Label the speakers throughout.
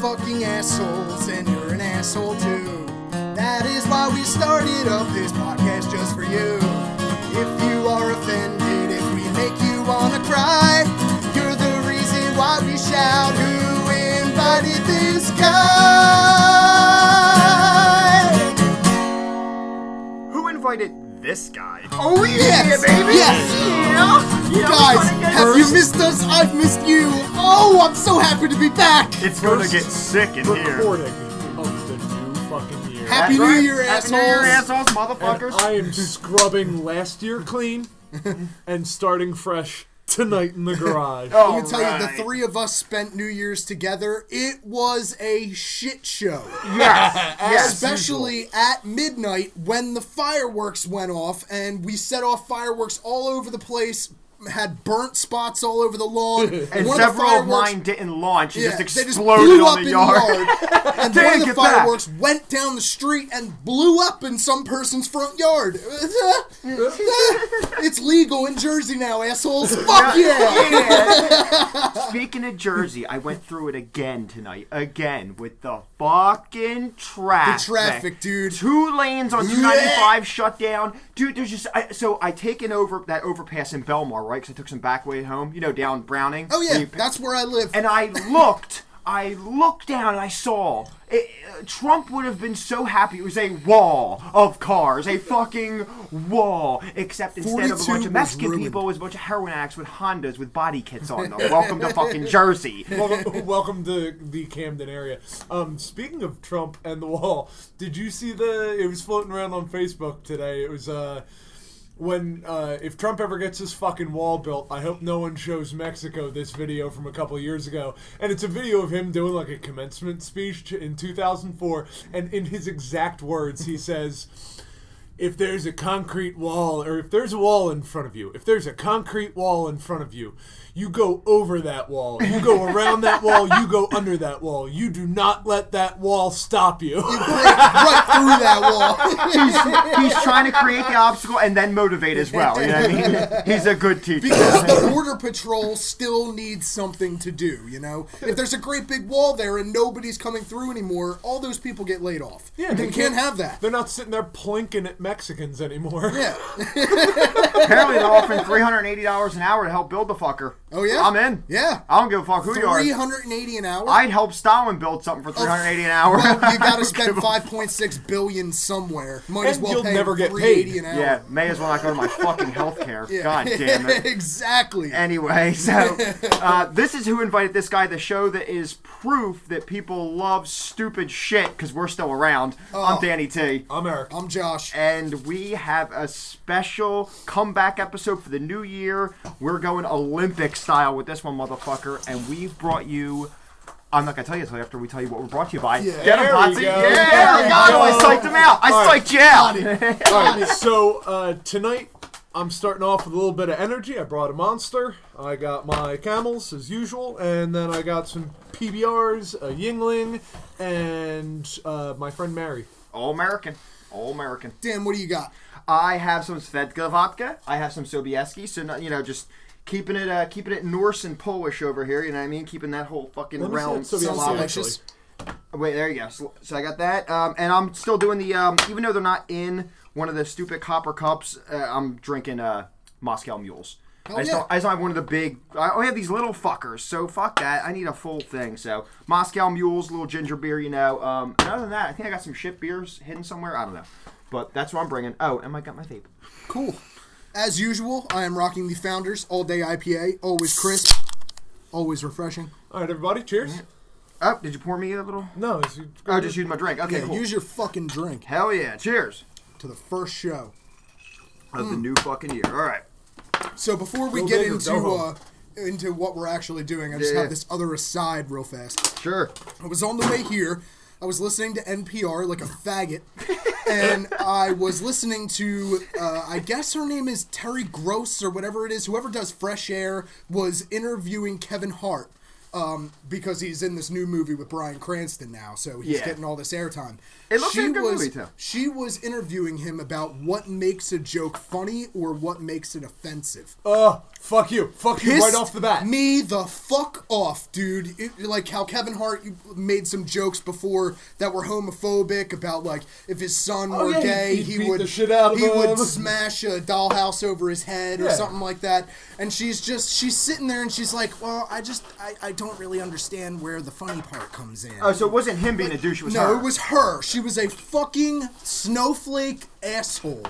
Speaker 1: fucking assholes, and you're an asshole too. That is why we started up this podcast just for you. If you are offended, if we make you wanna cry, you're the reason why we shout. Who invited this guy?
Speaker 2: Who invited this guy?
Speaker 1: Oh yes,
Speaker 2: baby!
Speaker 1: yes.
Speaker 2: Yeah! yeah
Speaker 1: Guys,
Speaker 2: we're gonna get
Speaker 1: have you
Speaker 2: first-
Speaker 1: missed us? I've missed you. Oh, I'm so happy to be back.
Speaker 2: It's gonna get sick in here.
Speaker 3: recording of the new fucking year.
Speaker 1: Happy
Speaker 2: That's
Speaker 1: New
Speaker 2: right.
Speaker 1: Year,
Speaker 2: Happy New Year,
Speaker 1: assholes.
Speaker 2: assholes,
Speaker 3: And
Speaker 2: motherfuckers!
Speaker 3: I am scrubbing last year clean and starting fresh tonight in the garage.
Speaker 2: Oh,
Speaker 1: Let me tell you,
Speaker 2: right.
Speaker 1: the three of us spent New Year's together. It was a shit show.
Speaker 2: Yes, yes.
Speaker 1: Especially at midnight when the fireworks went off and we set off fireworks all over the place, had burnt spots all over the lawn.
Speaker 2: And several of mine didn't launch. It
Speaker 1: yeah,
Speaker 2: just
Speaker 1: they
Speaker 2: exploded
Speaker 1: blew
Speaker 2: on
Speaker 1: up
Speaker 2: the yard.
Speaker 1: in the yard. and
Speaker 2: Dan,
Speaker 1: one of the
Speaker 2: get back.
Speaker 1: fireworks went down the street and blew up in some person's front yard. it's legal in Jersey now, assholes. Fuck yeah.
Speaker 2: Speaking of Jersey, I went through it again tonight. Again with the fucking traffic.
Speaker 1: traffic, dude.
Speaker 2: Two lanes on 295 shut down. Dude, there's just I, so I taken over that overpass in Belmar, right? Because I took some back way home. You know, down Browning.
Speaker 1: Oh
Speaker 2: Where
Speaker 1: yeah,
Speaker 2: you-
Speaker 1: that's where I live.
Speaker 2: and I looked. I looked down and I saw it, uh, Trump would have been so happy. It was a wall of cars, a fucking wall. Except instead of a
Speaker 1: 42
Speaker 2: bunch
Speaker 1: was
Speaker 2: of Mexican
Speaker 1: ruined.
Speaker 2: people, it was a bunch of heroin addicts with Hondas with body kits on them. Welcome to fucking Jersey.
Speaker 3: welcome, welcome to the Camden area. Um, speaking of Trump and the wall, did you see the? It was floating around on Facebook today. It was uh, when uh, if Trump ever gets his fucking wall built, I hope no one shows Mexico this video from a couple years ago. And it's a video of him doing like a commencement speech to- in 2004, and in his exact words, he says if there's a concrete wall or if there's a wall in front of you if there's a concrete wall in front of you you go over that wall you go around that wall you go under that wall you do not let that wall stop you
Speaker 1: Break right through that wall.
Speaker 2: He's trying to create the obstacle and then motivate as well. You know what I mean? He's a good teacher.
Speaker 1: because the border patrol still needs something to do, you know? If there's a great big wall there and nobody's coming through anymore, all those people get laid off.
Speaker 3: Yeah,
Speaker 1: they,
Speaker 3: they
Speaker 1: can't
Speaker 3: can't-
Speaker 1: have that.
Speaker 3: they're not sitting there plinking at mexicans anymore
Speaker 1: Yeah.
Speaker 2: Apparently, they're offering three hundred and eighty dollars an hour to help build the fucker.
Speaker 1: Oh, yeah?
Speaker 2: I'm in.
Speaker 1: Yeah.
Speaker 2: I don't give a fuck who you are.
Speaker 1: 380 an hour?
Speaker 2: I'd help Stalin build something
Speaker 1: Oh,
Speaker 2: for 380 an hour.
Speaker 1: well, you gotta spend 5.6 billion somewhere. Might as
Speaker 3: And
Speaker 1: well
Speaker 3: you'll
Speaker 1: pay
Speaker 3: never get
Speaker 1: 380
Speaker 3: paid.
Speaker 1: an hour.
Speaker 2: Yeah, may as well not go to my fucking healthcare.
Speaker 1: Yeah.
Speaker 2: God damn it.
Speaker 1: exactly.
Speaker 2: Anyway, so uh, this is who invited this guy. The show that is proof that people love stupid shit because we're still around.
Speaker 3: Oh.
Speaker 2: I'm Danny T.
Speaker 3: i'm eric
Speaker 1: I'm Josh.
Speaker 2: And we have a special comeback episode for the new year. We're going Olympic style with this one, motherfucker. And we've brought you. I'm not gonna tell you until after we tell you what we're brought to you by.
Speaker 1: Yeah.
Speaker 2: Get him,
Speaker 3: There we
Speaker 2: Potsy.
Speaker 3: go.
Speaker 2: Yeah,
Speaker 3: There
Speaker 2: God,
Speaker 3: we
Speaker 2: I
Speaker 3: go.
Speaker 2: psyched him out. I
Speaker 3: All right.
Speaker 2: psyched you out.
Speaker 3: all right so uh, tonight i'm starting off with a little bit of energy i brought a monster i got my camels as usual and then i got some pbrs a yingling and uh, my friend mary
Speaker 2: All American. All American.
Speaker 1: Damn, what do you got?
Speaker 2: I have some Svedka vodka. I have some Sobieski. So no- you know, just keeping it, uh, keeping it Norse and Polish over here. You know what I mean? Keeping that whole fucking
Speaker 3: Let me see
Speaker 2: realm.
Speaker 3: that Sobieski
Speaker 1: Sounds
Speaker 2: Slavic.
Speaker 3: actually.
Speaker 1: delicious.
Speaker 2: Wait, there you go. So, so I got that, um, and I'm still doing the. Um, even though they're not in one of the stupid copper cups, uh, I'm drinking uh, Moscow Mules.
Speaker 3: Oh,
Speaker 2: I just,
Speaker 1: yeah.
Speaker 2: don't, I just don't have one of the big. I only have these little fuckers, so fuck that. I need a full thing. So Moscow Mules, little ginger beer, you know. Um, and other than that, I think I got some shit beers hidden somewhere. I don't know, but that's what I'm bringing. Oh, and I got my vape.
Speaker 1: Cool. As usual, I am rocking the Founders All Day IPA. Always crisp, always refreshing.
Speaker 3: all right everybody cheers
Speaker 2: Oh, did you pour me a little?
Speaker 3: No, it's, it's
Speaker 2: Oh, just use my drink. Okay,
Speaker 1: Yeah,
Speaker 2: cool.
Speaker 1: use your fucking drink
Speaker 2: Hell yeah! Cheers
Speaker 1: to the first show.
Speaker 2: of
Speaker 1: Mm.
Speaker 2: the new fucking year. All right.
Speaker 1: So before we
Speaker 3: Go
Speaker 1: get
Speaker 3: big or
Speaker 1: into
Speaker 3: go
Speaker 1: uh,
Speaker 3: home.
Speaker 1: into what we're actually doing, I just
Speaker 2: Yeah.
Speaker 1: have this other aside real fast.
Speaker 2: Sure.
Speaker 1: I was on the way here. I was listening to NPR like a faggot, and I was listening to, uh, I guess her name is Terry Gross or whatever it is, whoever does Fresh Air was interviewing Kevin Hart. um, because he's in this new movie with Brian Cranston now, so he's
Speaker 2: Yeah.
Speaker 1: getting all this airtime.
Speaker 2: It looks
Speaker 1: she
Speaker 2: like a good
Speaker 1: was,
Speaker 2: movie, too.
Speaker 1: She was interviewing him about what makes a joke funny or what makes it offensive.
Speaker 3: Uh, fuck you. Fuck you right
Speaker 1: Pissed
Speaker 3: off the bat.
Speaker 1: Me the fuck off, dude. It- like how Kevin Hart made some jokes before that were homophobic about like if his son
Speaker 3: Oh,
Speaker 1: were
Speaker 3: yeah,
Speaker 1: gay,
Speaker 3: he'd- he'd
Speaker 1: he
Speaker 3: beat
Speaker 1: would
Speaker 3: the shit out of
Speaker 1: he would
Speaker 3: him.
Speaker 1: smash a dollhouse over his head or
Speaker 3: Yeah.
Speaker 1: something like that. And she's just she's sitting there and she's like, well, I just I, I don't really understand where the funny part comes in.
Speaker 2: Oh, so it wasn't him being a douche. It was
Speaker 1: no,
Speaker 2: her.
Speaker 1: it was her. She was a fucking snowflake asshole.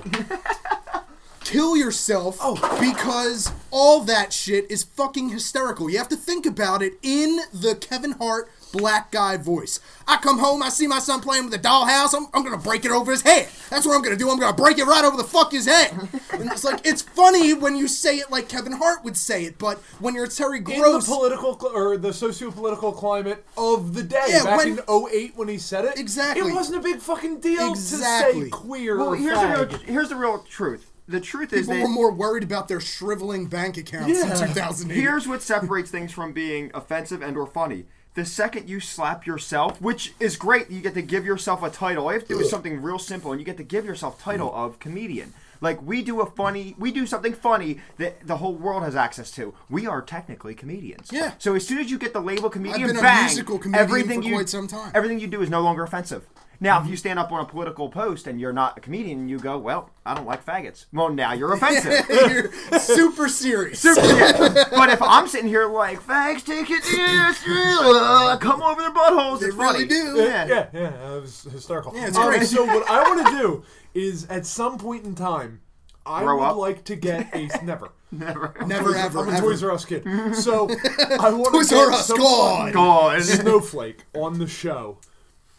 Speaker 1: Kill yourself
Speaker 3: Oh.
Speaker 1: because all that shit is fucking hysterical. You have to think about it in the Kevin Hart black guy voice. I come home, I see my son playing with a dollhouse, I'm, I'm gonna break it over his head. That's what I'm gonna do. I'm gonna break it right over the fuck his head. And it's like, it's funny when you say it like Kevin Hart would say it, but when you're Terry
Speaker 3: in
Speaker 1: Gross.
Speaker 3: the political cl- or the socio-political climate of the day
Speaker 1: Yeah,
Speaker 3: back
Speaker 1: when-
Speaker 3: in 08 when he said it
Speaker 1: Exactly.
Speaker 3: it wasn't a big fucking deal to
Speaker 1: Exactly.
Speaker 3: say queer
Speaker 2: Well,
Speaker 3: or
Speaker 2: here's the
Speaker 3: fag.
Speaker 2: real, here's the real truth. The truth is
Speaker 1: People
Speaker 2: that
Speaker 1: were more worried about their shriveling bank accounts
Speaker 3: Yeah.
Speaker 1: in 2008.
Speaker 2: here's what separates things from being offensive and or funny. The second you slap yourself, which is great, you get to give yourself a title. All you have to do is something real simple, and you get to give yourself
Speaker 1: Mm.
Speaker 2: title of comedian. Like we do a funny, we do something funny that the whole world has access to. We are technically comedians.
Speaker 1: Yeah.
Speaker 2: So as soon as you get the label comedian,
Speaker 1: been a
Speaker 2: bang,
Speaker 1: musical comedian
Speaker 2: everything
Speaker 1: for
Speaker 2: you,
Speaker 1: quite some time. Mm-hmm.
Speaker 2: Everything you do is no longer offensive. Now, if you stand up on a political post and you're not a comedian, and you go, "Well, I don't like faggots." Well, now you're offensive.
Speaker 1: You're super serious.
Speaker 2: Super- yeah. But if I'm sitting here like, fags, take it, yes, uh, come over their buttholes,
Speaker 1: They
Speaker 2: it's
Speaker 1: really
Speaker 2: funny.
Speaker 1: do.
Speaker 2: Yeah.
Speaker 3: yeah, yeah, that was hysterical. Yeah,
Speaker 1: it's great.
Speaker 3: So what I want to do is, at some point in time, I
Speaker 2: Grow
Speaker 3: would
Speaker 2: up.
Speaker 3: like to get a never.
Speaker 1: Never ever.
Speaker 3: I'm a
Speaker 1: ever.
Speaker 3: Toys R Us kid, so I want
Speaker 1: Toys
Speaker 3: to
Speaker 1: R
Speaker 3: get
Speaker 1: Us,
Speaker 3: some
Speaker 1: God.
Speaker 2: God.
Speaker 3: snowflake on the show,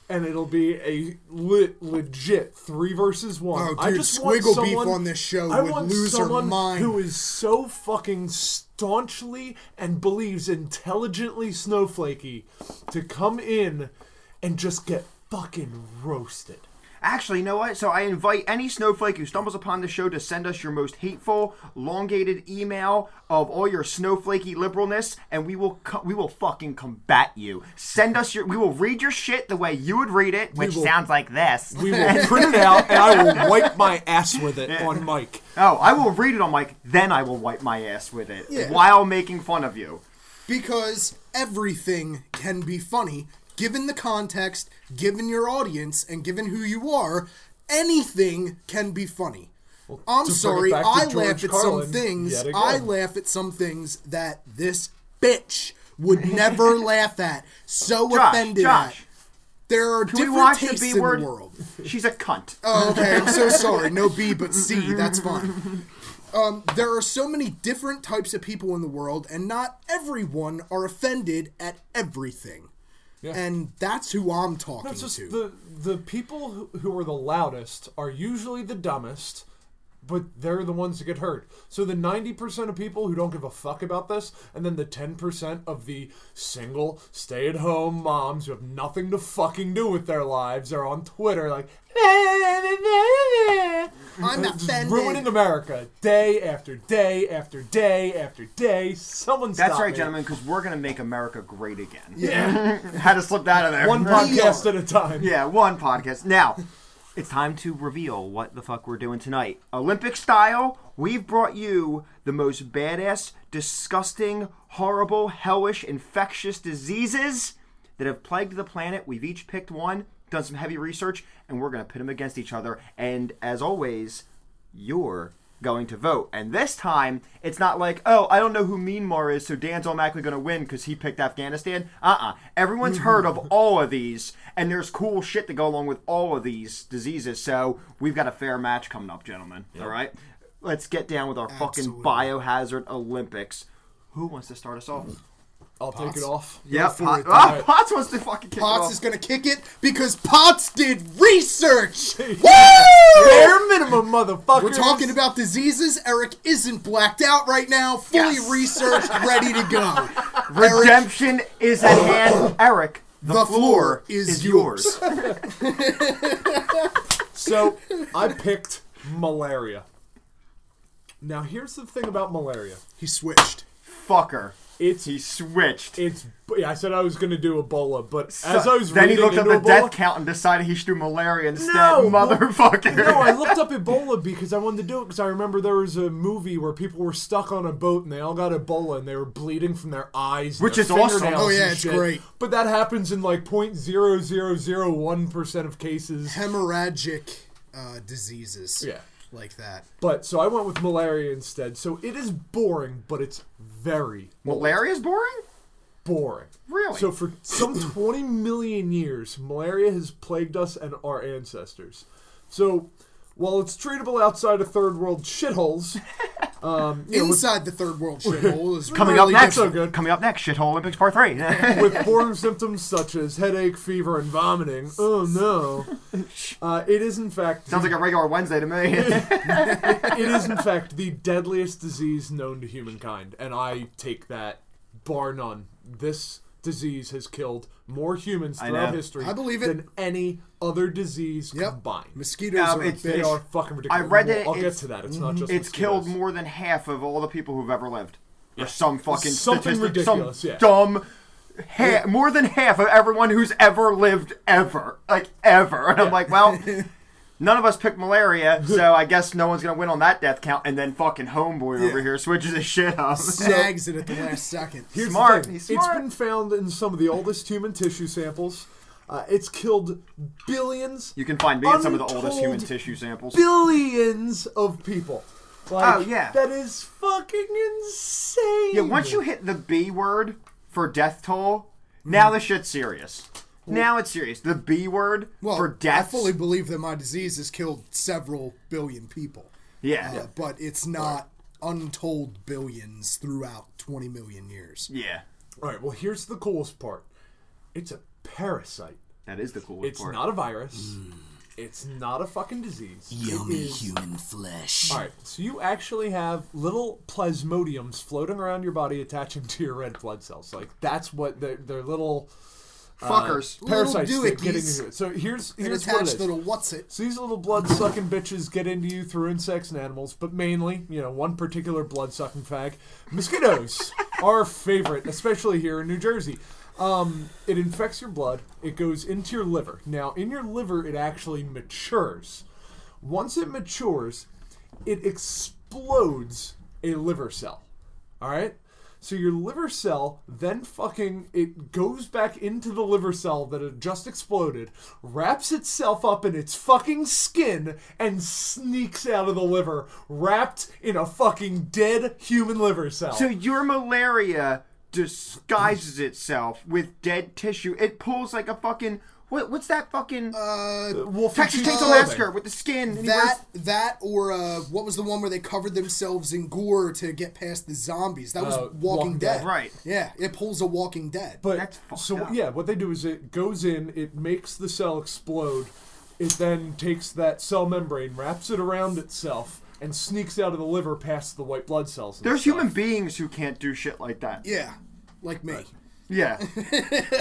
Speaker 3: and it'll be a le- legit three versus one.
Speaker 1: Oh,
Speaker 3: I
Speaker 1: dude,
Speaker 3: just want
Speaker 1: Squiggle Beef
Speaker 3: someone-
Speaker 1: on this show
Speaker 3: I
Speaker 1: would
Speaker 3: want
Speaker 1: lose her
Speaker 3: someone
Speaker 1: mind.
Speaker 3: who is so fucking staunchly and believes intelligently snowflakey to come in and just get fucking roasted.
Speaker 2: Actually, you know what? So I invite any snowflake who stumbles upon the show to send us your most hateful, elongated email of all your snowflakey liberalness, and we will co- we will fucking combat you. Send us your. We will read your shit the way you would read it, which
Speaker 3: will-
Speaker 2: sounds like this.
Speaker 3: We will print it out, and I will wipe my ass with it on mic.
Speaker 2: oh, I will read it on mic, then I will wipe my ass with it
Speaker 1: Yeah.
Speaker 2: while making fun of you.
Speaker 1: Because everything can be funny, given the context, given your audience, and given who you are, anything can be funny. I'm
Speaker 3: to bring it
Speaker 1: sorry,
Speaker 3: back to
Speaker 1: I
Speaker 3: George
Speaker 1: laugh at some
Speaker 3: Carlin
Speaker 1: things.
Speaker 3: yet again.
Speaker 1: I laugh at some things that this bitch would never laugh at. So
Speaker 2: Josh,
Speaker 1: offended
Speaker 2: Josh.
Speaker 1: at. There are
Speaker 2: Can we
Speaker 1: different
Speaker 2: watch the
Speaker 1: tastes
Speaker 2: B
Speaker 1: in
Speaker 2: word?
Speaker 1: the world.
Speaker 2: She's a cunt.
Speaker 1: Oh, okay. I'm so sorry. No B, but C. That's fine. Um, there are so many different types of people in the world, and not everyone are offended at everything.
Speaker 3: Yeah.
Speaker 1: And that's who I'm talking
Speaker 3: It's just
Speaker 1: to.
Speaker 3: the the people who- who are the loudest are usually the dumbest, but they're the ones that get hurt. So the ninety percent of people who don't give a fuck about this, and then the ten percent of the single stay-at-home moms who have nothing to fucking do with their lives are on Twitter like.
Speaker 1: I'm
Speaker 3: Just
Speaker 1: offended.
Speaker 3: Ruining America day after day after day after day. Someone
Speaker 2: That's
Speaker 3: stop
Speaker 2: right,
Speaker 3: me.
Speaker 2: gentlemen, because we're gonna make America great again.
Speaker 3: Yeah,
Speaker 2: Had to slip that out of there.
Speaker 3: one podcast at a time.
Speaker 2: Yeah, one podcast. Now, it's time to reveal what the fuck we're doing tonight. Olympic style, we've brought you the most badass, disgusting, horrible, hellish, infectious diseases that have plagued the planet. We've each picked one, done some heavy research, and we're gonna pit them against each other. And as always, you're going to vote. And this time, it's not like, oh, I don't know who Myanmar is, so Dan's automatically going to win because he picked Afghanistan. Uh uh Everyone's heard of all of these, and there's cool shit to go along with all of these diseases. So we've got a fair match coming up, gentlemen. All right? Let's get down with our fucking
Speaker 1: Absolutely.
Speaker 2: biohazard Olympics. Who wants to start us off?
Speaker 3: I'll take it off.
Speaker 2: Yeah,
Speaker 1: for
Speaker 2: Pot-
Speaker 1: it,
Speaker 2: Ah,
Speaker 3: alright.
Speaker 2: Potts wants to fucking kick
Speaker 1: Potts
Speaker 2: it
Speaker 1: is
Speaker 2: off.
Speaker 1: going to kick it because Potts did research.
Speaker 3: Bare minimum, motherfucker.
Speaker 1: We're talking about diseases. Eric isn't blacked out right now, fully
Speaker 2: Yes.
Speaker 1: researched, ready to go. Eric,
Speaker 2: Redemption is at hand. Eric, the,
Speaker 1: the floor
Speaker 2: floor,
Speaker 1: is
Speaker 2: yours.
Speaker 3: So I picked malaria. Now here's the thing about malaria.
Speaker 1: he switched.
Speaker 2: Fucker.
Speaker 3: It's
Speaker 2: He switched.
Speaker 3: it's. Yeah, I said I was gonna do Ebola, but
Speaker 2: So-
Speaker 3: as I was
Speaker 2: then he
Speaker 3: reading
Speaker 2: looked up the
Speaker 3: into Ebola,
Speaker 2: death count and decided he should do malaria instead.
Speaker 3: No, well,
Speaker 2: motherfucker.
Speaker 3: No, I looked up Ebola because I wanted to do it because I remember there was a movie where people were stuck on a boat and they all got Ebola and they were bleeding from their eyes, and
Speaker 2: Which
Speaker 3: their
Speaker 2: is awesome.
Speaker 3: fingernails
Speaker 2: Oh,
Speaker 1: yeah,
Speaker 3: and
Speaker 1: it's
Speaker 3: shit.
Speaker 1: great.
Speaker 3: But that happens in like 0.0001 percent of cases.
Speaker 1: Hemorrhagic uh, diseases.
Speaker 3: Yeah.
Speaker 1: Like that.
Speaker 3: But so I went with malaria instead. So it is boring, but it's very
Speaker 2: Malaria's boring.
Speaker 3: boring.
Speaker 2: Really?
Speaker 3: So for some 20 million years, malaria has plagued us and our ancestors. So while it's treatable outside of third world shitholes, um, you know, with-
Speaker 1: Inside the third world shithole is
Speaker 2: Coming
Speaker 1: really
Speaker 2: up next,
Speaker 1: different.
Speaker 3: good.
Speaker 2: coming up next, shithole Olympics part three.
Speaker 3: with boring symptoms such as headache, fever, and vomiting. Oh no! Uh, it is in fact
Speaker 2: Sounds like a regular Wednesday to me.
Speaker 3: it is in fact the deadliest disease known to humankind, and I take that bar none. This disease has killed more humans
Speaker 2: I
Speaker 3: throughout
Speaker 2: know.
Speaker 3: history
Speaker 1: I believe it.
Speaker 3: than any other disease
Speaker 1: Yep.
Speaker 3: combined.
Speaker 1: Mosquitoes
Speaker 2: Um,
Speaker 1: are
Speaker 2: it's-
Speaker 1: a
Speaker 3: They
Speaker 1: bitch.
Speaker 3: are fucking ridiculous.
Speaker 2: I read
Speaker 3: We'll-
Speaker 2: that
Speaker 3: I'll get
Speaker 2: it's-
Speaker 3: to that. It's not just
Speaker 2: it's killed
Speaker 3: mosquitoes.
Speaker 2: more than half of all the people who've ever lived. Or some fucking
Speaker 3: Something
Speaker 2: statistic,
Speaker 3: ridiculous,
Speaker 2: some
Speaker 3: yeah.
Speaker 2: dumb. Ha- More than half of everyone who's ever lived ever, like ever, and I'm like, well, none of us picked malaria, so I guess no one's gonna win on that death count. And then fucking homeboy over
Speaker 1: Yeah.
Speaker 2: here switches his shit up.
Speaker 1: Snags it at the last second.
Speaker 3: Here's the
Speaker 2: Smart.
Speaker 3: thing.
Speaker 2: He's smart.
Speaker 3: It's been found in some of the oldest human tissue samples. Uh, it's killed billions.
Speaker 2: you can find me in some of the oldest
Speaker 3: Untold
Speaker 2: human tissue samples.
Speaker 3: billions of people. Like,
Speaker 2: Oh, yeah.
Speaker 3: That is fucking insane.
Speaker 2: Yeah, once you hit the B word for death toll, now the shit's serious. Now it's serious. The B word
Speaker 1: Well,
Speaker 2: for death.
Speaker 1: I fully believe that my disease has killed several billion people.
Speaker 2: yeah.
Speaker 1: Uh, but it's not untold billions throughout 20 million years.
Speaker 2: Yeah.
Speaker 3: All right, well, here's the coolest part it's a parasite.
Speaker 2: That is the coolest
Speaker 3: It's
Speaker 2: part.
Speaker 3: not a virus. It's not a fucking disease. it is.
Speaker 1: human flesh.
Speaker 3: All right, so you actually have little plasmodiums floating around your body attaching to your red blood cells. Like, that's what they're, they're little uh,
Speaker 2: Fuckers.
Speaker 3: parasites that get
Speaker 1: doohickeys.
Speaker 3: into it. So here's,
Speaker 1: And
Speaker 3: here's what it
Speaker 1: attached
Speaker 3: is.
Speaker 1: little what's it?
Speaker 3: So these little blood sucking bitches get into you through insects and animals, but mainly, you know, one particular blood sucking fag. Mosquitoes are our favorite, especially here in New Jersey. Um, it infects your blood, it goes into your liver. Now, in your liver, it actually matures. Once it matures, it explodes a liver cell. All right? So your liver cell then fucking it goes back into the liver cell that had just exploded, wraps itself up in its fucking skin and sneaks out of the liver wrapped in a fucking dead human liver cell.
Speaker 2: So your malaria disguises itself with dead tissue. It pulls like a fucking what, what's that fucking
Speaker 1: Uh,
Speaker 3: Wolf in
Speaker 2: Texas
Speaker 3: sheep's
Speaker 2: Chainsaw
Speaker 3: clothing.
Speaker 2: Massacre with the skin? and he
Speaker 1: that
Speaker 2: wears-
Speaker 1: that or uh, what was the one where they covered themselves in gore to get past the zombies? That was
Speaker 3: Uh,
Speaker 1: Walking,
Speaker 3: Walking
Speaker 1: Dead.
Speaker 3: Dead.
Speaker 2: Right.
Speaker 1: Yeah, it pulls a Walking Dead.
Speaker 3: But
Speaker 2: That's fucked
Speaker 3: so
Speaker 2: up.
Speaker 3: yeah, what they do is it goes in, it makes the cell explode, it then takes that cell membrane, wraps it around itself, and sneaks out of the liver past the white blood cells. and
Speaker 2: There's
Speaker 3: stuff.
Speaker 2: human beings who can't do shit like that.
Speaker 1: yeah, like me.
Speaker 2: Yeah.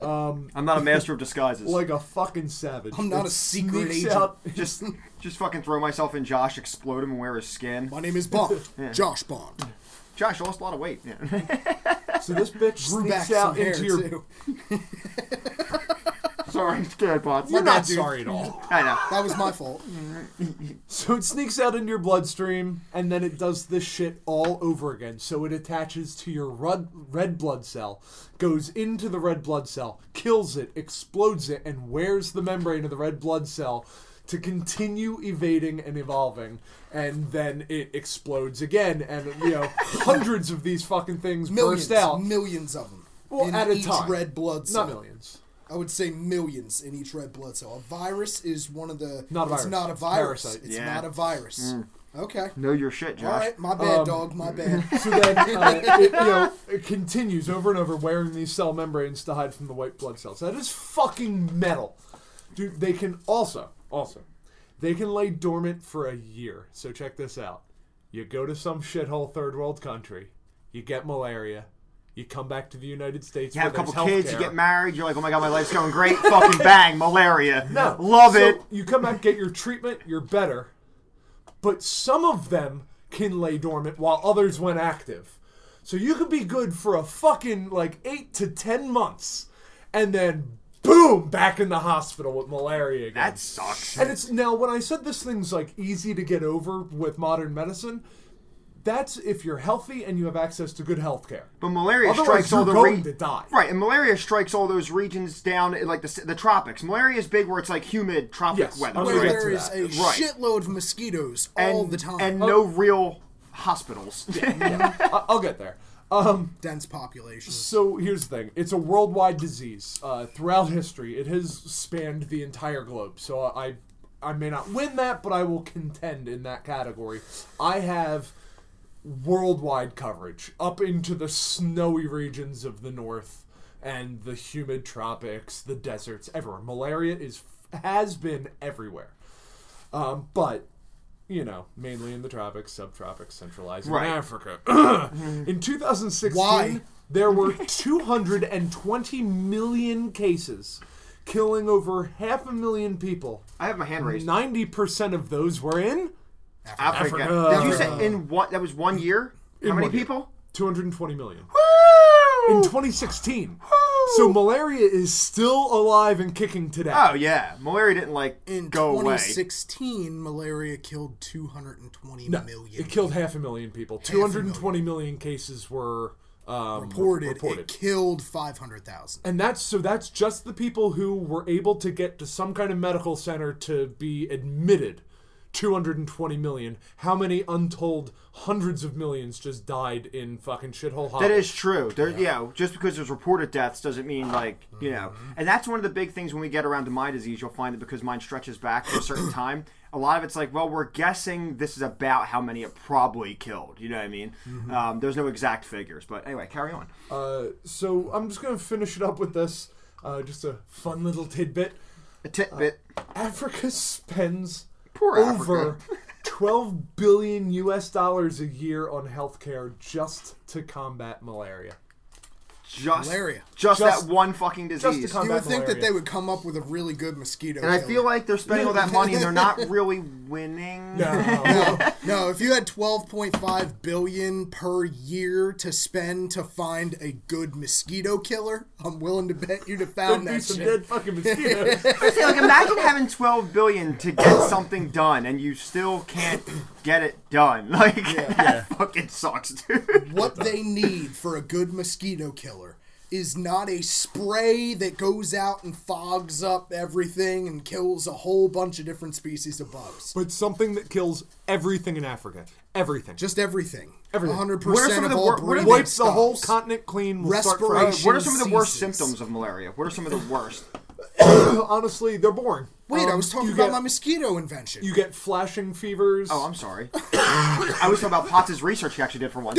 Speaker 2: I'm not a master of disguises.
Speaker 3: Um, like a fucking savage.
Speaker 1: I'm not
Speaker 3: It
Speaker 1: a secret
Speaker 3: sneaks
Speaker 1: agent.
Speaker 3: out-
Speaker 2: just just fucking throw myself in Josh, explode him, and wear his skin.
Speaker 1: My name is Bond. Josh Bond.
Speaker 2: Josh lost a lot of weight. Yeah.
Speaker 3: so this bitch
Speaker 1: Grew back
Speaker 3: sneaks
Speaker 1: some
Speaker 3: out
Speaker 1: hair
Speaker 3: into your.
Speaker 1: too.
Speaker 2: sorry, good bots.
Speaker 3: You're not
Speaker 1: dude.
Speaker 3: sorry at all.
Speaker 2: I know.
Speaker 1: That was my fault.
Speaker 3: So it sneaks out into your bloodstream, and then it does this shit all over again. So it attaches to your red, red blood cell, goes into the red blood cell, kills it, explodes it, and wears the membrane of the red blood cell to continue evading and evolving. And then it explodes again, and you know hundreds of these fucking things
Speaker 1: Millions,
Speaker 3: burst out.
Speaker 1: millions of them.
Speaker 3: Well,
Speaker 1: in
Speaker 3: at a
Speaker 1: each
Speaker 3: time.
Speaker 1: red blood cell.
Speaker 3: Not millions.
Speaker 1: I would say millions in each red blood cell. A virus is one of the.
Speaker 3: Not a
Speaker 1: it's
Speaker 3: virus.
Speaker 1: not a virus.
Speaker 3: Parasite.
Speaker 1: It's
Speaker 2: Yeah.
Speaker 1: not a virus. Okay.
Speaker 2: Know your shit, Josh.
Speaker 1: All right, my
Speaker 3: Um,
Speaker 1: bad, dog. My bad.
Speaker 3: So then, uh, it, you know, it continues over and over, wearing these cell membranes to hide from the white blood cells. That is fucking metal, dude. They can also, also, they can lay dormant for a year. So check this out: you go to some shithole third world country, you get malaria, you come back to the United States,
Speaker 2: You have a
Speaker 3: where there's
Speaker 2: couple kids, you
Speaker 3: healthcare.
Speaker 2: get married, you're like, oh my god, my life's going great. Fucking bang, malaria.
Speaker 3: No.
Speaker 2: Love
Speaker 3: So
Speaker 2: it.
Speaker 3: You come back, get your treatment, you're better. But some of them can lay dormant while others went active. So you could be good for a fucking like eight to ten months, and then boom, back in the hospital with malaria again.
Speaker 2: That sucks.
Speaker 3: And it's now when I said this thing's like easy to get over with modern medicine, that's if you're healthy and you have access to good health care.
Speaker 2: But malaria
Speaker 3: Otherwise,
Speaker 2: strikes all
Speaker 3: you're
Speaker 2: the
Speaker 3: going
Speaker 2: re-
Speaker 3: to die.
Speaker 2: Right, and malaria strikes all those regions down in, like the, s- the tropics. Malaria is big where it's like humid tropic
Speaker 3: Yes,
Speaker 2: weather.
Speaker 3: I'm
Speaker 2: right?
Speaker 3: gonna
Speaker 1: where
Speaker 3: get
Speaker 1: there
Speaker 3: to
Speaker 1: is
Speaker 3: that.
Speaker 1: a
Speaker 2: Right.
Speaker 1: shitload of mosquitoes
Speaker 2: and,
Speaker 1: all the time.
Speaker 2: and no real hospitals.
Speaker 3: I- I'll get there.
Speaker 1: dense populations.
Speaker 3: So here's the thing: it's a worldwide disease. Uh, throughout history, it has spanned the entire globe. So I, I may not win that, but I will contend in that category. I have worldwide coverage up into the snowy regions of the north and the humid tropics, the deserts, everywhere. Malaria is has been everywhere, um, but. You know, mainly in the tropics, subtropics, centralized, and
Speaker 2: Right.
Speaker 3: Africa. in 2016,
Speaker 1: Why?
Speaker 3: there were 220 million cases, killing over half a million people.
Speaker 2: I have my hand raised.
Speaker 3: 90% of those were in
Speaker 2: Africa.
Speaker 3: Africa.
Speaker 2: Did you say in what? That was one year. How many
Speaker 3: one year.
Speaker 2: people?
Speaker 3: 220 million.
Speaker 2: Woo!
Speaker 3: In 2016. So malaria is still alive and kicking today.
Speaker 2: oh yeah, malaria didn't like
Speaker 1: In
Speaker 2: go away.
Speaker 1: 2016, malaria killed 220
Speaker 3: No,
Speaker 1: million.
Speaker 3: It killed half a million people. 220 million cases were um,
Speaker 1: reported,
Speaker 3: reported.
Speaker 1: It killed 500,000.
Speaker 3: And that's so that's just the people who were able to get to some kind of medical center to be admitted. 220 million. How many untold hundreds of millions just died in fucking shithole hospitals?
Speaker 2: That is true. There, you know, just because there's reported deaths doesn't mean like you know.
Speaker 3: Mm-hmm.
Speaker 2: And that's one of the big things when we get around to my disease. You'll find that because mine stretches back for a certain time, a lot of it's like, well, we're guessing this is about how many it probably killed. You know what I mean?
Speaker 3: Mm-hmm.
Speaker 2: Um, there's no exact figures, but anyway, carry on.
Speaker 3: Uh, so I'm just gonna finish it up with this. Uh, just a fun little tidbit.
Speaker 2: A tidbit.
Speaker 3: Uh, Africa spends
Speaker 2: Poor
Speaker 3: over
Speaker 2: Africa.
Speaker 3: 12 billion US dollars a year on healthcare just to combat malaria.
Speaker 2: just
Speaker 1: malaria.
Speaker 2: Just,
Speaker 3: Just-
Speaker 2: that one fucking
Speaker 3: Just to
Speaker 2: disease.
Speaker 3: combat
Speaker 1: You would think that
Speaker 3: malaria.
Speaker 1: they would come up with a really good mosquito.
Speaker 2: And I feel like they're spending all that money and they're not really winning.
Speaker 3: No.
Speaker 1: no, no, if you had 12.5 billion per year to spend to find a good mosquito killer, I'm willing to bet you'd have
Speaker 3: There'd
Speaker 1: found
Speaker 3: be
Speaker 1: that
Speaker 3: some
Speaker 1: shit.
Speaker 3: dead fucking mosquitoes.
Speaker 2: Say, like imagine having 12 billion to get something done and you still can't get it done like that fucking sucks dude
Speaker 1: What they need for a good mosquito killer is not a spray that goes out and fogs up everything and kills a whole bunch of different species of bugs.
Speaker 3: but something that kills everything in Africa. Everything. Just
Speaker 1: Just everything.
Speaker 3: Everything.
Speaker 1: hundred
Speaker 2: What are some
Speaker 1: percent
Speaker 2: of
Speaker 1: of
Speaker 2: the
Speaker 1: all
Speaker 2: wor- what are
Speaker 1: breathing
Speaker 2: the-
Speaker 3: wipes the whole
Speaker 1: stops.
Speaker 3: continent clean. We'll start fresh.
Speaker 1: Respiration.
Speaker 2: what are some of the worst
Speaker 1: Diseases.
Speaker 2: symptoms of malaria what are some of the worst
Speaker 3: Honestly, they're boring.
Speaker 1: Wait, I
Speaker 3: Um,
Speaker 1: was talking
Speaker 3: you
Speaker 1: about
Speaker 3: get,
Speaker 1: my mosquito invention.
Speaker 3: You get flashing fevers.
Speaker 2: oh i'm sorry i was talking about potts' research he actually did for once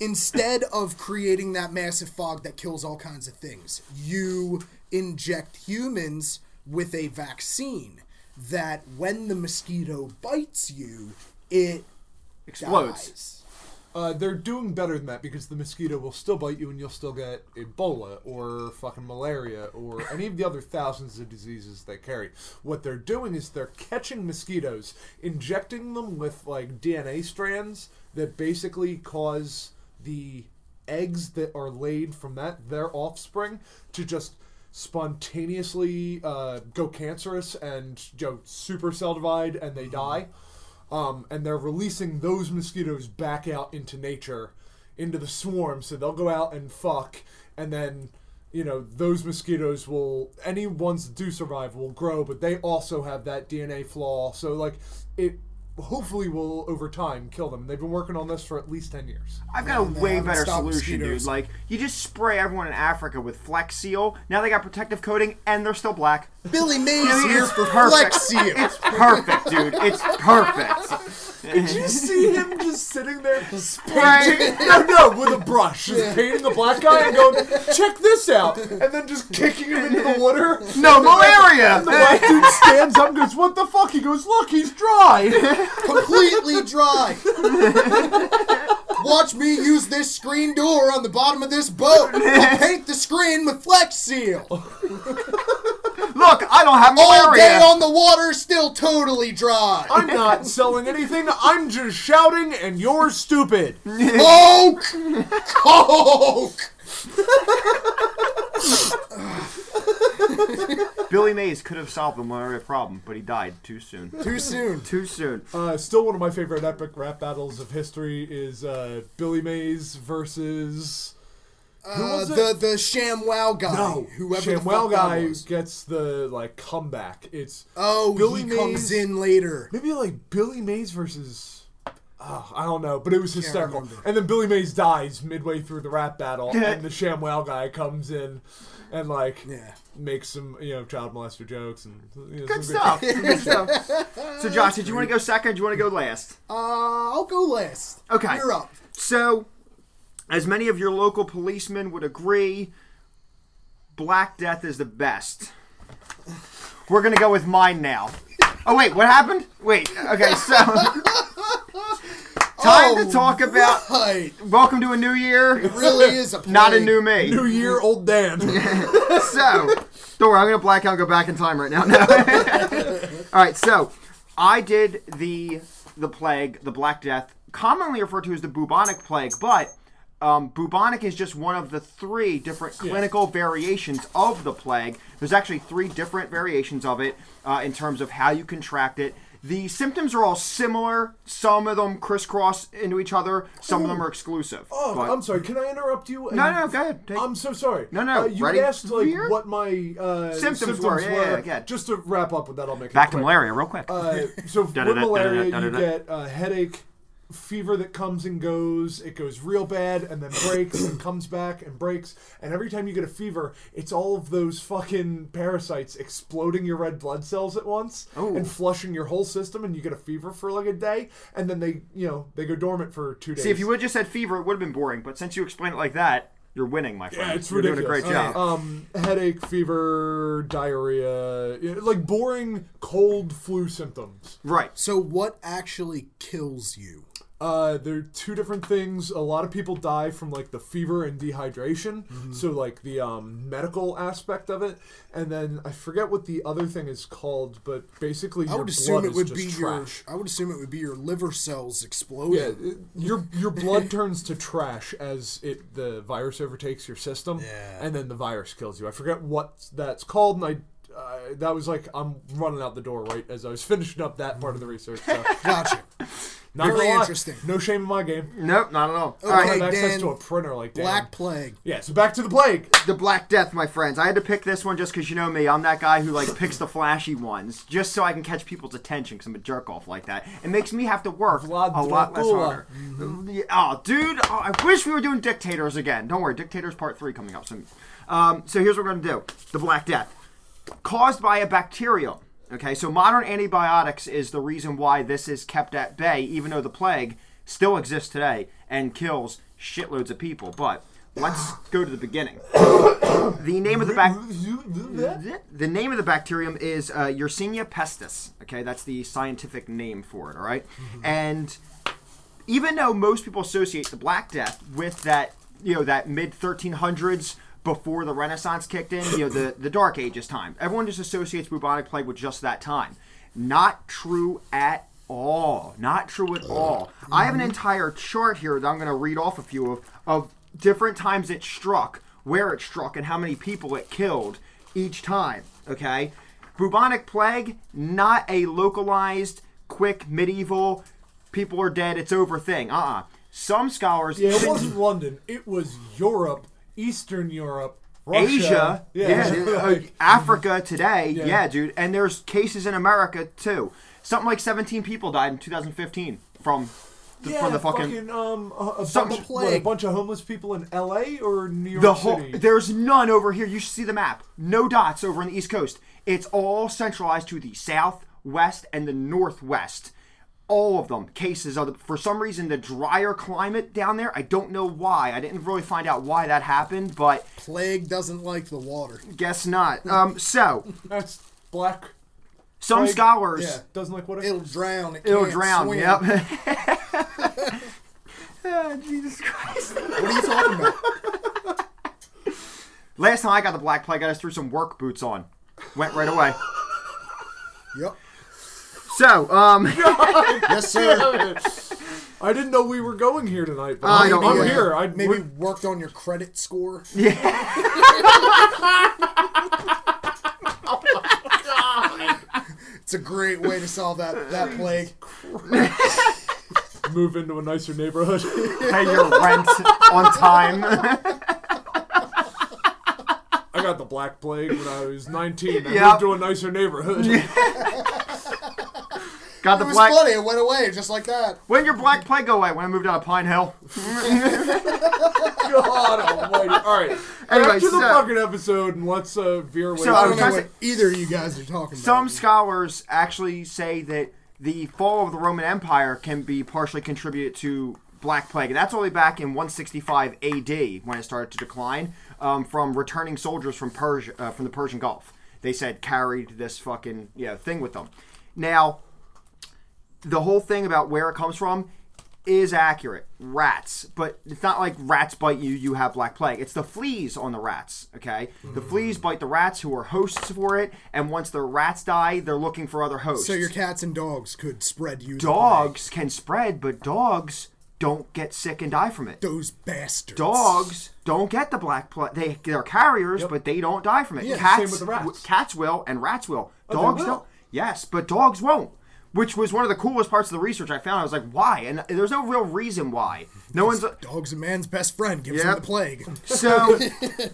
Speaker 1: Instead of creating that massive fog that kills all kinds of things, you inject humans with a vaccine that when the mosquito bites you, it
Speaker 2: explodes
Speaker 1: dies.
Speaker 3: Uh, they're doing better than that because the mosquito will still bite you and you'll still get Ebola or fucking malaria or any of the other thousands of diseases they carry. What they're doing is they're catching mosquitoes, injecting them with like DNA strands that basically cause the eggs that are laid from that their offspring to just spontaneously uh, go cancerous and you know, supercell divide and they die um, and they're releasing those mosquitoes back out into nature, into the swarm. So they'll go out and fuck, and then you know those mosquitoes will any ones that do survive will grow, but they also have that DNA flaw. So like it hopefully will over time kill them. They've been working on this for at least ten years.
Speaker 2: I've got a
Speaker 1: they
Speaker 2: way
Speaker 1: haven't
Speaker 2: better
Speaker 1: stopped
Speaker 2: solution, dude.
Speaker 1: mosquitoes.
Speaker 2: Like, you just spray everyone in Africa with Flex Seal. Now they got protective coating, and they're still black.
Speaker 1: Billy Mays
Speaker 2: Dude,
Speaker 1: here
Speaker 2: it's
Speaker 1: for
Speaker 2: perfect.
Speaker 1: Flex Seal.
Speaker 2: It's perfect, dude. It's perfect.
Speaker 3: Did you see him just sitting there?
Speaker 2: Right?
Speaker 3: No, no, with a brush, just painting the black guy and going, "Check this out," and then just kicking him into the water.
Speaker 2: No malaria.
Speaker 3: The black dude stands up and goes, What the fuck? He goes, Look, he's dry.
Speaker 1: completely dry. Watch me use this screen door on the bottom of this boat. I'll paint the screen with Flex Seal.
Speaker 2: Look, I I don't have
Speaker 1: All day
Speaker 2: malaria.
Speaker 1: on the water, still totally dry.
Speaker 3: I'm not selling anything. I'm just shouting, and you're stupid.
Speaker 1: Coke! Coke!
Speaker 2: Billy Mays could have solved the malaria problem, but he died too soon.
Speaker 1: Too soon.
Speaker 2: too soon.
Speaker 3: Uh, still, one of my favorite epic rap battles of history is uh, Billy Mays versus. Who
Speaker 1: Uh,
Speaker 3: was it?
Speaker 1: the the ShamWow guy. whoever the
Speaker 3: Shamwell
Speaker 1: fuck that
Speaker 3: guy
Speaker 1: was.
Speaker 3: gets the like comeback. It's
Speaker 1: Oh,
Speaker 3: Billy
Speaker 1: he
Speaker 3: Mays-
Speaker 1: comes in later.
Speaker 3: maybe like Billy Mays versus. Oh, I don't know, but it was hysterical.
Speaker 1: remember.
Speaker 3: And then Billy Mays dies midway through the rap battle, and the ShamWow guy comes in and like
Speaker 1: Yeah.
Speaker 3: makes some you know child molester jokes and you know, some
Speaker 2: Good stuff. Good stuff. So, Josh, did you want to go second? Or do you want to go last?
Speaker 1: Uh, I'll go last.
Speaker 2: Okay.
Speaker 1: You're up.
Speaker 2: So, as many of your local policemen would agree, Black Death is the best. We're gonna go with mine now. Oh wait, what happened? Wait, okay, so time to talk about
Speaker 1: Right.
Speaker 2: welcome to a new year,
Speaker 1: Really is a plague.
Speaker 2: not a new me.
Speaker 3: New Year, old Dan.
Speaker 2: so, don't worry, I'm gonna black out and go back in time right now. No. All right, so I did the the plague, the Black Death, commonly referred to as the bubonic plague, but um, bubonic is just one of the three different clinical variations of the plague. There's actually three different variations of it uh, in terms of how you contract it. The symptoms are all similar. Some of them crisscross into each other. Some of them are exclusive.
Speaker 3: Oh,
Speaker 2: But-
Speaker 3: I'm sorry. Can I interrupt you?
Speaker 2: No, no, go ahead. Take-
Speaker 3: I'm so sorry.
Speaker 2: No, no,
Speaker 3: Uh, you
Speaker 2: ready?
Speaker 3: asked like
Speaker 2: Here?
Speaker 3: what my uh,
Speaker 2: Symptoms were, yeah, yeah, yeah.
Speaker 3: Just to wrap up with that, I'll make
Speaker 2: back
Speaker 3: it
Speaker 2: to
Speaker 3: quick.
Speaker 2: malaria real quick.
Speaker 3: Uh, so with
Speaker 2: Da-da-da,
Speaker 3: malaria, you
Speaker 2: da-da-da, da-da-da.
Speaker 3: get a headache, fever that comes and goes. It goes real bad and then breaks and comes back and breaks. And every time you get a fever, it's all of those fucking parasites exploding your red blood cells at once
Speaker 2: Oh.
Speaker 3: and flushing your whole system. And you get a fever for like a day, and then they, you know, they go dormant for two days.
Speaker 2: See, if you would have just said fever, it would have been boring. But since you explained it like that, you're winning, my friend.
Speaker 3: Yeah, it's
Speaker 2: you're doing a
Speaker 3: ridiculous.
Speaker 2: great job.
Speaker 3: Um, headache, fever, diarrhea, you know, like boring cold flu symptoms.
Speaker 2: right.
Speaker 1: So what actually kills you?
Speaker 3: Uh, there are two different things. A lot of people die from like the fever and dehydration,
Speaker 1: Mm-hmm.
Speaker 3: so like the um, medical aspect of it, and then I forget what the other thing is called, but basically
Speaker 1: I
Speaker 3: your
Speaker 1: would assume
Speaker 3: blood
Speaker 1: it
Speaker 3: is
Speaker 1: would
Speaker 3: just
Speaker 1: be
Speaker 3: trash.
Speaker 1: your. I would assume it would be your liver cells
Speaker 3: Yeah,
Speaker 1: exploding.
Speaker 3: it- your your blood turns to trash as it the virus overtakes your system,
Speaker 1: Yeah.
Speaker 3: and then the virus kills you. I forget what that's called, and I uh, that was like I'm running out the door right as I was finishing up that part of the research. So.
Speaker 1: Gotcha.
Speaker 3: Not
Speaker 1: Very
Speaker 3: gonna lie,
Speaker 1: interesting.
Speaker 3: No shame in my game.
Speaker 2: Nope, not at all.
Speaker 3: I
Speaker 2: All
Speaker 3: don't
Speaker 2: right,
Speaker 1: Okay,
Speaker 3: have access
Speaker 1: Dan.
Speaker 3: to a printer like that.
Speaker 1: Black plague.
Speaker 3: Yeah, so back to the plague.
Speaker 2: the Black Death, my friends. I had to pick this one just because you know me. I'm that guy who like picks the flashy ones just so I can catch people's attention because I'm a jerk off like that. It makes me have to work
Speaker 3: Vlad
Speaker 2: a lot less
Speaker 3: Dracula.
Speaker 2: harder. Yeah, Oh, dude, oh, I wish we were doing dictators again. Don't worry, dictators part three coming up soon. Um, so here's what we're gonna do: the Black Death, caused by a bacterium. Okay, so modern antibiotics is the reason why this is kept at bay, even though the plague still exists today and kills shitloads of people. But let's go to the beginning. The name of the bac- the name of the bacterium is uh, Yersinia pestis. Okay, that's the scientific name for it. All right? and even though most people associate the Black Death with that, you know, that mid 1300s before the Renaissance kicked in, you know, the the Dark Ages time, everyone just associates bubonic plague with just that time. Not true at all. Not true at all. I have an entire chart here that I'm going to read off a few of of different times it struck, where it struck, and how many people it killed each time. Okay, bubonic plague, not a localized, quick, medieval, people are dead, it's over thing. Uh uh Some scholars,
Speaker 3: Yeah, it wasn't London. It was Europe, Eastern Europe, Russia.
Speaker 2: Asia, yeah,
Speaker 3: Yeah.
Speaker 2: dude, uh,
Speaker 3: like,
Speaker 2: Africa today, yeah. dude. And there's cases in America too. Something like 17 people died in 2015 from the,
Speaker 3: yeah,
Speaker 2: from the fucking.
Speaker 3: um, a, a
Speaker 2: Some
Speaker 3: bunch, of-
Speaker 1: plague.
Speaker 3: what, a bunch of homeless people in L.A. or New York
Speaker 2: the whole
Speaker 3: City.
Speaker 2: there's none over here. You should see the map. No dots over on the east coast. It's all centralized to the south, west, and the northwest. All of them cases of the, for some reason the drier climate down there. I don't know why. I didn't really find out why that happened, but
Speaker 1: Plague doesn't like the water.
Speaker 2: Guess not. Um, so
Speaker 3: That's black.
Speaker 2: some
Speaker 3: plague.
Speaker 2: scholars
Speaker 3: Yeah, doesn't like what it
Speaker 1: It'll drown. It
Speaker 2: it'll
Speaker 1: can't
Speaker 2: drown.
Speaker 1: Swim.
Speaker 2: Yep. Ah, Jesus Christ.
Speaker 1: What are you talking about?
Speaker 2: Last time I got the black plague, I just threw some work boots on. Went right away.
Speaker 1: Yep.
Speaker 2: So, um,
Speaker 1: Yes, sir.
Speaker 3: I didn't know we were going here tonight, but
Speaker 2: I
Speaker 3: I
Speaker 2: don't
Speaker 3: am
Speaker 2: either.
Speaker 3: here. I
Speaker 1: maybe worked on your credit score. It's a great way to solve that that plague.
Speaker 3: move into a nicer neighborhood.
Speaker 2: pay your rent on time.
Speaker 3: I got the black plague when I was 19. I
Speaker 2: Yeah.
Speaker 3: moved to a nicer neighborhood.
Speaker 2: Got the
Speaker 1: It was
Speaker 2: black.
Speaker 1: funny. It went away just like that.
Speaker 2: When your black plague go away? When I moved out of Pine Hill.
Speaker 3: God almighty. All right.
Speaker 2: Anyway,
Speaker 3: Back to
Speaker 2: so-
Speaker 3: the fucking episode and let's uh, veer away.
Speaker 2: So
Speaker 1: I
Speaker 2: I
Speaker 1: don't know
Speaker 2: was trying to
Speaker 1: what either of you guys are talking
Speaker 2: Some
Speaker 1: about.
Speaker 2: scholars actually say that the fall of the Roman Empire can be partially contributed to Black Plague, and that's only back in 165 A.D. when it started to decline um, from returning soldiers from Persia uh, from the Persian Gulf. They said carried this fucking you know, thing with them. Now, the whole thing about where it comes from is accurate. Rats, but it's not like rats bite you, you have black plague. It's the fleas on the rats, okay? The fleas bite the rats who are hosts for it, and once the rats die, they're looking for other hosts.
Speaker 1: So your cats and dogs could spread you. the
Speaker 2: dogs can spread, but dogs don't get sick and die from it.
Speaker 1: plague. Those bastards.
Speaker 2: Dogs don't get the black plague. They they're carriers, but they don't die from it.
Speaker 3: Yeah,
Speaker 2: cats
Speaker 3: same with the rats. Oh,
Speaker 2: w- cats will and rats will.
Speaker 3: they
Speaker 2: Dogs
Speaker 3: will?
Speaker 2: don't. Yes, but dogs won't. Which was one of the coolest parts of the research I found. I was like, why? And there's no real reason why. No one's
Speaker 1: Dogs a man's best friend. Gives
Speaker 2: Yep.
Speaker 1: him the plague.
Speaker 2: so.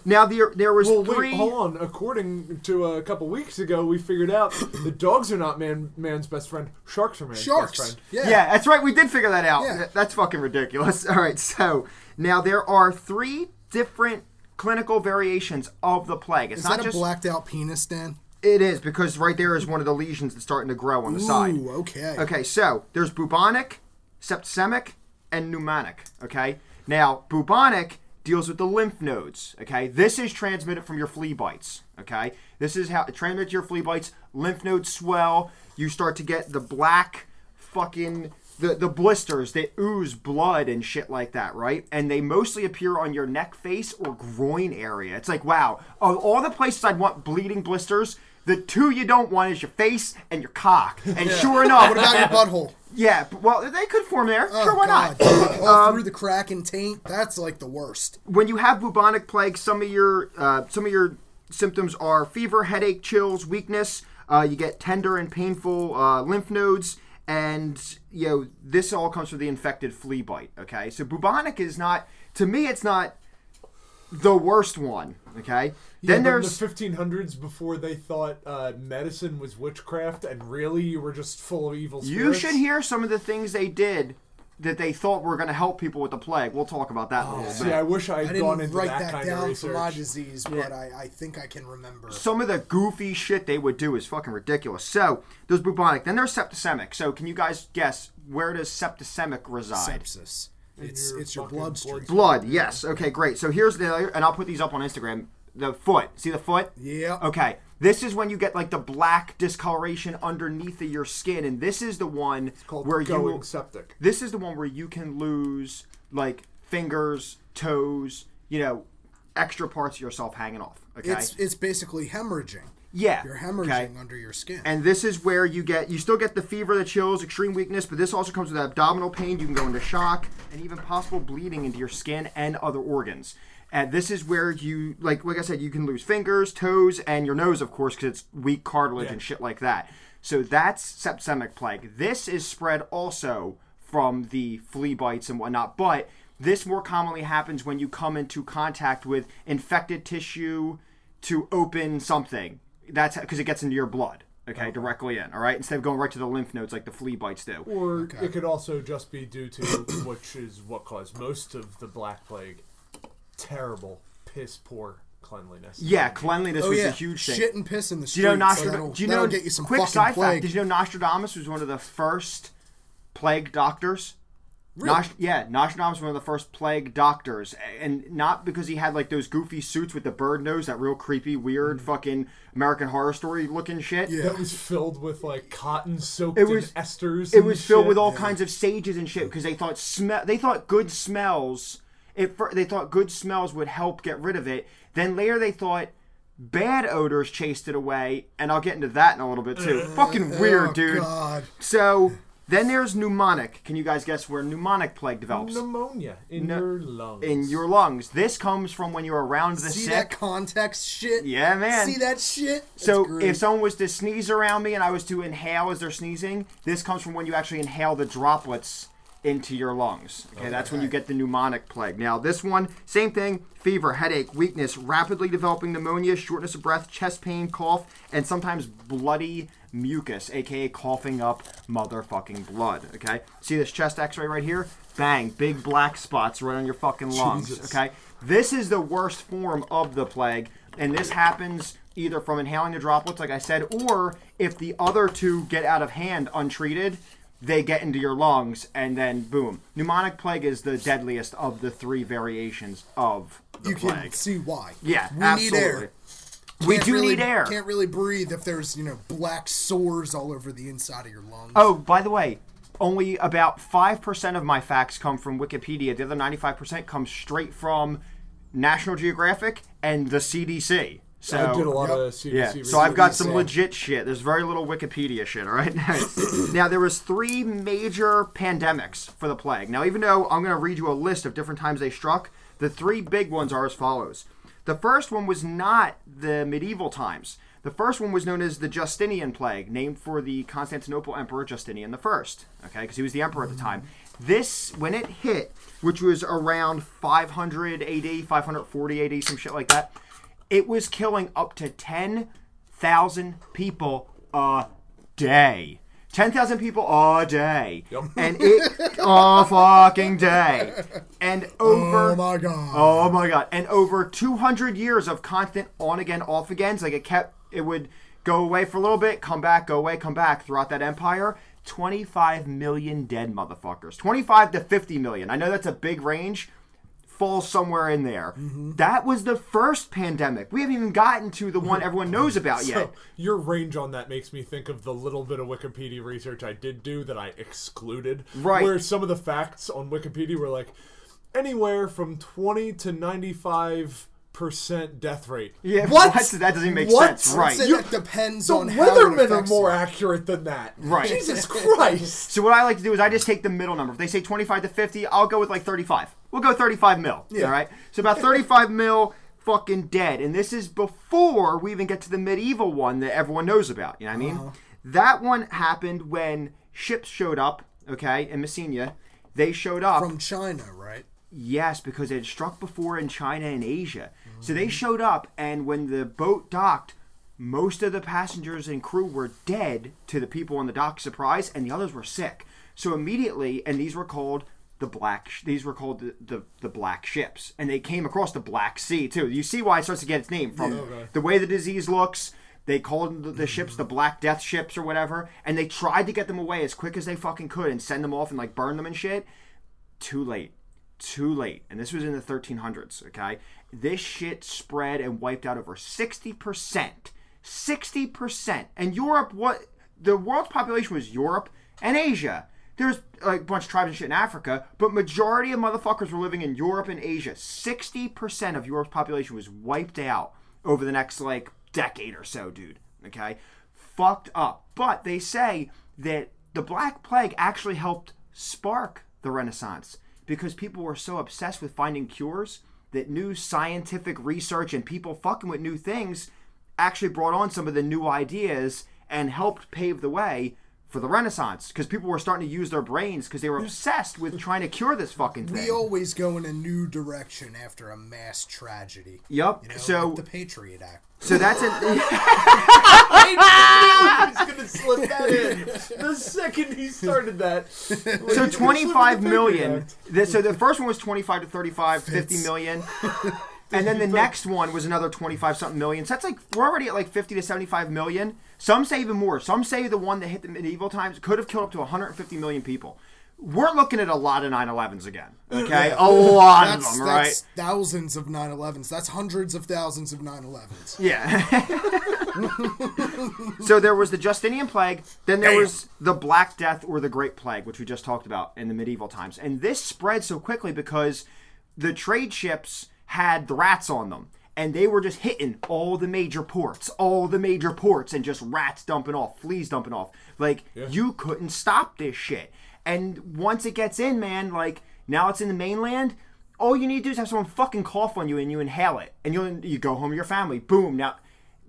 Speaker 2: now there there was
Speaker 3: Well,
Speaker 2: three.
Speaker 3: wait, hold on. According to a couple weeks ago, we figured out that dogs are not man man's best friend. Sharks are man's best
Speaker 1: Sharks.
Speaker 3: friend.
Speaker 1: Yeah.
Speaker 2: Yeah. that's right. We did figure that out.
Speaker 1: Yeah.
Speaker 2: Th- That's fucking ridiculous. All right, so now there are three different clinical variations of the plague. It's
Speaker 1: Is
Speaker 2: not
Speaker 1: that a
Speaker 2: just
Speaker 1: blacked out penis, Dan?
Speaker 2: it is because right there is one of the lesions that's starting to grow on the side.
Speaker 1: Ooh, okay.
Speaker 2: Okay, so there's bubonic, septicemic, and pneumonic. Okay, now bubonic deals with the lymph nodes. Okay, this is transmitted from your flea bites. Okay, this is how it transmits your flea bites. Lymph nodes swell. You start to get the black fucking the, the blisters that ooze blood and shit like that, right? And they mostly appear on your neck, face, or groin area. It's like, wow, of all the places I'd want bleeding blisters, the two you don't want is your face and your cock. And sure enough,
Speaker 1: What about your butthole?
Speaker 2: yeah, b- well, they could form there. sure, why
Speaker 1: Oh, God.
Speaker 2: not? Um,
Speaker 1: All through the crack and taint. That's like the worst.
Speaker 2: When you have bubonic plague, some of your uh, some of your symptoms are fever, headache, chills, weakness. Uh, you get tender and painful uh, lymph nodes, and you know this all comes from the infected flea bite. Okay, so bubonic is not to me. It's not the worst one. Okay, then
Speaker 3: Remember
Speaker 2: there's
Speaker 3: the 1500s before they thought uh, medicine was witchcraft, and really you were just full of evil spirits.
Speaker 2: You should hear some of the things they did that they thought were going to help people with the plague. We'll talk about that in a little bit.
Speaker 3: See, I wish I
Speaker 1: Oh, I
Speaker 3: had gone
Speaker 1: didn't
Speaker 3: into
Speaker 1: write
Speaker 3: that,
Speaker 1: that,
Speaker 3: kind of
Speaker 1: down for
Speaker 3: research.
Speaker 1: my disease, but I, I think I can remember.
Speaker 2: some of the goofy shit they would do is fucking ridiculous. So there's bubonic, then there's septicemic. So can you guys guess where does septicemic reside?
Speaker 1: Sepsis. It's
Speaker 3: your
Speaker 1: it's your
Speaker 3: fucking
Speaker 1: bloodstream.
Speaker 2: Blood. Yes. Okay. Great. So here's the and I'll put these up on Instagram. The foot. See the foot?
Speaker 1: Yeah.
Speaker 2: Okay. This is when you get like the black discoloration underneath of your skin, and this is the one
Speaker 3: called
Speaker 2: where
Speaker 3: going
Speaker 2: you
Speaker 3: septic.
Speaker 2: This is the one where you can lose like fingers, toes, you know, extra parts of yourself hanging off. Okay.
Speaker 1: It's it's basically hemorrhaging.
Speaker 2: yeah.
Speaker 1: You're
Speaker 2: okay?
Speaker 1: hemorrhaging under your skin.
Speaker 2: and this is where you get you still get the fever the chills extreme weakness but this also comes with abdominal pain you can go into shock and even possible bleeding into your skin and other organs and this is where you like like i said you can lose fingers toes and your nose of course because it's weak cartilage and shit like that so that's septicemic plague this is spread also from the flea bites and whatnot but this more commonly happens when you come into contact with infected tissue to open something that's because it gets into your blood, okay,
Speaker 1: Oh.
Speaker 2: directly in. All right, instead of going right to the lymph nodes like the flea bites do.
Speaker 1: Oh,
Speaker 3: Or it could also just be due to, which is what caused most of the Black Plague, terrible, piss poor cleanliness.
Speaker 2: Yeah, cleanliness
Speaker 1: oh
Speaker 2: was
Speaker 1: yeah,
Speaker 2: a huge thing.
Speaker 1: shit and piss in the
Speaker 2: do
Speaker 1: street.
Speaker 2: you know
Speaker 1: that'll,
Speaker 2: Nostradamus? Do you know
Speaker 1: that'll get you some
Speaker 2: quick
Speaker 1: fucking
Speaker 2: side
Speaker 1: plague.
Speaker 2: fact? Did you know Nostradamus was one of the first plague doctors?
Speaker 1: Really?
Speaker 2: Nost- yeah, Nostradamus was one of the first plague doctors, a- and not because he had like those goofy suits with the bird nose, that real creepy, weird, fucking American Horror Story looking shit.
Speaker 1: Mm. Yeah.
Speaker 3: That was filled with like cotton soaked
Speaker 2: It was-
Speaker 3: in esters.
Speaker 2: It
Speaker 3: and
Speaker 2: was filled
Speaker 3: shit.
Speaker 2: with all kinds of sages and shit because they thought smell. They thought good smells. It they thought good smells would help get rid of it. Then later they thought Bad odors chased it away, and I'll get into that in a little bit too. Fucking weird,
Speaker 1: Oh,
Speaker 2: dude.
Speaker 1: God.
Speaker 2: So then there's pneumonic. Can you guys guess where pneumonic plague develops?
Speaker 3: Pneumonia in
Speaker 2: No-
Speaker 3: your lungs.
Speaker 2: in your lungs. This comes from when you're around the
Speaker 1: See
Speaker 2: sick.
Speaker 1: that context shit?
Speaker 2: Yeah, man.
Speaker 1: See that shit? That's
Speaker 2: so
Speaker 1: great.
Speaker 2: if someone was to sneeze around me and I was to inhale as they're sneezing, this comes from when you actually inhale the droplets into your lungs. Okay, that's when you get the pneumonic plague. Now, this one, same thing, fever, headache, weakness, rapidly developing pneumonia, shortness of breath, chest pain, cough, and sometimes bloody mucus, aka coughing up motherfucking blood, okay? See this chest x-ray right here? Bang, big black spots right on your fucking lungs,
Speaker 3: Jesus.
Speaker 2: okay? This is the worst form of the plague, and this happens either from inhaling the droplets, like I said, or if the other two get out of hand untreated, they get into your lungs, and then boom. Pneumonic plague is the deadliest of the three variations of the
Speaker 1: you
Speaker 2: plague.
Speaker 1: can see why.
Speaker 2: yeah,
Speaker 1: we
Speaker 2: absolutely.
Speaker 1: need air.
Speaker 2: We
Speaker 1: Can't
Speaker 2: do
Speaker 1: really-
Speaker 2: need air.
Speaker 1: Can't really breathe if there's you know black sores all over the inside of your lungs.
Speaker 2: Oh, by the way, only about 5% of my facts come from Wikipedia. The other 95% comes straight from National Geographic and the CDC. So
Speaker 3: I did a lot
Speaker 1: Yep.
Speaker 3: of CDC
Speaker 2: Yeah,
Speaker 3: research.
Speaker 2: so I've got
Speaker 1: research.
Speaker 2: some legit shit. There's very little Wikipedia shit, all right? now, there was three major pandemics for the plague. Now, even though I'm going to read you a list of different times they struck, the three big ones are as follows. The first one was not the medieval times. The first one was known as the Justinian plague, named for the Constantinople emperor Justinian I, okay? Because he was the emperor at the time. This, when it hit, which was around 500 AD, 540 AD, some shit like that, it was killing up to 10,000 people a day. 10,000 people a day. And it, a fucking day. And over.
Speaker 1: Oh my god.
Speaker 2: Oh my god! And over 200 years of constant on again, off agains. Like it kept, it would go away for a little bit, come back, go away, come back throughout that empire. 25 million dead motherfuckers. 25 to 50 million. I know that's a big range. Falls somewhere in there.
Speaker 3: Mm-hmm.
Speaker 2: That was the first pandemic. We haven't even gotten to the one everyone knows about yet.
Speaker 3: So your range on that makes me think of the little bit of Wikipedia research I did do that I excluded.
Speaker 2: Right.
Speaker 3: Where some of the facts on Wikipedia were like anywhere from 20 to 95% death rate.
Speaker 2: Yeah,
Speaker 1: What?
Speaker 2: That doesn't even make
Speaker 3: What?
Speaker 2: sense.
Speaker 1: I'd say
Speaker 2: Right.
Speaker 1: that depends
Speaker 3: The
Speaker 1: on how it
Speaker 3: Weathermen are
Speaker 1: affects
Speaker 3: more
Speaker 1: you.
Speaker 3: accurate than that.
Speaker 2: Right.
Speaker 3: Jesus Christ.
Speaker 2: So what I like to do is I just take the middle number. If they say 25 to 50, I'll go with like 35. We'll go 35 mil. All right. So about 35 mil fucking dead. And this is before we even get to the medieval one that everyone knows about. You know what I mean? That one happened when ships showed up, okay, in Messina. They showed up.
Speaker 1: from China, right?
Speaker 2: Yes, because it had struck before in China and Asia. So they showed up, and when the boat docked, most of the passengers and crew were dead to the people on the dock surprise, and the others were sick. So immediately, and these were called the black. Sh- these were called the, the the black ships, and they came across the Black Sea too. You see why it starts to get its name from the way the disease looks. They called the, the ships the Black Death ships or whatever, and they tried to get them away as quick as they fucking could and send them off and like burn them and shit too late too late and this was in the 1300s okay this shit spread and wiped out over 60% 60% and europe what the world's population was europe and asia there's like a bunch of tribes and shit in africa but majority of motherfuckers were living in europe and asia 60% of europe's population was wiped out over the next like decade or so dude okay fucked up. But they say that the Black Plague actually helped spark the Renaissance because people were so obsessed with finding cures that new scientific research and people fucking with new things actually brought on some of the new ideas and helped pave the way for the Renaissance because people were starting to use their brains because they were obsessed with trying to cure this fucking thing.
Speaker 1: We always go in a new direction after a mass tragedy.
Speaker 2: Yup.
Speaker 1: You know,
Speaker 2: so,
Speaker 1: like the Patriot Act.
Speaker 2: so that's it. Ah,
Speaker 3: I knew he was going to slip that in. The second he started that.
Speaker 2: so 25 million.
Speaker 3: million.
Speaker 2: Th- So the first one was 25 to 35, 50 million. And then the next one was another 25 something million. So that's like, we're already at like 50 to 75 million. Some say even more. Some say the one that hit the medieval times could have killed up to 150 million people. We're looking at a lot of 9 11s again. Okay? A lot of
Speaker 1: That's,
Speaker 2: them,
Speaker 1: that's
Speaker 2: right?
Speaker 1: thousands of 9/11s. That's hundreds of thousands of 9/11s.
Speaker 2: Yeah. so there was the Justinian plague, then there was the Black Death or the Great Plague, which we just talked about in the medieval times. And this spread so quickly because the trade ships had the rats on them. and they were just hitting all the major ports, all the major ports, and just rats dumping off, fleas dumping off. Like you couldn't stop this shit. And once it gets in, man, like now it's in the mainland. All you need to do is have someone fucking cough on you and you inhale it, and you you go home to your family. Boom. Now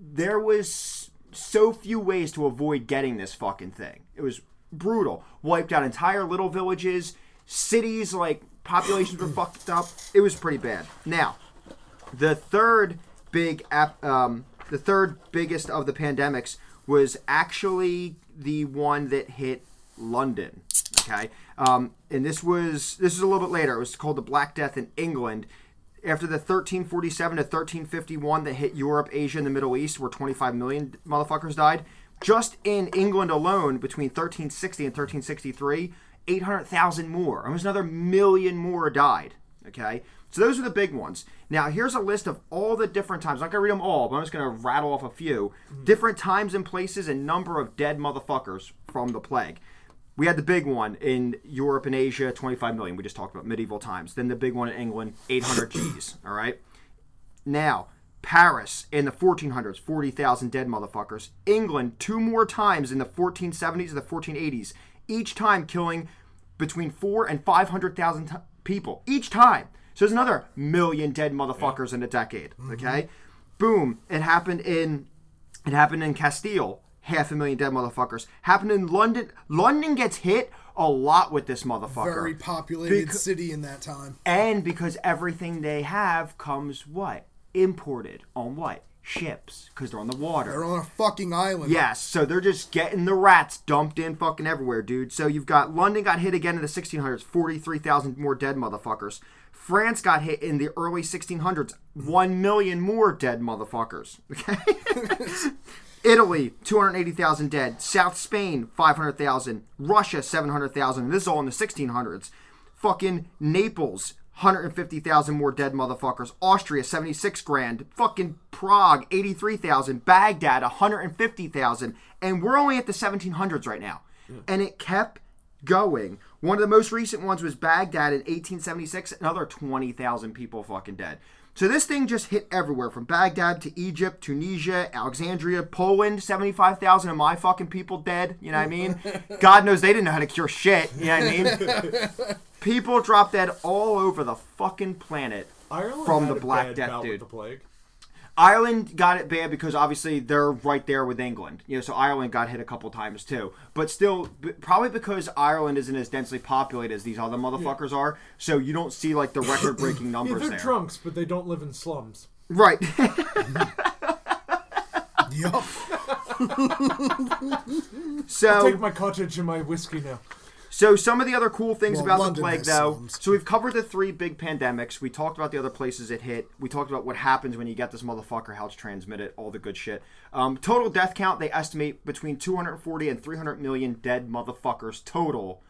Speaker 2: there was so few ways to avoid getting this fucking thing. It was brutal. Wiped out entire little villages, cities, like populations were fucked up. It was pretty bad. Now, the third big app, um, the third biggest of the pandemics was actually the one that hit London. Okay, um, and this was this is a little bit later. It was called the Black Death in England. After the 1347 to 1351 that hit Europe, Asia, and the Middle East, where 25 million motherfuckers died, just in England alone, between 1360 and 1363, 800,000 more, almost another million more died. Okay, so those are the big ones. Now here's a list of all the different times. I'm not gonna read them all, but I'm just gonna rattle off a few different times and places and number of dead motherfuckers from the plague. We had the big one in Europe and Asia, 25 million. We just talked about medieval times. Then the big one in England, 800 G's. All right. Now, Paris in the 1400s, 40,000 dead motherfuckers. England, two more times in the 1470s and the 1480s, each time killing between four and 500,000 t- people. Each time. So there's another million dead motherfuckers in a decade. Okay? Boom. It happened in. It happened in Castile, half a million dead motherfuckers. Happened in London. London gets hit a lot with this motherfucker.
Speaker 1: Very populated city in that time.
Speaker 2: And because everything they have comes what? Imported on what? Ships. Because they're on the water.
Speaker 1: They're on a fucking island.
Speaker 2: Yes, so they're just getting the rats dumped in fucking everywhere, dude. So you've got London got hit again in the 1600s, 43,000 more dead motherfuckers. France got hit in the early 1600s, 1 million more dead motherfuckers. Okay? Italy, 280,000 dead. South Spain, 500,000. Russia, 700,000. And this is all in the 1600s. Fucking Naples, 150,000 more dead motherfuckers. Austria, 76 grand. Fucking Prague, 83,000. Baghdad, 150,000. And we're only at the 1700s right now. And it kept going. One of the most recent ones was Baghdad in 1876. Another 20,000 people fucking dead. So this thing just hit everywhere from Baghdad to Egypt, Tunisia, Alexandria, Poland, 75,000 of my fucking people dead. You know what I mean? God knows they didn't know how to cure shit. You know what I mean? People drop dead all over the fucking planet
Speaker 3: Ireland
Speaker 2: from
Speaker 3: had
Speaker 2: the
Speaker 3: a
Speaker 2: Black
Speaker 3: bad
Speaker 2: Death,
Speaker 3: bout with
Speaker 2: dude.
Speaker 3: the plague.
Speaker 2: Ireland got it bad because obviously they're right there with England. You know, so Ireland got hit a couple times too. But still, b- probably because Ireland isn't as densely populated as these other motherfuckers are, so you don't see like the record-breaking
Speaker 3: Yeah,
Speaker 2: numbers
Speaker 3: they're
Speaker 2: there.
Speaker 3: drunks, but they don't live in slums.
Speaker 2: Right.
Speaker 1: Yup.
Speaker 2: so
Speaker 3: Take my cottage and my whiskey now.
Speaker 2: So some of the other cool things
Speaker 1: Well,
Speaker 2: about
Speaker 1: London
Speaker 2: the plague,
Speaker 1: has
Speaker 2: though.
Speaker 1: slums.
Speaker 2: So we've covered the three big pandemics. We talked about the other places it hit. We talked about what happens when you get this motherfucker, how it's transmitted, all the good shit. Um, total death count they estimate between 240 and 300 million dead motherfuckers total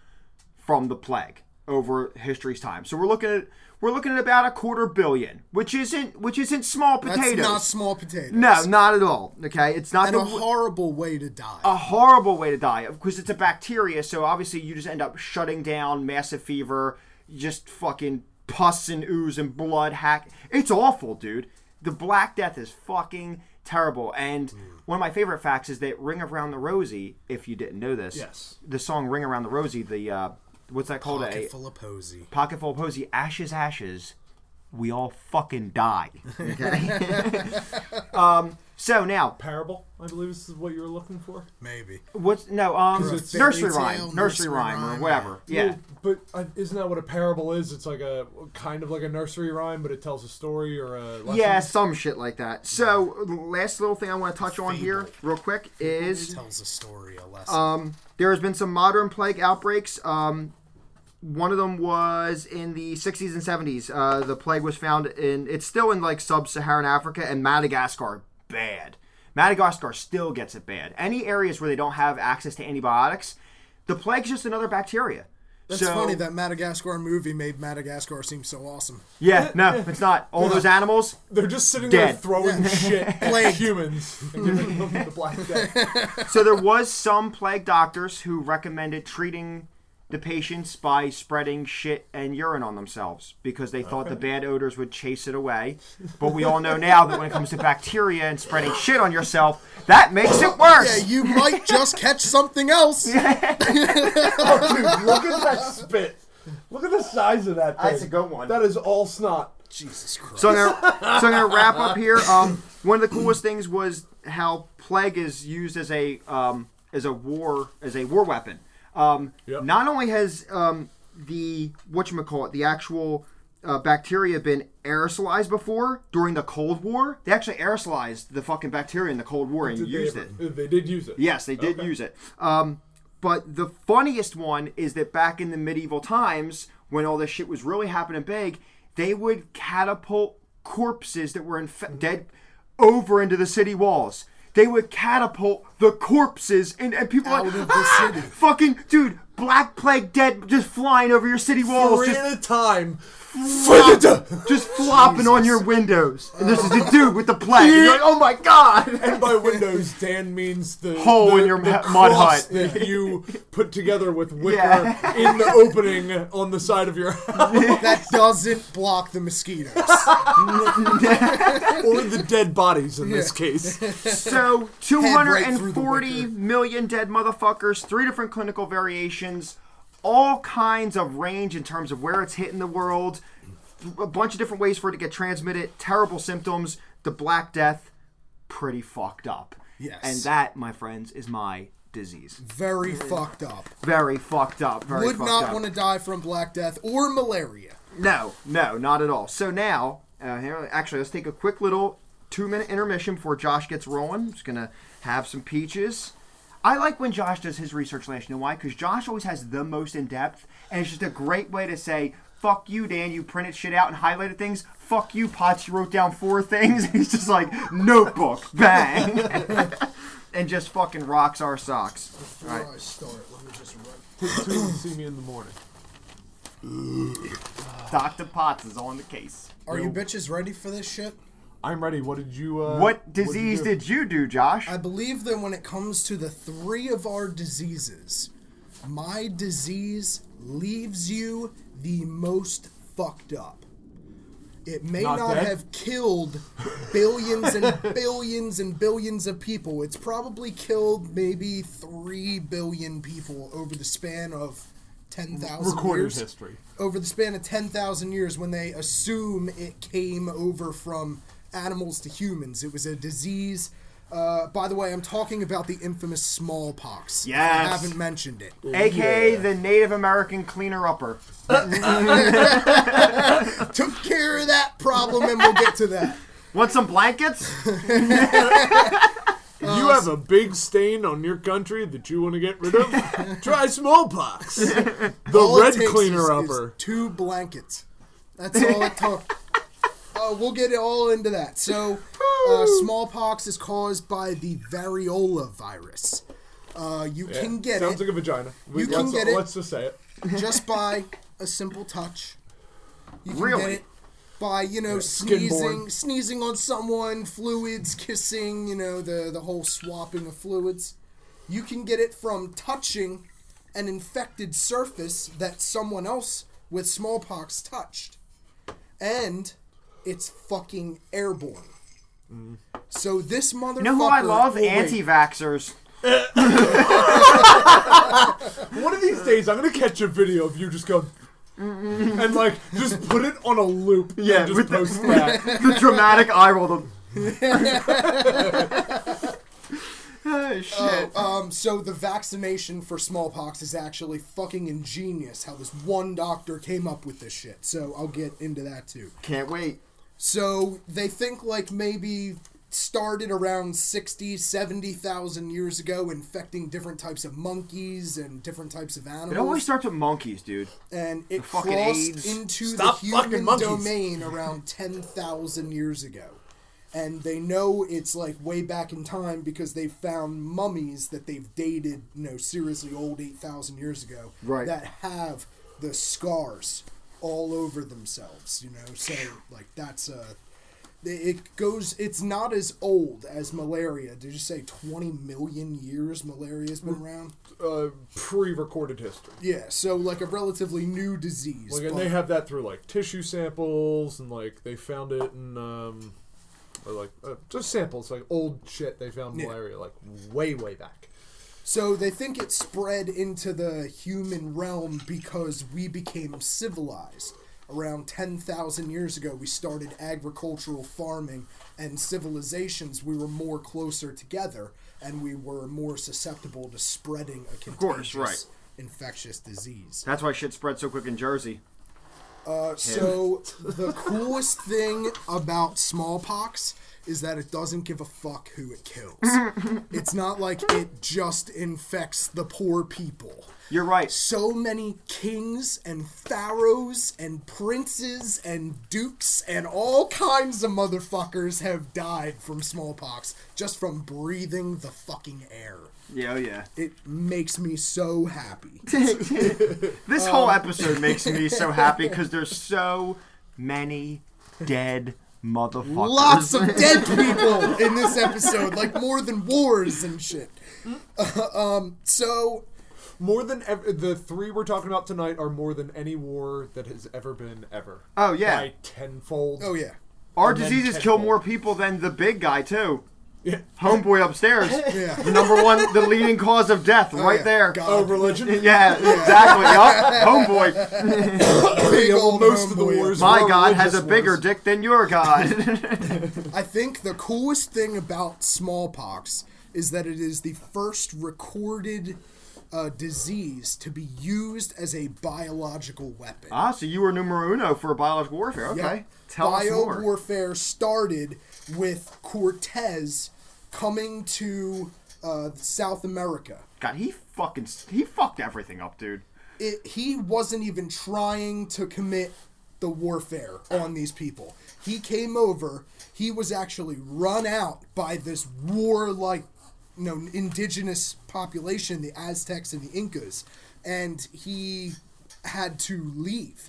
Speaker 2: from the plague over history's time. So we're looking at we're looking at about a quarter billion, which isn't which isn't small
Speaker 1: That's
Speaker 2: potatoes.
Speaker 1: not small potatoes.
Speaker 2: no, not at all. Okay, it's not
Speaker 1: And
Speaker 2: the
Speaker 1: a horrible way to die.
Speaker 2: a horrible way to die because it's a bacteria. So obviously you just end up shutting down, massive fever, just fucking pus and ooze and blood hack. It's awful, dude. The Black Death is fucking terrible. And one of my favorite facts is that "Ring Around the Rosie," if you didn't know this,
Speaker 3: Yes.
Speaker 2: the song "Ring Around the Rosie," the uh, what's that called?
Speaker 1: Pocket
Speaker 2: A
Speaker 1: full of posy.
Speaker 2: pocketful of posy, ashes, ashes. We all fucking die. Okay. um, so now
Speaker 3: Parable, I believe is what you were looking for.
Speaker 1: Maybe.
Speaker 2: What's no um
Speaker 1: Or a
Speaker 2: nursery,
Speaker 1: fairy
Speaker 2: rhyme,
Speaker 1: tale,
Speaker 2: nursery,
Speaker 1: nursery
Speaker 2: rhyme,
Speaker 1: rhyme.
Speaker 2: or whatever. Yeah,
Speaker 3: Well, but uh, isn't that what a parable is? It's like a kind of like a nursery rhyme, but it tells a story or a lesson.
Speaker 2: yeah, some shit like that. So, last little thing I want to touch on here, real quick, is
Speaker 1: Tells a story, a lesson.
Speaker 2: um there has been some modern plague outbreaks. Um, one of them was in the 60s and 70s. Uh, the plague was found in it's still in like sub-Saharan Africa and Madagascar. Bad. Madagascar still gets it bad. Any areas where they don't have access to antibiotics, the plague's just another bacteria.
Speaker 1: That's
Speaker 2: so,
Speaker 1: funny that Madagascar movie made Madagascar seem so awesome.
Speaker 2: Yeah, no, it's not. All those animals,
Speaker 3: They're just sitting there
Speaker 2: Dead.
Speaker 3: throwing shit at
Speaker 1: Plagued.
Speaker 3: humans and giving them the black death.
Speaker 2: so there was some plague doctors who recommended treating the patients by spreading shit and urine on themselves because they thought the bad odors would chase it away. But we all know now that when it comes to bacteria and spreading shit on yourself, that makes it
Speaker 1: Yeah,
Speaker 2: worse.
Speaker 1: you might just catch something else.
Speaker 3: Oh, dude, look at that spit. Look at the size of that thing.
Speaker 2: That's a good one.
Speaker 3: That is all snot.
Speaker 1: Jesus Christ.
Speaker 2: So I'm gonna, so I'm gonna wrap up here. Um, one of the coolest things was how plague is used as a um, as a war as a war weapon. Um,
Speaker 3: Yep.
Speaker 2: Not only has um, the what you call it the actual uh, bacteria been aerosolized before during the Cold War, they actually aerosolized the fucking bacteria in the Cold War and
Speaker 3: Did they
Speaker 2: used it.
Speaker 3: ever- They did use it.
Speaker 2: Yes, they did use it. Um, but the funniest one is that back in the medieval times, when all this shit was really happening big, they would catapult corpses that were inf- dead over into the city walls. They would catapult the corpses and, and people
Speaker 1: Out
Speaker 2: like,
Speaker 1: of the
Speaker 2: "Ah!"
Speaker 1: city.
Speaker 2: Fucking dude, black plague dead just flying over your city walls,
Speaker 3: Three
Speaker 2: just
Speaker 3: at a time.
Speaker 2: just flopping on your windows. And this is the dude with the plague. And you're like, oh my god.
Speaker 3: And by windows, Dan means the
Speaker 2: Hole
Speaker 3: the,
Speaker 2: in your
Speaker 3: the
Speaker 2: ma- mud
Speaker 3: cross
Speaker 2: hut.
Speaker 3: that you put together with wicker
Speaker 2: Yeah.
Speaker 3: in the opening on the side of your house,
Speaker 1: That doesn't block the mosquitoes.
Speaker 3: or the dead bodies in this case.
Speaker 2: So
Speaker 1: Head right through the
Speaker 2: 240
Speaker 1: wicker.
Speaker 2: million dead motherfuckers, three different clinical variations, all kinds of range in terms of where it's hitting the world, a bunch of different ways for it to get transmitted, terrible symptoms, the Black Death, pretty fucked up.
Speaker 1: Yes.
Speaker 2: And that, my friends, is my disease.
Speaker 1: Very fucked up.
Speaker 2: Very fucked up. Very
Speaker 1: Would
Speaker 2: fucked
Speaker 1: not
Speaker 2: up.
Speaker 1: want to die from Black Death or malaria.
Speaker 2: No, no, not at all. So now, uh, here, actually, let's take a quick little two-minute intermission before Josh gets rolling. just gonna have some peaches. I like when Josh does his research last. You know why? Because Josh always has the most in depth, and it's just a great way to say. Fuck you, Dan. You printed shit out and highlighted things. Fuck you, Potts. You wrote down four things. He's just like, notebook, bang. and just fucking rocks our socks. All right.
Speaker 1: Before I start, let me just run.
Speaker 3: Till you see me in the morning.
Speaker 2: Dr. Potts is on the case.
Speaker 1: Are you bitches ready for this shit?
Speaker 3: I'm ready. What did you? Uh,
Speaker 2: What
Speaker 3: did you
Speaker 2: disease
Speaker 3: do?
Speaker 2: did you do, Josh?
Speaker 1: I believe that when it comes to the three of our diseases, my disease leaves you the most fucked up. It may not,
Speaker 3: Not dead?
Speaker 1: have killed billions and billions and billions of people. It's probably killed maybe 3 billion people over the span of 10,000
Speaker 3: recorded
Speaker 1: years.
Speaker 3: history?
Speaker 1: Over the span of 10,000 years when they assume it came over from animals to humans. It was a disease. Uh, by the way, I'm talking about the infamous smallpox. if I
Speaker 2: Yes.
Speaker 1: haven't mentioned it.
Speaker 2: aka the Native American cleaner upper.
Speaker 1: Took care of that problem and we'll get to that.
Speaker 2: Want some blankets?
Speaker 3: you have a big stain on your country that you want to get rid of? Try smallpox. The
Speaker 1: All it
Speaker 3: red
Speaker 1: takes
Speaker 3: cleaner
Speaker 1: is- is
Speaker 3: upper.
Speaker 1: two blankets. That's all it took. Uh, we'll get it all into that. So, uh, smallpox is caused by the variola virus. Uh, you can get
Speaker 3: Sounds
Speaker 1: it
Speaker 3: like a vagina. We-
Speaker 1: You can
Speaker 3: let's,
Speaker 1: get it.
Speaker 3: Let's just say it.
Speaker 1: just by a simple touch. You can get
Speaker 2: Really?
Speaker 1: it by you know
Speaker 3: skin
Speaker 1: sneezing,
Speaker 3: borne.
Speaker 1: sneezing on someone, fluids, kissing. You know the the whole swapping of fluids. You can get it from touching an infected surface that someone else with smallpox touched, and it's fucking airborne. So this motherfucker.
Speaker 2: You know who I love?
Speaker 1: will Oh, wait.
Speaker 2: Anti vaxxers.
Speaker 3: One of these days, I'm gonna catch a video of you just going. And like, just put it on a loop.
Speaker 2: Yeah,
Speaker 3: and just
Speaker 2: with the-
Speaker 3: post that.
Speaker 2: the dramatic eye roll. The... oh, shit.
Speaker 1: Um, so the vaccination for smallpox is actually fucking ingenious. How this one doctor came up with this shit. So I'll get into that too.
Speaker 2: Can't wait.
Speaker 1: So they think like maybe started around 60, 70,000 years ago, infecting different types of monkeys and different types of animals.
Speaker 2: It always starts with monkeys, dude.
Speaker 1: and it
Speaker 2: fucking
Speaker 1: crossed
Speaker 2: AIDS.
Speaker 1: into
Speaker 3: Stop
Speaker 1: the
Speaker 3: fucking
Speaker 1: human
Speaker 3: monkeys.
Speaker 1: domain around 10,000 years ago. And they know it's like way back in time because they found mummies that they've dated, you know, seriously old 8,000 years ago
Speaker 2: Right.
Speaker 1: that have the scars all over themselves, you know. So like that's a it goes it's not as old as malaria did you say 20 million years malaria's been around
Speaker 3: Uh, pre-recorded history.
Speaker 1: yeah so like a relatively new disease
Speaker 3: Like, and
Speaker 1: but-
Speaker 3: they have that through like tissue samples, and like they found it in um, or, like uh, just samples, like old shit they found
Speaker 1: Yeah.
Speaker 3: malaria like way way back.
Speaker 1: so they think it spread into the human realm because we became civilized around 10,000 years ago we started agricultural farming and civilizations we were more closer together and we were more susceptible to spreading a contagious
Speaker 2: course, right.
Speaker 1: infectious disease
Speaker 2: That's why shit spread so quick in Jersey. Uh,
Speaker 1: So the coolest thing about smallpox is that it doesn't give a fuck who it kills. it's not like it just infects the poor people.
Speaker 2: You're right.
Speaker 1: So many kings and pharaohs and princes and dukes and all kinds of motherfuckers have died from smallpox just from breathing the fucking air.
Speaker 2: Yeah, oh yeah.
Speaker 1: It makes me so happy.
Speaker 2: This
Speaker 1: Um.
Speaker 2: whole episode makes me so happy because there's so many dead motherfuckers.
Speaker 1: lots of dead people in this episode, like more than wars and shit. um, so
Speaker 3: More than ever, the three we're talking about tonight are more than any war that has ever been ever.
Speaker 2: Oh, yeah.
Speaker 3: by tenfold.
Speaker 1: oh yeah,
Speaker 2: Our
Speaker 3: and then
Speaker 2: diseases kill
Speaker 3: tenfold.
Speaker 2: more people than the big guy too.
Speaker 3: yeah.
Speaker 2: Homeboy upstairs.
Speaker 1: Yeah.
Speaker 2: The number one, the leading cause of death, right
Speaker 1: yeah.
Speaker 2: there.
Speaker 1: God.
Speaker 3: Oh, religion.
Speaker 2: Yeah, exactly. yup. Homeboy.
Speaker 1: big
Speaker 3: Yeah, well,
Speaker 1: old
Speaker 3: most of the
Speaker 1: homeboy.
Speaker 3: wars-
Speaker 2: My
Speaker 3: More
Speaker 2: God has a
Speaker 3: religious
Speaker 2: bigger
Speaker 3: wars.
Speaker 2: dick than your God.
Speaker 1: I think the coolest thing about smallpox is that it is the first recorded uh, disease to be used as a biological weapon.
Speaker 2: ah, so you were numero uno for biological warfare. Okay.
Speaker 1: Yep.
Speaker 2: Tell us
Speaker 1: Bio
Speaker 2: more.
Speaker 1: warfare started with Cortez coming to uh, South America.
Speaker 2: God, he fucking he fucked everything up, dude.
Speaker 1: it, he wasn't even trying to commit the warfare on these people. He came over. He was actually run out by this warlike, you know, indigenous population, the Aztecs and the Incas, and he had to leave.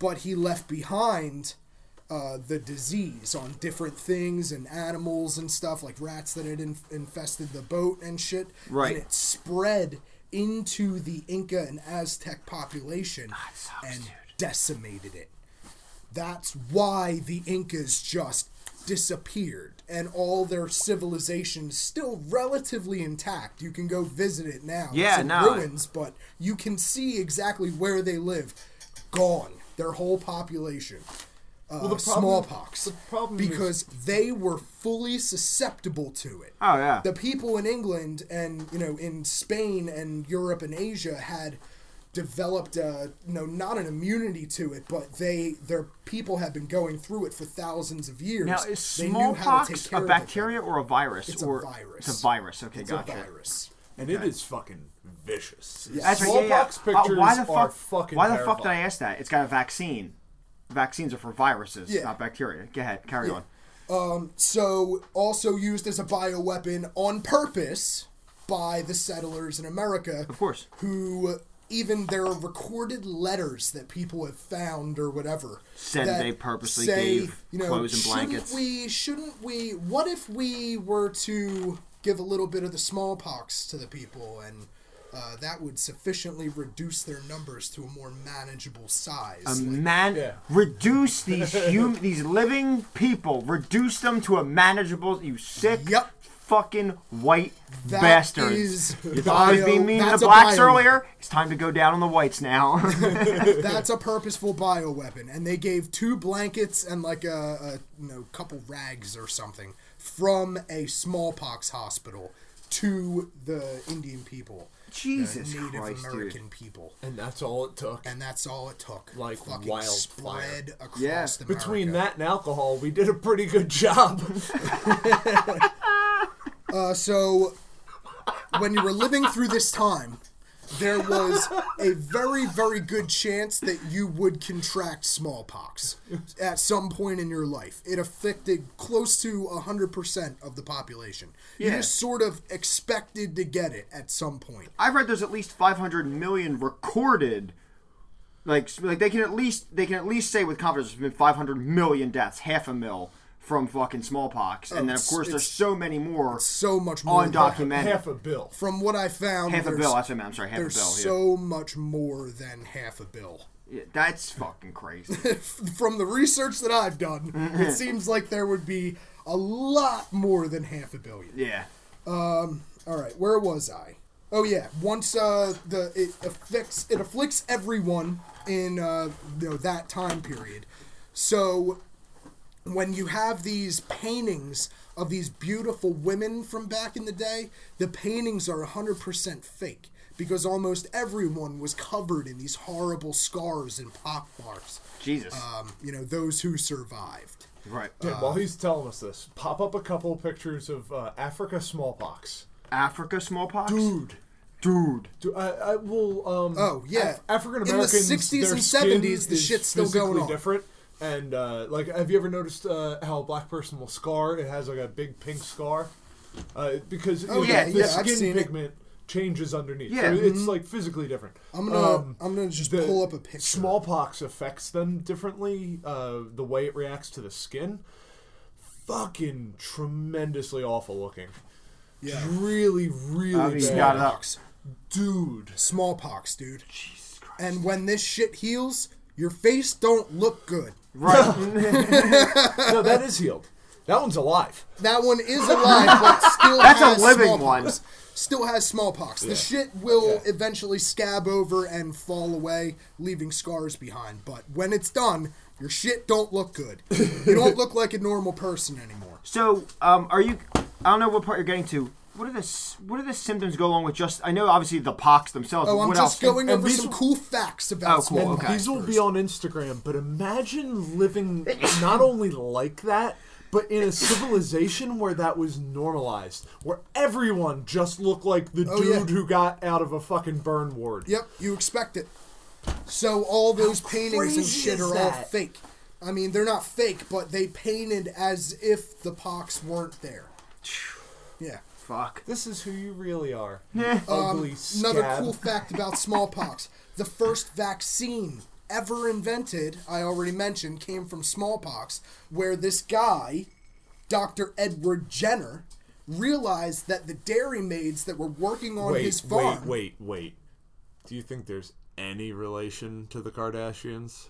Speaker 1: But he left behind uh, the disease on different things and animals and stuff like rats that had inf- infested the boat and shit.
Speaker 2: Right.
Speaker 1: And it spread into the Inca and Aztec population and decimated it. That's why the Incas just disappeared and all their civilizations still relatively intact. You can go visit it now.
Speaker 2: Yeah,
Speaker 1: it's in
Speaker 2: no.
Speaker 1: ruins, but you can see exactly where they live. Gone. Their whole population uh,
Speaker 3: the problem-
Speaker 1: smallpox
Speaker 3: the problem is-
Speaker 1: because they were fully susceptible to it.
Speaker 2: Oh, yeah.
Speaker 1: The people in England and you know in Spain and Europe and Asia had developed uh, you know not an immunity to it, but they their people had been going through it for thousands of years.
Speaker 2: Now, is
Speaker 1: They knew how to take
Speaker 2: smallpox
Speaker 1: care
Speaker 2: a
Speaker 1: of it.
Speaker 2: bacteria or a virus?
Speaker 1: It's a
Speaker 2: or
Speaker 1: virus.
Speaker 2: It's a virus. Okay,
Speaker 1: It's
Speaker 2: gotcha.
Speaker 1: a virus.
Speaker 3: and it is fucking vicious.
Speaker 2: That's right, yeah, yeah.
Speaker 3: Smallpox
Speaker 2: Uh,
Speaker 3: pictures
Speaker 2: why the fuck,
Speaker 3: are fucking.
Speaker 2: Why the fuck did I
Speaker 3: terrifying.
Speaker 2: ask that? It's got a vaccine. Vaccines are for viruses,
Speaker 1: Yeah.
Speaker 2: not bacteria. Go ahead, carry on.
Speaker 1: so also used as a bioweapon on purpose by the settlers in America. Of
Speaker 2: course.
Speaker 1: Who even there are recorded letters that people have found or whatever.
Speaker 2: Said
Speaker 1: that
Speaker 2: they purposely gave clothes and blankets."
Speaker 1: Shouldn't we shouldn't we what if we were to give a little bit of the smallpox to the people and uh, that would sufficiently reduce their numbers to a more manageable size.
Speaker 2: Um, Man,
Speaker 3: Yeah.
Speaker 2: reduce these hum- these living people. Reduce them to a manageable. You sick,
Speaker 1: Yep.
Speaker 2: fucking white
Speaker 1: That
Speaker 2: bastards.
Speaker 1: is
Speaker 2: you thought I was
Speaker 1: bio-
Speaker 2: being mean to the
Speaker 1: that's a
Speaker 2: blacks
Speaker 1: bio-
Speaker 2: earlier. It's time to go down on the whites now.
Speaker 1: That's a purposeful bioweapon. And they gave two blankets and like a, a you know couple rags or something from a smallpox hospital to the Indian people,
Speaker 2: Jesus
Speaker 1: Native
Speaker 2: Christ, dude.
Speaker 1: American people.
Speaker 3: And that's all it took.
Speaker 1: And that's all it took.
Speaker 3: Like
Speaker 1: fucking
Speaker 3: wildfire.
Speaker 1: spread across
Speaker 2: Yeah.
Speaker 1: America.
Speaker 3: Between that and alcohol, we did a pretty good job.
Speaker 1: Uh, so, when you were living through this time, there was a very, very good chance that you would contract smallpox at some point in your life. It affected close to 100% of the population. You
Speaker 2: Yeah.
Speaker 1: just sort of expected to get it at some point.
Speaker 2: I've read there's at least 500 million recorded. Like, like they can at least they can at least say with confidence there's been 500 million deaths, half a mil from fucking smallpox, and then of
Speaker 1: it's-
Speaker 2: course there's
Speaker 1: it's-
Speaker 2: so many more
Speaker 1: so much more. than-
Speaker 2: undocumented.
Speaker 3: half a bill.
Speaker 1: From what I found,
Speaker 2: half a
Speaker 1: there's,
Speaker 2: bill. That's what I meant. I'm sorry, half a bill.
Speaker 1: there's
Speaker 2: yeah.
Speaker 1: so much more than half a bill.
Speaker 2: Yeah, that's fucking crazy.
Speaker 1: From the research that I've done, it seems like there would be a lot more than half a billion.
Speaker 2: yeah.
Speaker 1: All right, where was I? Oh yeah, once uh, the it affects it afflicts everyone in uh, you know that time period. So when you have these paintings of these beautiful women from back in the day, the paintings are 100% fake because almost everyone was covered in these horrible scars and pock marks.
Speaker 2: Jesus.
Speaker 1: Um, you know, those who survived.
Speaker 2: right.
Speaker 3: Tim, while he's telling us this, pop up a couple of pictures of uh, Africa smallpox.
Speaker 2: Africa smallpox.
Speaker 3: Dude.
Speaker 2: Dude.
Speaker 3: Do, I, I will. Um,
Speaker 1: Oh, yeah.
Speaker 3: African
Speaker 1: In the
Speaker 3: Americans.
Speaker 1: 60s
Speaker 3: their
Speaker 1: and
Speaker 3: skin
Speaker 1: 70s, the
Speaker 3: is
Speaker 1: shit's still going
Speaker 3: physically
Speaker 1: on.
Speaker 3: Different. And uh, like, have you ever noticed uh, how a black person will scar? It has like a big pink scar, uh, because you
Speaker 1: Oh,
Speaker 3: know,
Speaker 2: yeah,
Speaker 3: the
Speaker 2: yeah,
Speaker 1: I've
Speaker 3: skin
Speaker 1: seen it. mm-hmm.
Speaker 3: pigment changes underneath.
Speaker 2: Yeah.
Speaker 3: so it's like physically different.
Speaker 1: I'm gonna
Speaker 3: Um,
Speaker 1: I'm gonna just
Speaker 3: the
Speaker 1: pull up a picture.
Speaker 3: Smallpox affects them differently. Uh, the way it reacts to the skin, fucking tremendously awful looking.
Speaker 1: Yeah.
Speaker 3: Really, really
Speaker 2: I mean,
Speaker 3: bad.
Speaker 2: got it up.
Speaker 3: dude.
Speaker 1: Smallpox, dude.
Speaker 2: Jesus Christ.
Speaker 1: and when this shit heals, your face don't look good.
Speaker 2: Right.
Speaker 3: No, that is healed. That one's alive.
Speaker 1: That one is alive, but still
Speaker 2: That's a
Speaker 1: has
Speaker 2: living
Speaker 1: smallpox. Still has smallpox. The shit will
Speaker 3: Yeah.
Speaker 1: eventually scab over and fall away, leaving scars behind. But when it's done, your shit don't look good. you don't look like a normal person anymore.
Speaker 2: so, um, are you? I don't know what part you're getting to. What are the s- What are the symptoms go along with just? I know obviously the pox themselves.
Speaker 1: Oh,
Speaker 2: but
Speaker 1: I'm
Speaker 2: what
Speaker 1: just
Speaker 2: else?
Speaker 1: going
Speaker 3: And
Speaker 1: over
Speaker 3: these
Speaker 1: some
Speaker 3: will-
Speaker 1: cool facts about
Speaker 2: Oh, cool,
Speaker 1: smallpox.
Speaker 2: okay.
Speaker 3: These will be on Instagram, but imagine living not only like that, but in a civilization where that was normalized, where everyone just looked like the
Speaker 1: Oh,
Speaker 3: dude
Speaker 1: yeah.
Speaker 3: who got out of a fucking burn ward.
Speaker 1: Yep, you expect it. So all those paintings and
Speaker 3: crazy
Speaker 1: shit
Speaker 3: is
Speaker 1: are all
Speaker 3: that?
Speaker 1: fake. I mean, they're not fake, but they painted as if the pox weren't there. Yeah.
Speaker 2: Fuck.
Speaker 3: This is who you really are. Yeah. Ugly scab.
Speaker 1: Um, Another cool fact about smallpox: the first vaccine ever invented, I already mentioned, came from smallpox, where this guy, Dr. Edward Jenner, realized that the dairy maids that were working on
Speaker 3: wait,
Speaker 1: his farm.
Speaker 3: wait, wait, wait. Do you think there's any relation to the Kardashians?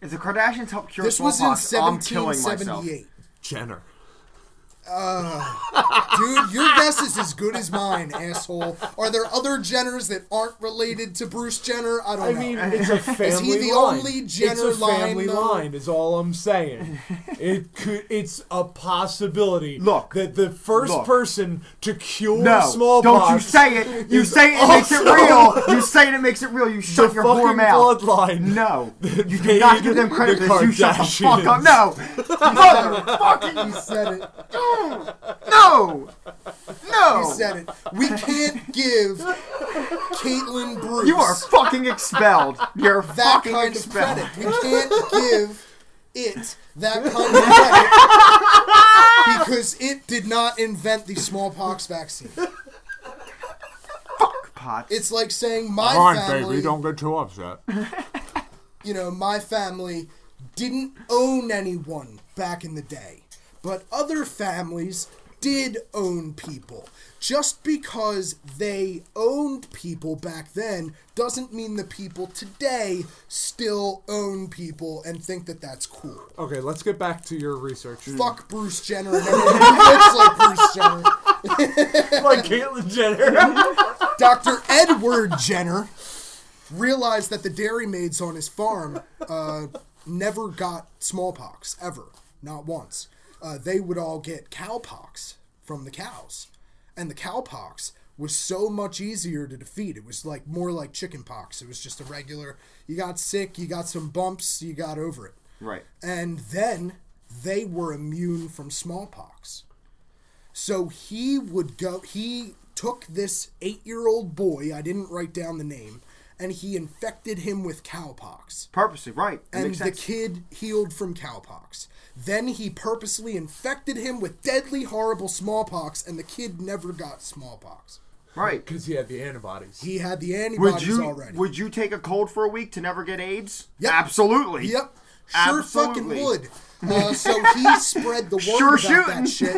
Speaker 2: If the Kardashians help cure
Speaker 1: This was in
Speaker 2: smallpox, Oh, I'm killing myself.
Speaker 1: 1778.
Speaker 3: Jenner.
Speaker 1: Dude, your guess is as good as mine, asshole. Are there other Jenners that aren't related to Bruce Jenner? I don't
Speaker 3: I
Speaker 1: know.
Speaker 3: mean, it's a family line.
Speaker 1: the only Jenner
Speaker 3: it's a family
Speaker 1: line, though?
Speaker 3: line, is all I'm saying. it could. It's a possibility.
Speaker 2: Look.
Speaker 3: that the first
Speaker 2: Look.
Speaker 3: person to cure
Speaker 2: No,
Speaker 3: smallpox.
Speaker 2: don't you say it. You
Speaker 3: is
Speaker 2: say it, it makes it real.
Speaker 3: also
Speaker 2: You say it, it makes it real. You
Speaker 3: The
Speaker 2: shut your whore
Speaker 3: fucking
Speaker 2: mouth.
Speaker 3: bloodline.
Speaker 2: No, you do
Speaker 3: made
Speaker 2: not give them credit
Speaker 3: the
Speaker 2: for this. You shut the fuck up.
Speaker 3: Kardashians.
Speaker 2: No, motherfucking
Speaker 1: he said it.
Speaker 2: no,
Speaker 1: He
Speaker 2: no.
Speaker 1: said it. We can't give Caitlyn Bruce
Speaker 2: You are fucking expelled. You're
Speaker 1: that
Speaker 2: fucking
Speaker 1: kind of
Speaker 2: expelled.
Speaker 1: credit. We can't give it that kind of credit because it did not invent the smallpox vaccine.
Speaker 2: Fuck pots.
Speaker 1: It's like saying my family.
Speaker 3: get too upset.
Speaker 1: you know, my family didn't own anyone back in the day, but other families did own people. Just because they owned people back then doesn't mean the people today still own people and think that that's cool.
Speaker 3: Okay, let's get back to your research.
Speaker 1: Fuck Bruce Jenner and everyone who looks like Bruce Jenner.
Speaker 3: like Caitlyn Jenner.
Speaker 1: Dr. Edward Jenner realized that the dairy maids on his farm uh, never got smallpox, ever. Not once. Uh, they would all get cowpox from the cows. And the cowpox was so much easier to defeat. It was like more like chickenpox. It was just a regular, you got sick, you got some bumps, you got over it.
Speaker 2: Right.
Speaker 1: And then they were immune from smallpox. So he would go, he took this eight year old boy, I didn't write down the name, and he infected him with cowpox.
Speaker 2: Purposely, right. It
Speaker 1: And
Speaker 2: makes
Speaker 1: the
Speaker 2: sense.
Speaker 1: kid healed from cowpox. Then he purposely infected him with deadly, horrible smallpox, and the kid never got smallpox.
Speaker 2: right.
Speaker 3: Because he had the antibodies.
Speaker 1: He had the antibodies
Speaker 2: Would you
Speaker 1: already.
Speaker 2: would you take a cold for a week to never get AIDS?
Speaker 1: Yep.
Speaker 2: Absolutely.
Speaker 1: Yep. Sure
Speaker 2: Absolutely.
Speaker 1: fucking would. Uh, so he spread the word
Speaker 2: Sure
Speaker 1: about
Speaker 2: shooting.
Speaker 1: that shit,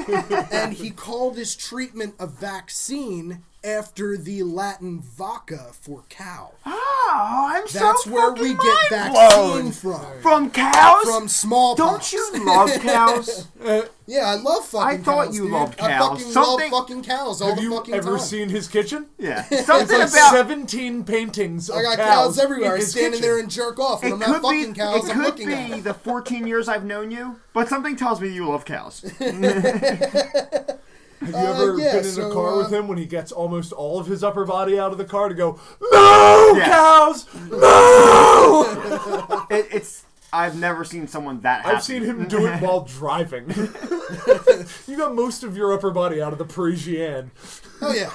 Speaker 1: and he called his treatment a vaccine after the Latin vaca for cow.
Speaker 2: Oh, I'm
Speaker 1: That's
Speaker 2: so
Speaker 1: where we
Speaker 2: fucking
Speaker 1: get
Speaker 2: mind
Speaker 1: vaccine
Speaker 2: blown.
Speaker 1: from.
Speaker 2: From cows?
Speaker 1: From smallpox.
Speaker 2: Don't you love cows?
Speaker 1: Yeah, I love fucking.
Speaker 2: I thought
Speaker 1: cows,
Speaker 2: you
Speaker 1: dude.
Speaker 2: loved
Speaker 1: I
Speaker 2: cows.
Speaker 1: fucking
Speaker 2: Something-
Speaker 1: love fucking cows all
Speaker 3: Have
Speaker 1: the
Speaker 3: you
Speaker 1: fucking
Speaker 3: ever
Speaker 1: time.
Speaker 3: seen his kitchen?
Speaker 2: yeah.
Speaker 3: It's
Speaker 2: Something
Speaker 3: like
Speaker 2: about
Speaker 3: 17 paintings of
Speaker 1: I got
Speaker 3: cows,
Speaker 1: cows, everywhere.
Speaker 3: in
Speaker 1: I
Speaker 3: his
Speaker 1: stand in
Speaker 3: kitchen.
Speaker 1: there and jerk off, and
Speaker 2: it
Speaker 1: I'm not
Speaker 2: could be
Speaker 1: fucking cows.
Speaker 2: it
Speaker 1: I'm
Speaker 2: could
Speaker 1: looking
Speaker 2: be
Speaker 1: at them.
Speaker 2: the 14 years I've known you, but something tells me you love cows.
Speaker 3: Have you ever
Speaker 1: yeah,
Speaker 3: been in
Speaker 1: so,
Speaker 3: a car with
Speaker 1: uh,
Speaker 3: him when he gets almost all of his upper body out of the car to go, No,
Speaker 2: Yeah.
Speaker 3: cows!
Speaker 2: It, it's I've never seen someone that happy.
Speaker 3: I've seen him do it while driving. you got most of your upper body out of the Parisienne.
Speaker 1: Oh yeah.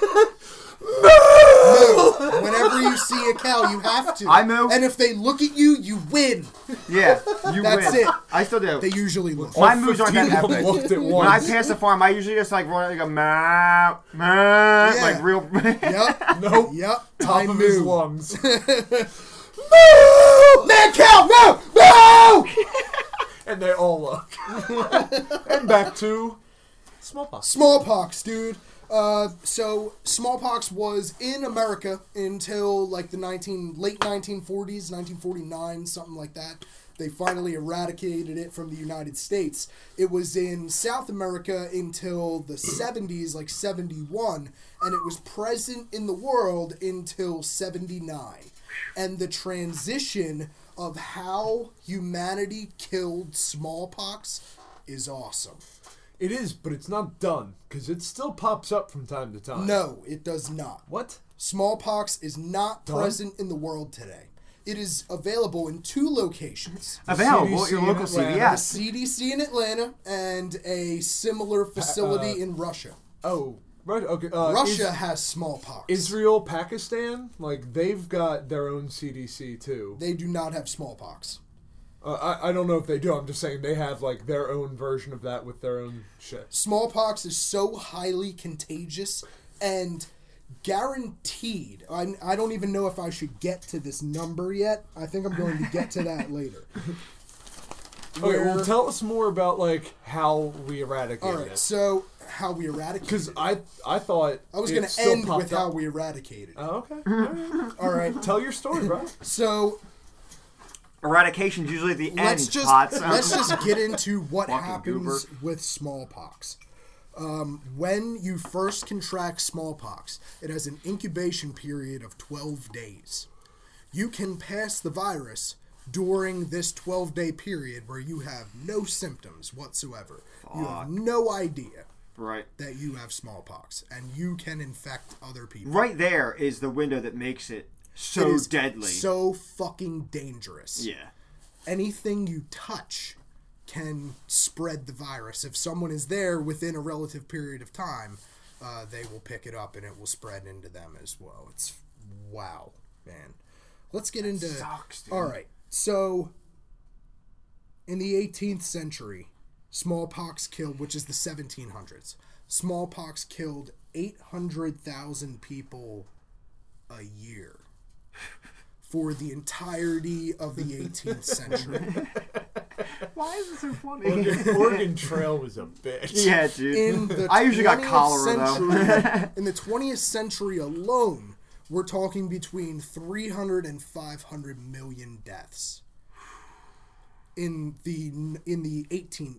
Speaker 1: Moo. Whenever you see a cow, you have to.
Speaker 2: I moo.
Speaker 1: And if they look at you, you win.
Speaker 2: Yeah, you
Speaker 1: That's
Speaker 2: win.
Speaker 1: it.
Speaker 2: I still do.
Speaker 1: They usually look.
Speaker 2: My moves aren't that
Speaker 3: 15 of them
Speaker 2: epic.
Speaker 3: looked at
Speaker 2: when I
Speaker 3: once.
Speaker 2: pass the farm, I usually just like run like a meow, meow,
Speaker 1: Yeah.
Speaker 2: like real.
Speaker 1: Yep.
Speaker 3: Nope.
Speaker 1: Yep.
Speaker 3: Top
Speaker 1: I
Speaker 3: of
Speaker 1: moo.
Speaker 3: his lungs.
Speaker 1: Man, cow, no, no.
Speaker 3: and they all look. and back to smallpox.
Speaker 1: Smallpox, dude. Uh, so smallpox was in America until like the 19 late 1940s, 1949, something like that. They finally eradicated it from the United States. It was in South America until the 70s, like 71, and it was present in the world until 79 and the transition of how humanity killed smallpox is awesome.
Speaker 3: It is, but it's not done because it still pops up from time to time.
Speaker 1: No, it does not.
Speaker 3: What?
Speaker 1: Smallpox is not present in the world today. It is available in two locations.
Speaker 2: Available at
Speaker 3: CDC
Speaker 2: your
Speaker 3: in
Speaker 2: local
Speaker 3: Atlanta.
Speaker 1: The
Speaker 2: CVS.
Speaker 1: CDC in Atlanta and a similar facility in Russia.
Speaker 3: Oh, right. Okay. Uh,
Speaker 1: Russia
Speaker 3: Is-
Speaker 1: has smallpox.
Speaker 3: Israel, Pakistan, like they've got their own CDC too.
Speaker 1: they do not have smallpox.
Speaker 3: Uh, I, I don't know if they do. I'm just saying they have like their own version of that with their own shit.
Speaker 1: smallpox is so highly contagious and guaranteed I, I don't even know if i should get to this number yet i think i'm going to get to that later
Speaker 3: Okay,
Speaker 1: Where-
Speaker 3: well, tell us more about like how we eradicated
Speaker 1: all right
Speaker 3: it.
Speaker 1: so how we eradicated
Speaker 3: Because I I thought
Speaker 1: i was
Speaker 3: it
Speaker 1: going to
Speaker 3: still
Speaker 1: end
Speaker 3: popped
Speaker 1: with how
Speaker 3: up.
Speaker 1: we eradicated it.
Speaker 3: Oh, okay. All right.
Speaker 1: all right
Speaker 3: tell your story, bro.
Speaker 1: so
Speaker 2: Eradication's usually at the
Speaker 1: let's
Speaker 2: end.
Speaker 1: just
Speaker 2: Potts. Um,
Speaker 1: let's just get into what
Speaker 2: Fucking
Speaker 1: happens
Speaker 2: goober.
Speaker 1: with smallpox. Um, when you first contract smallpox, it has an incubation period of 12 days. You can pass the virus during this 12 day period where you have no symptoms whatsoever. You have no idea
Speaker 2: right.
Speaker 1: that you have smallpox and you can infect other people.
Speaker 2: Right there is the window that makes it
Speaker 1: It
Speaker 2: so
Speaker 1: is
Speaker 2: deadly.
Speaker 1: So fucking dangerous
Speaker 2: yeah.
Speaker 1: anything you touch can spread the virus. If someone is there within a relative period of time, uh, they will pick it up and it will spread into them as well. It's wow, man. Let's get into.
Speaker 2: sucks, dude.
Speaker 1: All right, so in the 18th century, smallpox killed, which is the 1700s. Smallpox killed 800,000 people a year for the entirety of the 18th century.
Speaker 2: Why is it so funny?
Speaker 3: Oregon, Oregon Trail was a bitch.
Speaker 2: yeah, dude.
Speaker 1: in the
Speaker 2: I usually got
Speaker 1: 20th
Speaker 2: cholera though.
Speaker 1: century, in the 20th century alone, we're talking between 300 and 500 million deaths. In the in the 18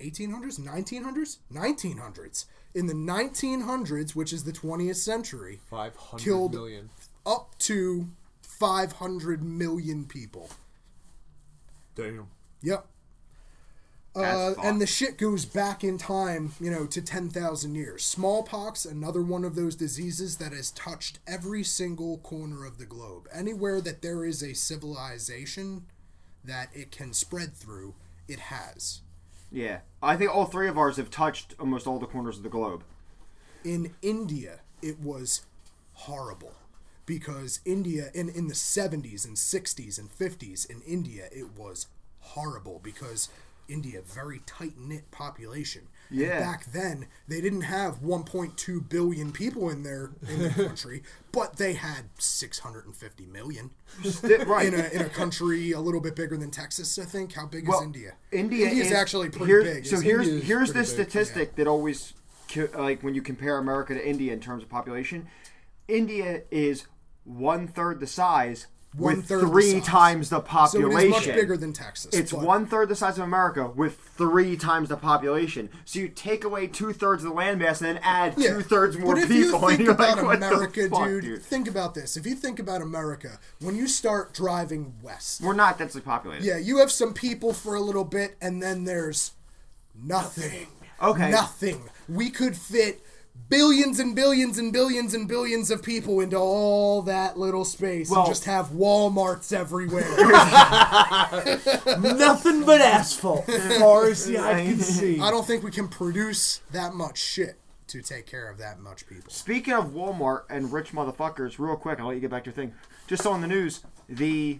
Speaker 1: 1800s, 1900s, 1900s. In the 1900s, which is the 20th century,
Speaker 3: Five hundred
Speaker 1: Killed-
Speaker 3: million.
Speaker 1: up to 500 million people.
Speaker 3: Damn.
Speaker 1: Yep. Uh,
Speaker 2: That's
Speaker 1: and
Speaker 2: fucked.
Speaker 1: the shit goes back in time, you know, to 10,000 years. Smallpox, another one of those diseases that has touched every single corner of the globe. Anywhere that there is a civilization that it can spread through, it has.
Speaker 2: Yeah. I think all three of ours have touched almost all the corners of the globe.
Speaker 1: in India, it was horrible because India in, in the 70s and 60s and 50s in India, it was horrible because India, very tight knit population. And
Speaker 2: Yeah.
Speaker 1: back then, they didn't have 1.2 billion people in their in their country, but they had 650 million
Speaker 2: Sti- right.
Speaker 1: in a in a country a little bit bigger than Texas. I think. How big
Speaker 2: Well,
Speaker 1: is India?
Speaker 2: India
Speaker 1: India's
Speaker 2: is
Speaker 1: actually pretty
Speaker 2: here-
Speaker 1: big.
Speaker 2: So
Speaker 1: isn't it?
Speaker 2: here's
Speaker 3: India is
Speaker 2: here's the
Speaker 3: pretty big, yeah.
Speaker 2: statistic that always co- like when you compare America to India in terms of population, India is one third the size with
Speaker 1: One-third the
Speaker 2: three
Speaker 1: size.
Speaker 2: times the
Speaker 1: so
Speaker 2: population.
Speaker 1: it is much bigger than Texas.
Speaker 2: It's
Speaker 1: but-
Speaker 2: one third the size of America with three times the population. So you take away two thirds of the landmass and then add
Speaker 1: Yeah.
Speaker 2: two thirds more
Speaker 1: but if
Speaker 2: people.
Speaker 1: You think
Speaker 2: and you're
Speaker 1: about
Speaker 2: like, what
Speaker 1: America,
Speaker 2: the fuck,
Speaker 1: dude,
Speaker 2: dude?
Speaker 1: Think about this. If you think about America, when you start driving west,
Speaker 2: We're not densely populated.
Speaker 1: yeah, you have some people for a little bit, and then there's nothing.
Speaker 2: Okay.
Speaker 1: Nothing. We could fit billions and billions and billions and billions of people into all that little space
Speaker 2: Well-
Speaker 1: and just have Walmarts everywhere.
Speaker 3: Nothing but asphalt, as far as the eye can see.
Speaker 1: I don't think we can produce that much shit to take care of that much people.
Speaker 2: Speaking of Walmart and rich motherfuckers, real quick, I'll let you get back to your thing. Just on the news, the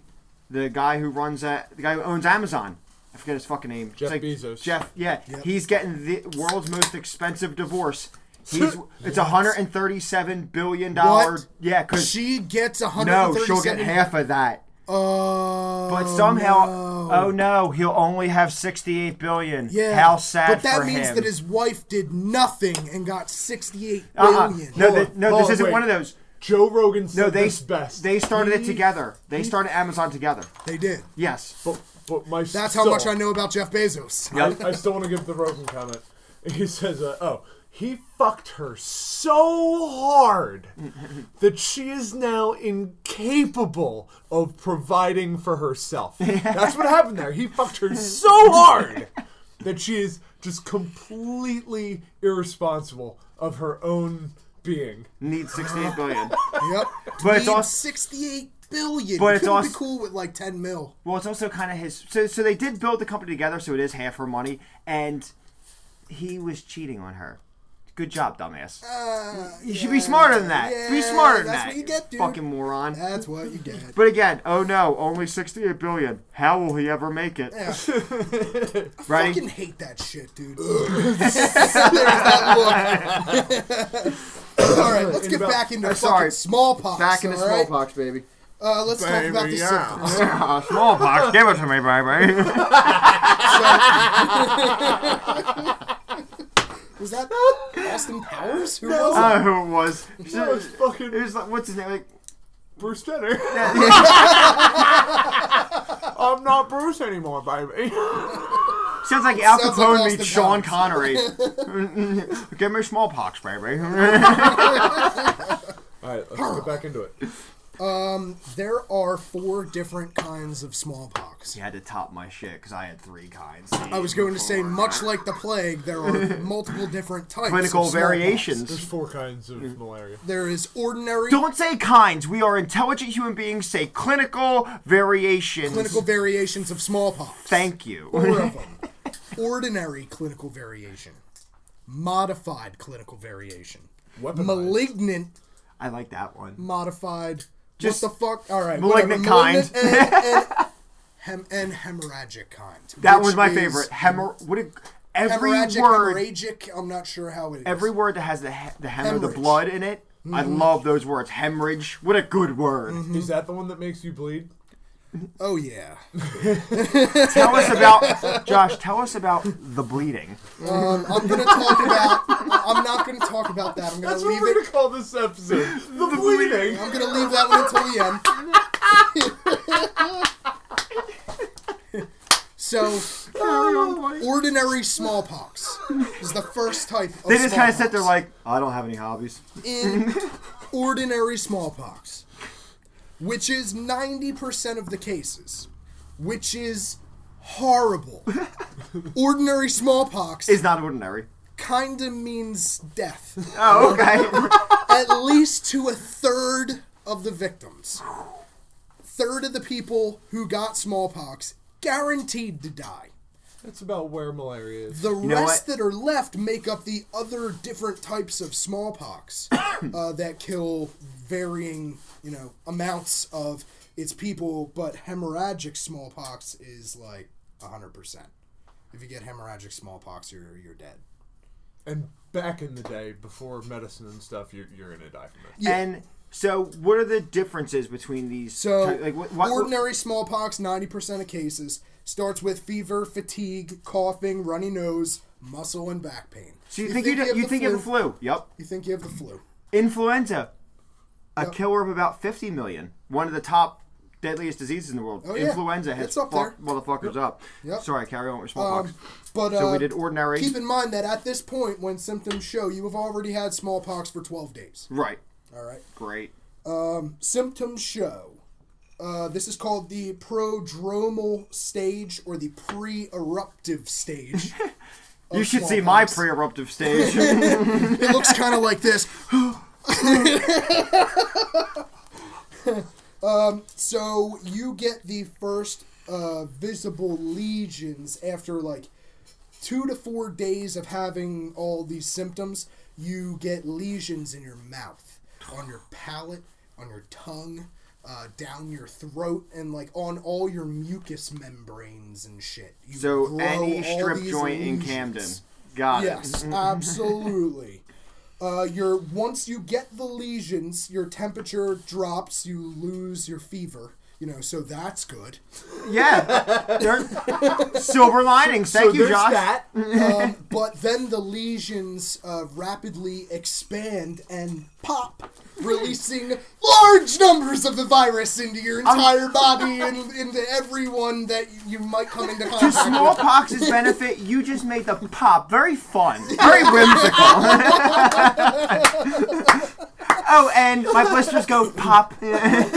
Speaker 2: the guy who runs that, the guy who owns Amazon, I forget his fucking name. It's
Speaker 3: Jeff Bezos.
Speaker 2: Jeff, yeah,
Speaker 1: Yep.
Speaker 2: he's getting the world's most expensive divorce. He's it's a hundred and thirty-seven billion dollar.
Speaker 1: What?
Speaker 2: Yeah, because
Speaker 1: She gets a hundred.
Speaker 2: no, she'll get half of that.
Speaker 1: Oh,
Speaker 2: But somehow,
Speaker 1: no.
Speaker 2: oh no, he'll only have sixty-eight billion.
Speaker 1: Yeah.
Speaker 2: how sad
Speaker 1: But that
Speaker 2: for
Speaker 1: means
Speaker 2: him.
Speaker 1: that his wife did nothing and got sixty-eight billion.
Speaker 2: Uh-uh. No,
Speaker 3: Hold
Speaker 2: th-
Speaker 3: on,
Speaker 2: no,
Speaker 3: hold
Speaker 2: this
Speaker 3: on,
Speaker 2: isn't
Speaker 3: wait.
Speaker 2: one of those.
Speaker 3: Joe Rogan said
Speaker 2: No, they
Speaker 3: this best.
Speaker 2: they started it
Speaker 3: He-
Speaker 2: together. They started Amazon together.
Speaker 1: They did.
Speaker 2: Yes.
Speaker 3: But, but my
Speaker 1: That's how much I know about Jeff Bezos.
Speaker 2: Yep.
Speaker 3: I still want to give the Rogan comment. He says, uh, "Oh, he fucked her so hard that she is now incapable of providing for herself." That's what happened there. He fucked her so hard that she is just completely irresponsible of her own being.
Speaker 2: Needs 68 billion.
Speaker 1: Yep.
Speaker 2: But it's
Speaker 1: Needs
Speaker 2: also-
Speaker 1: sixty-eight billion.
Speaker 2: But it's
Speaker 1: Couldn't
Speaker 2: also-
Speaker 1: be cool with like ten mil.
Speaker 2: well, it's also kind of his. So, so they did build the company together, so it is half her money, and he was cheating on her. Good job, dumbass.
Speaker 1: Uh,
Speaker 2: you should be smarter than that. be
Speaker 1: yeah,
Speaker 2: smarter than
Speaker 1: that's
Speaker 2: that.
Speaker 1: what you get, dude.
Speaker 2: Fucking moron.
Speaker 1: That's what you get.
Speaker 2: but again, oh no, only 68 billion. How will he ever make it?
Speaker 1: Yeah.
Speaker 2: Right?
Speaker 1: Fucking hate that shit, dude. There's that look. all right, let's
Speaker 3: In
Speaker 1: get
Speaker 3: about-
Speaker 1: back into
Speaker 2: I'm
Speaker 1: fucking
Speaker 2: sorry.
Speaker 1: smallpox.
Speaker 2: Back into
Speaker 1: all right?
Speaker 2: smallpox, baby.
Speaker 1: Uh, let's talk about the symptoms.
Speaker 2: Yeah, smallpox. Give it to me, baby.
Speaker 1: Was that Austin Powers? Who was
Speaker 2: I don't know who Oh, it was.
Speaker 3: That was
Speaker 2: It
Speaker 3: fucking
Speaker 2: was like, what's his name? Like,
Speaker 3: Bruce Jenner. I'm not Bruce anymore, baby.
Speaker 2: Sounds like Al
Speaker 1: Sounds like
Speaker 2: Capone
Speaker 1: Austin
Speaker 2: meets Sean
Speaker 1: Powers.
Speaker 2: Connery. Give me smallpox, baby.
Speaker 3: All right, let's get back into it.
Speaker 1: it? There are four different kinds of smallpox.
Speaker 2: you had to top my shit because I had three kinds.
Speaker 1: I was going to say, much like the plague, there are multiple different types.
Speaker 2: clinical
Speaker 1: of smallpox.
Speaker 3: There's
Speaker 2: variations.
Speaker 3: four kinds of malaria.
Speaker 1: There is ordinary
Speaker 2: Don't say kinds. We are intelligent human beings. Say clinical variations.
Speaker 1: clinical variations of smallpox.
Speaker 2: Thank you.
Speaker 1: Four of them. Ordinary clinical variation, modified clinical variation,
Speaker 3: Weaponized.
Speaker 1: malignant
Speaker 2: I like that one.
Speaker 1: modified.
Speaker 2: Just
Speaker 1: what the fuck? All right,
Speaker 2: malignant
Speaker 1: whatever, malignant
Speaker 2: kind.
Speaker 1: and, and, hem, and hemorrhagic kind.
Speaker 2: That
Speaker 1: which
Speaker 2: one's my
Speaker 1: is
Speaker 2: favorite. Hemor. What? It, every
Speaker 1: hemorrhagic,
Speaker 2: word.
Speaker 1: hemorrhagic. I'm not sure how it is.
Speaker 2: Every word that has the he- the hem of the
Speaker 1: Hemorrhage. Mm-hmm.
Speaker 2: blood in it. I love those words. Hemorrhage. What a good word.
Speaker 3: Is that the one that makes you bleed?
Speaker 1: oh yeah.
Speaker 2: Tell us about Josh. Tell us about the bleeding.
Speaker 1: Um, I'm gonna talk about. I'm not gonna talk about that. I'm gonna
Speaker 3: That's what
Speaker 1: leave
Speaker 3: we're
Speaker 1: it.
Speaker 3: gonna call this episode. The bleeding.
Speaker 1: I'm gonna leave that one until the end. so,
Speaker 3: Oh,
Speaker 1: ordinary smallpox is the first type. Of
Speaker 2: They just kind of sit
Speaker 1: smallpox.
Speaker 2: there like, I don't have any hobbies.
Speaker 1: in ordinary smallpox, which is 90% of the cases, which is horrible. ordinary smallpox
Speaker 2: It's not ordinary.
Speaker 1: kind of means death,
Speaker 2: Oh, okay.
Speaker 1: at least to a third of the victims. Third of the people who got smallpox guaranteed to die.
Speaker 3: That's about where malaria is.
Speaker 1: The
Speaker 2: know
Speaker 1: rest
Speaker 2: what?
Speaker 1: that are left make up the other different types of smallpox uh, that kill varying, you know, amounts of its people. But hemorrhagic smallpox is like hundred percent. If you get hemorrhagic smallpox, you're you're dead.
Speaker 3: And back in the day, before medicine and stuff, you're, you're gonna die from it.
Speaker 1: Yeah.
Speaker 2: And so, what are the differences between these?
Speaker 1: So
Speaker 2: ty- like, what, what,
Speaker 1: ordinary smallpox, ninety percent of cases starts with fever, fatigue, coughing, runny nose, muscle, and back pain.
Speaker 2: so you think you, do- you think you have the flu? Yep.
Speaker 1: You think you have the flu?
Speaker 2: Influenza, a
Speaker 1: Yep.
Speaker 2: killer of about 50 million, one of the top deadliest diseases in the world.
Speaker 1: Oh, yeah.
Speaker 2: Influenza has
Speaker 1: It's up
Speaker 2: fucked
Speaker 1: there.
Speaker 2: motherfuckers up.
Speaker 1: Yep.
Speaker 2: Sorry, carry on with smallpox.
Speaker 1: Um, but uh,
Speaker 2: so we did ordinary.
Speaker 1: Keep in mind that at this point, when symptoms show, you have already had smallpox for twelve days.
Speaker 2: right.
Speaker 1: All right.
Speaker 2: Great.
Speaker 1: symptoms show. Uh, this is called the prodromal stage or the pre-eruptive stage.
Speaker 2: You should see my
Speaker 1: smallpox.
Speaker 2: pre-eruptive stage.
Speaker 1: it looks kind of like this. um, Um, so you get the first uh, visible lesions after like two to four days of having all these symptoms. You get lesions in your mouth, on your palate, on your tongue, uh, down your throat, and like on all your mucus membranes and shit. You
Speaker 2: so
Speaker 1: grow
Speaker 2: any
Speaker 1: all
Speaker 2: strip
Speaker 1: these
Speaker 2: joint in
Speaker 1: lesions.
Speaker 2: Camden. Got
Speaker 1: Yes,
Speaker 2: it. Mm-hmm,
Speaker 1: absolutely. Uh, your once you get the lesions, your temperature drops. You lose your fever. You know, so that's good.
Speaker 2: Yeah. There- Silver linings. Thank
Speaker 3: so
Speaker 2: you,
Speaker 3: there's
Speaker 2: Josh.
Speaker 3: that.
Speaker 1: Um, but then the lesions uh, rapidly expand and pop, releasing large numbers of the virus into your entire body and into everyone that you might come into
Speaker 2: To
Speaker 1: contact with.
Speaker 2: smallpox's benefit, you just made the pop very fun, very whimsical. oh, and my blisters go pop.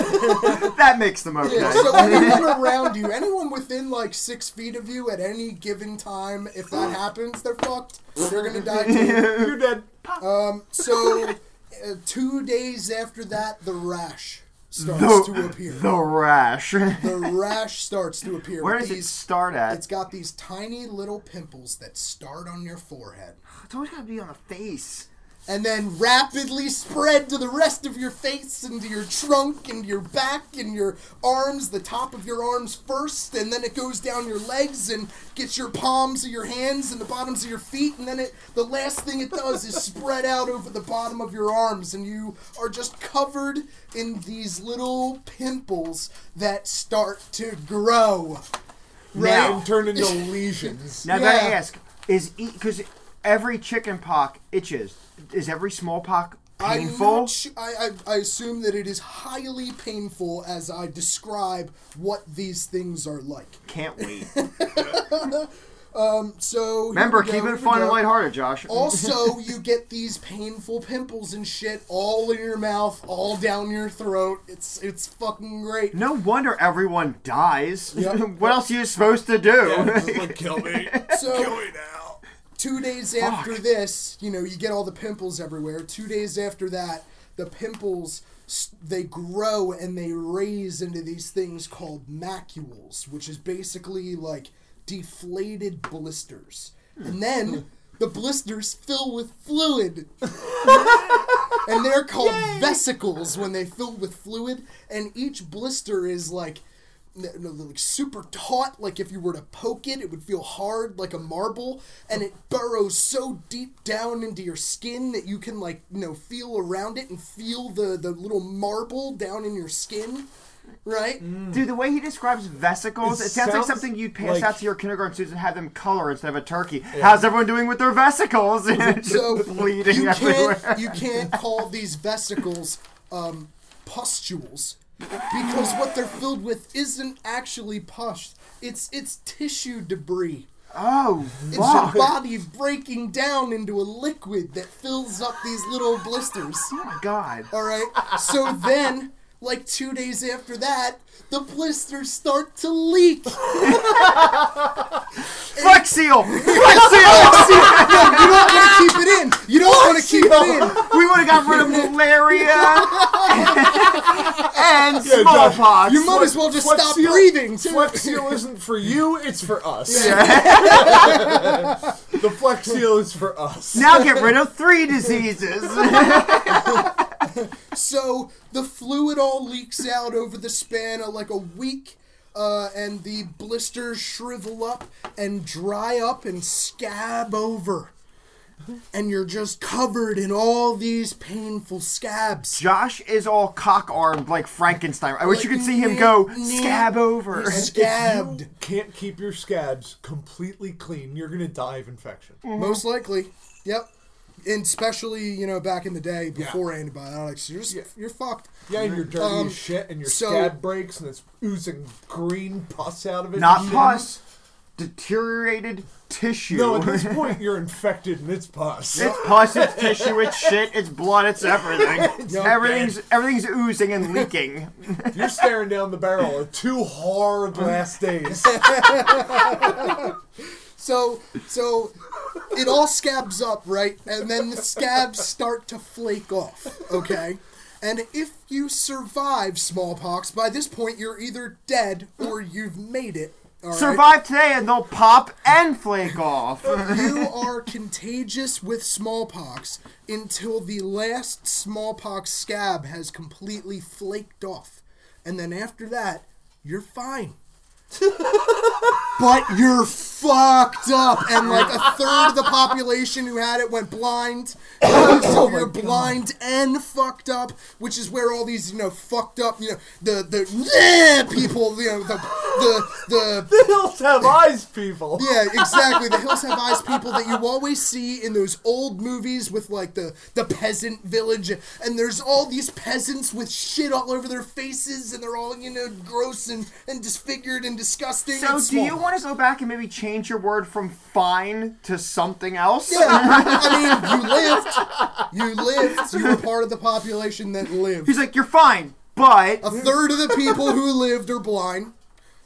Speaker 2: that makes them okay.
Speaker 1: Yeah, so anyone around you, anyone within like six feet of you at any given time, if that happens, they're fucked. They're gonna die too.
Speaker 3: You're dead.
Speaker 1: Um, so uh, two days after that, the rash starts to appear.
Speaker 2: the rash.
Speaker 1: The rash starts to appear.
Speaker 2: Where
Speaker 1: with
Speaker 2: does it
Speaker 1: these-
Speaker 2: start at?
Speaker 1: It's got these tiny little pimples that start on your forehead
Speaker 2: It's always gotta be on the face.
Speaker 1: and then rapidly spread to the rest of your face, into your trunk, and your back, and your arms, the top of your arms first, and then it goes down your legs and gets your palms of your hands and the bottoms of your feet, and then it the last thing it does is spread out over the bottom of your arms, and you are just covered in these little pimples that start to grow.
Speaker 2: Now-
Speaker 3: And turn into lesions.
Speaker 2: Now that I
Speaker 1: Yeah.
Speaker 2: ask, is because every chicken pox itches. Is every smallpox
Speaker 1: I'm
Speaker 2: painful?
Speaker 1: not su- I, I, I assume that it is highly painful as I describe what these things are like.
Speaker 2: Can't wait.
Speaker 1: So here
Speaker 2: Remember,
Speaker 1: we go,
Speaker 2: keep
Speaker 1: here
Speaker 2: it
Speaker 1: we
Speaker 2: fun and
Speaker 1: go.
Speaker 2: lighthearted, Josh.
Speaker 1: Also, you get these painful pimples and shit all in your mouth, all down your throat. It's it's fucking great.
Speaker 2: No wonder everyone dies.
Speaker 1: Yep.
Speaker 2: what else are you supposed to do?
Speaker 3: Yeah, just like, kill me. kill
Speaker 1: So
Speaker 3: me now.
Speaker 1: two days after this, you know, you get all the pimples everywhere. Two days after that, the pimples s- they grow and they raise into these things called macules, which is basically like deflated blisters. And then the blisters fill with fluid. and they're called vesicles when they fill with fluid, and each blister is like n- n- like super taut like if you were to poke it it would feel hard like a marble and it burrows so deep down into your skin that you can like you know feel around it and feel the the little marble down in your skin right
Speaker 2: Dude, the way he describes vesicles, it,
Speaker 3: It
Speaker 2: sounds, like
Speaker 3: sounds
Speaker 2: something you'd pass
Speaker 3: like-
Speaker 2: out to your kindergarten students and have them color instead of a turkey. How's everyone doing with their vesicles? Just
Speaker 1: so
Speaker 2: bleeding
Speaker 1: you
Speaker 2: everywhere.
Speaker 1: can't you can't call these vesicles um, pustules because what they're filled with isn't actually pus. It's it's tissue debris.
Speaker 2: Oh,
Speaker 1: It's
Speaker 2: fuck.
Speaker 1: your body breaking down into a liquid that fills up these little blisters.
Speaker 2: Oh my god.
Speaker 1: All right. So then, like two days after that, the blisters start to leak.
Speaker 2: Flex seal! Flex seal!
Speaker 1: No, you don't want to keep it in. You don't want to keep it in.
Speaker 2: we would have got rid of malaria and
Speaker 3: Yeah, Josh,
Speaker 2: smallpox.
Speaker 1: You might as well just
Speaker 3: Flex
Speaker 1: stop
Speaker 3: seal-
Speaker 1: breathing. too.
Speaker 3: Flex seal isn't for you, it's for us. the flex seal is for us.
Speaker 2: now get rid of three diseases.
Speaker 1: So the fluid all leaks out over the span of like a week. uh, and the blisters shrivel up and dry up and scab over. And you're just covered in all these painful scabs.
Speaker 2: Josh is all cock armed like Frankenstein. I wish you could see him go scab over.
Speaker 1: You're scabbed.
Speaker 3: You can't keep your scabs completely clean. You're gonna die of infection.
Speaker 1: Most likely. Yep. And especially, you know, back in the day before antibiotics, you're just, you're fucked.
Speaker 3: Yeah, and you're dirty
Speaker 1: Um,
Speaker 3: as shit, and your
Speaker 1: so-
Speaker 3: scab breaks, and it's oozing green pus out of it.
Speaker 2: Not
Speaker 3: and shit.
Speaker 2: pus, deteriorated tissue.
Speaker 3: No, at this point you're infected, and it's pus.
Speaker 2: It's pus, it's tissue, it's shit, it's blood, it's everything. everything's everything's oozing and leaking.
Speaker 3: You're staring down the barrel of two hard last days.
Speaker 1: So, so it all scabs up, right? And then the scabs start to flake off, okay? And if you survive smallpox, by this point you're either dead or you've made it. all right?
Speaker 2: Survive today and they'll pop and flake off.
Speaker 1: You are contagious with smallpox until the last smallpox scab has completely flaked off. And then after that, you're fine. but you're fucked up. And like a third of the population who had it went blind. so you're blind and fucked up, which is where all these, you know, fucked up, you know, the, the people, you know, the, the, the
Speaker 3: the hills have eyes, people.
Speaker 1: yeah, exactly. The Hills Have Eyes people that you always see in those old movies with like the the peasant village, and there's all these peasants with shit all over their faces, and they're all you know gross and, and disfigured and disgusting.
Speaker 2: So
Speaker 1: and
Speaker 2: do you
Speaker 1: small.
Speaker 2: want to go back and maybe change your word from fine to something else?
Speaker 1: Yeah, I mean, you lived. You lived. You were part of the population that lived.
Speaker 2: He's like, You're fine, but
Speaker 1: A third of the people who lived are blind.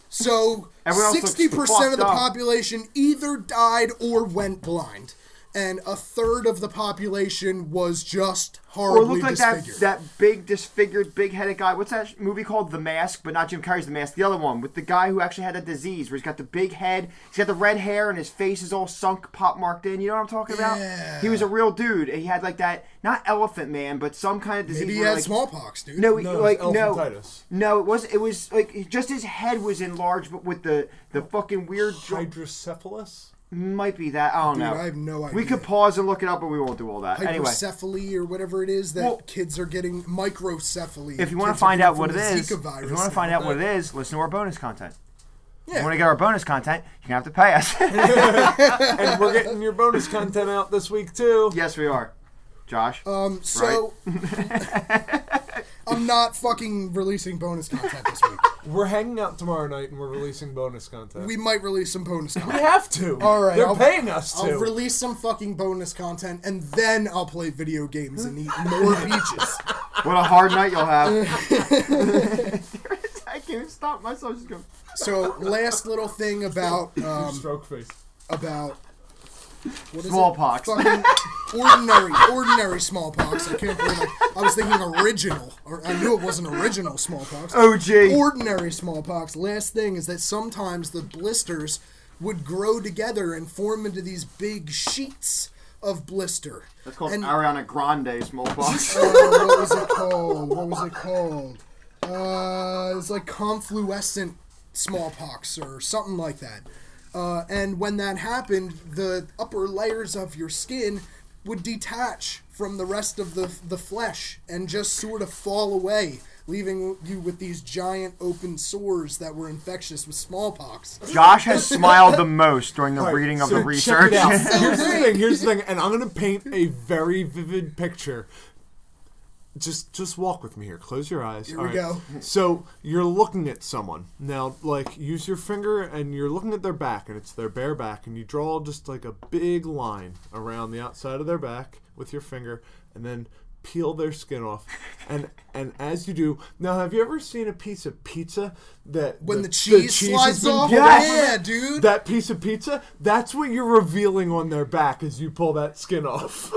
Speaker 1: So
Speaker 2: Everyone else looks
Speaker 1: sixty percent of the
Speaker 2: fucked up.
Speaker 1: population either died or went blind, and a third of the population was just
Speaker 2: or
Speaker 1: horribly
Speaker 2: look like that
Speaker 1: disfigured.
Speaker 2: that big disfigured big headed guy. What's that sh- movie called? The Mask, but not Jim Carrey's The Mask. The other one with the guy who actually had that disease where he's got the big head, he's got the red hair, and his face is all sunk, pop marked in. You know what I'm talking about?
Speaker 1: Yeah.
Speaker 2: He was a real dude. and He had like that not elephant man, but some kind of disease.
Speaker 1: Maybe he
Speaker 2: where,
Speaker 1: had
Speaker 2: like,
Speaker 1: smallpox, dude.
Speaker 2: No,
Speaker 3: No, it was
Speaker 2: like no,
Speaker 3: elephantitis.
Speaker 2: no, it was it was like just his head was enlarged, but with the the fucking weird. jo-
Speaker 3: Hydrocephalus.
Speaker 2: might be that I don't know.
Speaker 1: I have no
Speaker 2: We
Speaker 1: idea.
Speaker 2: could pause and look it up, but we won't do all that. Anyway,
Speaker 1: Hypercephaly or whatever it is that
Speaker 2: Well-
Speaker 1: kids are getting microcephaly.
Speaker 2: if you want to
Speaker 1: Kids are
Speaker 2: find
Speaker 1: getting
Speaker 2: out what it
Speaker 1: from the
Speaker 2: is,
Speaker 1: Zika
Speaker 2: if
Speaker 1: virus
Speaker 2: you want to
Speaker 1: now.
Speaker 2: find out what it is, listen to our bonus content.
Speaker 1: yeah. um,
Speaker 2: If you want to get our bonus content, you're gonna have to pay us.
Speaker 3: and we're getting your bonus content out this week too.
Speaker 2: yes, we are. Josh,
Speaker 1: Um, so I'm not fucking releasing bonus content this week.
Speaker 3: We're hanging out tomorrow night, and we're releasing bonus content.
Speaker 1: We might release some bonus
Speaker 3: We
Speaker 1: content.
Speaker 3: have to.
Speaker 1: All right,
Speaker 3: they're
Speaker 1: I'll-
Speaker 3: paying us to.
Speaker 1: I'll release some fucking bonus content and then I'll play video games and eat more peaches.
Speaker 2: what a hard night you'll have. I can't stop myself. Just going.
Speaker 1: So, last little thing about um,
Speaker 3: Stroke face.
Speaker 1: about what is it?
Speaker 2: Smallpox.
Speaker 1: Fucking ordinary, ordinary smallpox. I can't believe I, I was thinking original, or I knew it wasn't original smallpox.
Speaker 2: OG.
Speaker 1: ordinary smallpox. Last thing is that sometimes the blisters would grow together and form into these big sheets of blister.
Speaker 2: That's called
Speaker 1: and,
Speaker 2: Ariana Grande smallpox.
Speaker 1: Oh, what was it called? What was it called? Uh, it's like confluescent smallpox or something like that. Uh, and when that happened, the upper layers of your skin would detach from the rest of the, the flesh and just sort of fall away, leaving you with these giant open sores that were infectious with smallpox.
Speaker 2: Josh has smiled the most during the reading of
Speaker 3: So
Speaker 2: the research.
Speaker 3: Check it out. here's the thing. Here's the thing. And I'm gonna paint a very vivid picture. Just, just walk with me here. Close your eyes. Here
Speaker 1: we go.
Speaker 3: So you're looking at someone now. Like, use your finger, and you're looking at their back, and it's their bare back, and you draw just like a big line around the outside of their back with your finger, and then peel their skin off. And and as you do, now have you ever seen a piece of pizza that
Speaker 1: When the, cheese
Speaker 3: has
Speaker 1: slides
Speaker 3: been
Speaker 1: off,
Speaker 3: pulled
Speaker 2: off
Speaker 3: from
Speaker 1: yeah,
Speaker 3: it?
Speaker 1: dude.
Speaker 3: that piece of pizza, that's what you're revealing on their back as you pull that skin off.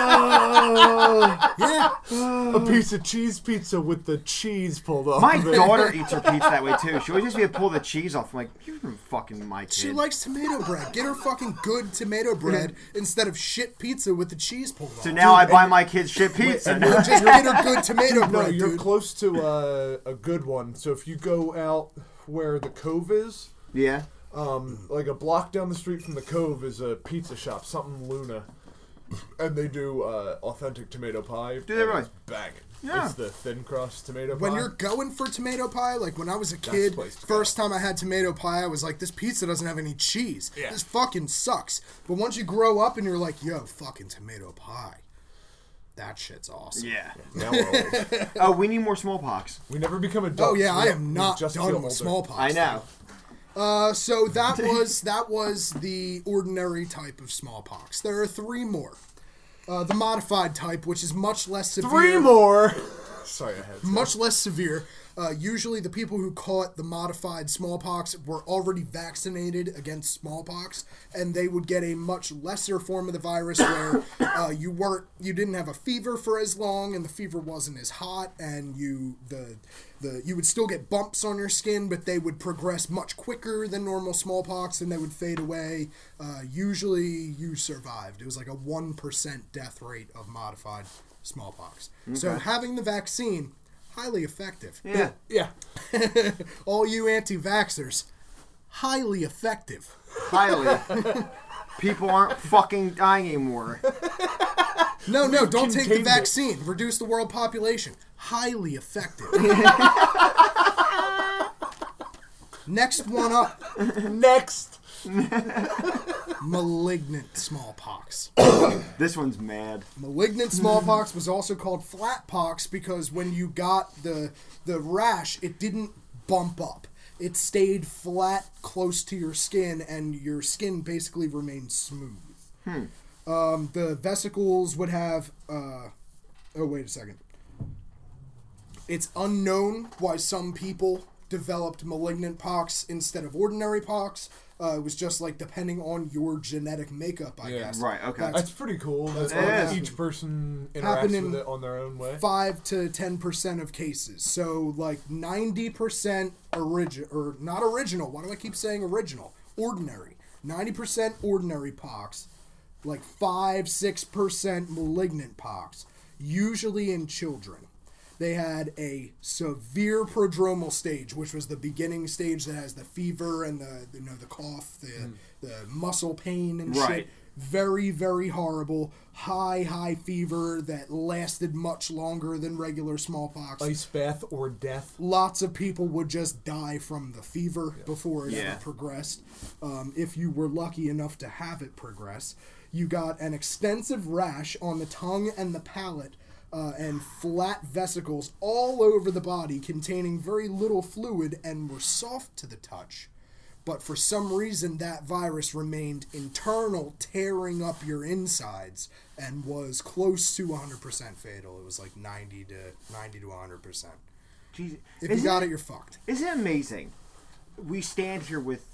Speaker 1: Uh-huh. yeah.
Speaker 3: a piece of cheese pizza with the cheese pulled off.
Speaker 2: My
Speaker 3: of it.
Speaker 2: daughter eats her pizza that way too. She always just be to pull the cheese off. I'm like, you're fucking my kid.
Speaker 1: She likes tomato bread. Get her fucking good tomato bread instead of shit pizza with the cheese pulled off.
Speaker 2: so now I buy my kids shit pizza.
Speaker 1: Or just get her good tomato
Speaker 3: No,
Speaker 1: bread,
Speaker 3: you're
Speaker 1: dude.
Speaker 3: close to uh, a good one. So if you go out, where the cove is.
Speaker 2: Yeah.
Speaker 3: Um, like a block down the street from the cove is a pizza shop, something Luna, and they do uh, authentic tomato pie.
Speaker 2: Do they
Speaker 3: and
Speaker 2: really?
Speaker 3: It's banging.
Speaker 2: Yeah.
Speaker 3: It's the thin crust tomato
Speaker 1: When
Speaker 3: pie.
Speaker 1: you're going for tomato pie, like when I was a
Speaker 3: the
Speaker 1: kid,
Speaker 3: uh, place to
Speaker 1: first time I had tomato pie, I was like, this pizza doesn't have any cheese.
Speaker 3: Yeah.
Speaker 1: This fucking sucks. But once you grow up and you're like, yo, fucking tomato pie, that shit's awesome.
Speaker 2: Yeah.
Speaker 3: now we're old.
Speaker 2: Oh, we need more smallpox.
Speaker 3: we never become adults.
Speaker 1: Oh yeah,
Speaker 3: We
Speaker 1: I
Speaker 3: don't-
Speaker 1: am
Speaker 3: we
Speaker 1: not
Speaker 3: just feel
Speaker 1: done
Speaker 3: older.
Speaker 1: with smallpox.
Speaker 2: I know.
Speaker 1: Uh, so that was that was the ordinary type of smallpox. There are three more. Uh, the modified type, which is much less severe.
Speaker 3: Three more. Sorry, I had. to-
Speaker 1: much less severe. Uh, usually, the people who caught the modified smallpox were already vaccinated against smallpox, and they would get a much lesser form of the virus where uh, you weren't, you didn't have a fever for as long, and the fever wasn't as hot, and you the the you would still get bumps on your skin, but they would progress much quicker than normal smallpox, and they would fade away. Uh, usually, you survived. It was like a one percent death rate of modified smallpox. So having the vaccine, highly effective.
Speaker 2: Yeah.
Speaker 3: Yeah.
Speaker 1: All you anti-vaxxers, highly effective.
Speaker 2: Highly. People aren't fucking dying anymore.
Speaker 1: No, no, don't take the
Speaker 3: contained it.
Speaker 1: vaccine. Reduce the world population. Highly effective. Next one up,
Speaker 3: Next.
Speaker 1: malignant smallpox.
Speaker 2: This one's mad.
Speaker 1: Malignant smallpox was also called flat pox because when you got the the rash, it didn't bump up. It stayed flat close to your skin, and your skin basically remained smooth.
Speaker 2: Hmm.
Speaker 1: Um, the vesicles would have. Uh, oh, wait a second. It's unknown why some people developed malignant pox instead of ordinary pox. Uh, it was just like depending on your genetic makeup, I
Speaker 3: Yeah,
Speaker 1: guess.
Speaker 2: Right, okay.
Speaker 1: That's
Speaker 3: That's pretty cool. That's
Speaker 2: Yes.
Speaker 3: why each person interacts
Speaker 1: Happened in-
Speaker 3: with it on their own way.
Speaker 1: five to ten percent of cases. So like ninety percent original or not original. Why do I keep saying original? Ordinary. Ninety percent ordinary pox, like five six percent malignant pox, usually in children. They had a severe prodromal stage, which was the beginning stage that has the fever and the you know the cough, the the muscle pain and
Speaker 2: Right.
Speaker 1: shit very very horrible high high fever that lasted much longer than regular smallpox
Speaker 3: Ice bath or death.
Speaker 1: lots of people would just die from the fever before it
Speaker 2: Yeah.
Speaker 1: ever progressed um, if you were lucky enough to have it progress you got an extensive rash on the tongue and the palate uh, and flat vesicles all over the body containing very little fluid and were soft to the touch but for some reason that virus remained internal tearing up your insides and was close to 100% fatal it was like 90 to 90 to 100%
Speaker 2: Jeez.
Speaker 1: if
Speaker 2: Isn't
Speaker 1: you got
Speaker 2: it-
Speaker 1: it, you're fucked.
Speaker 2: Isn't it amazing? We stand here with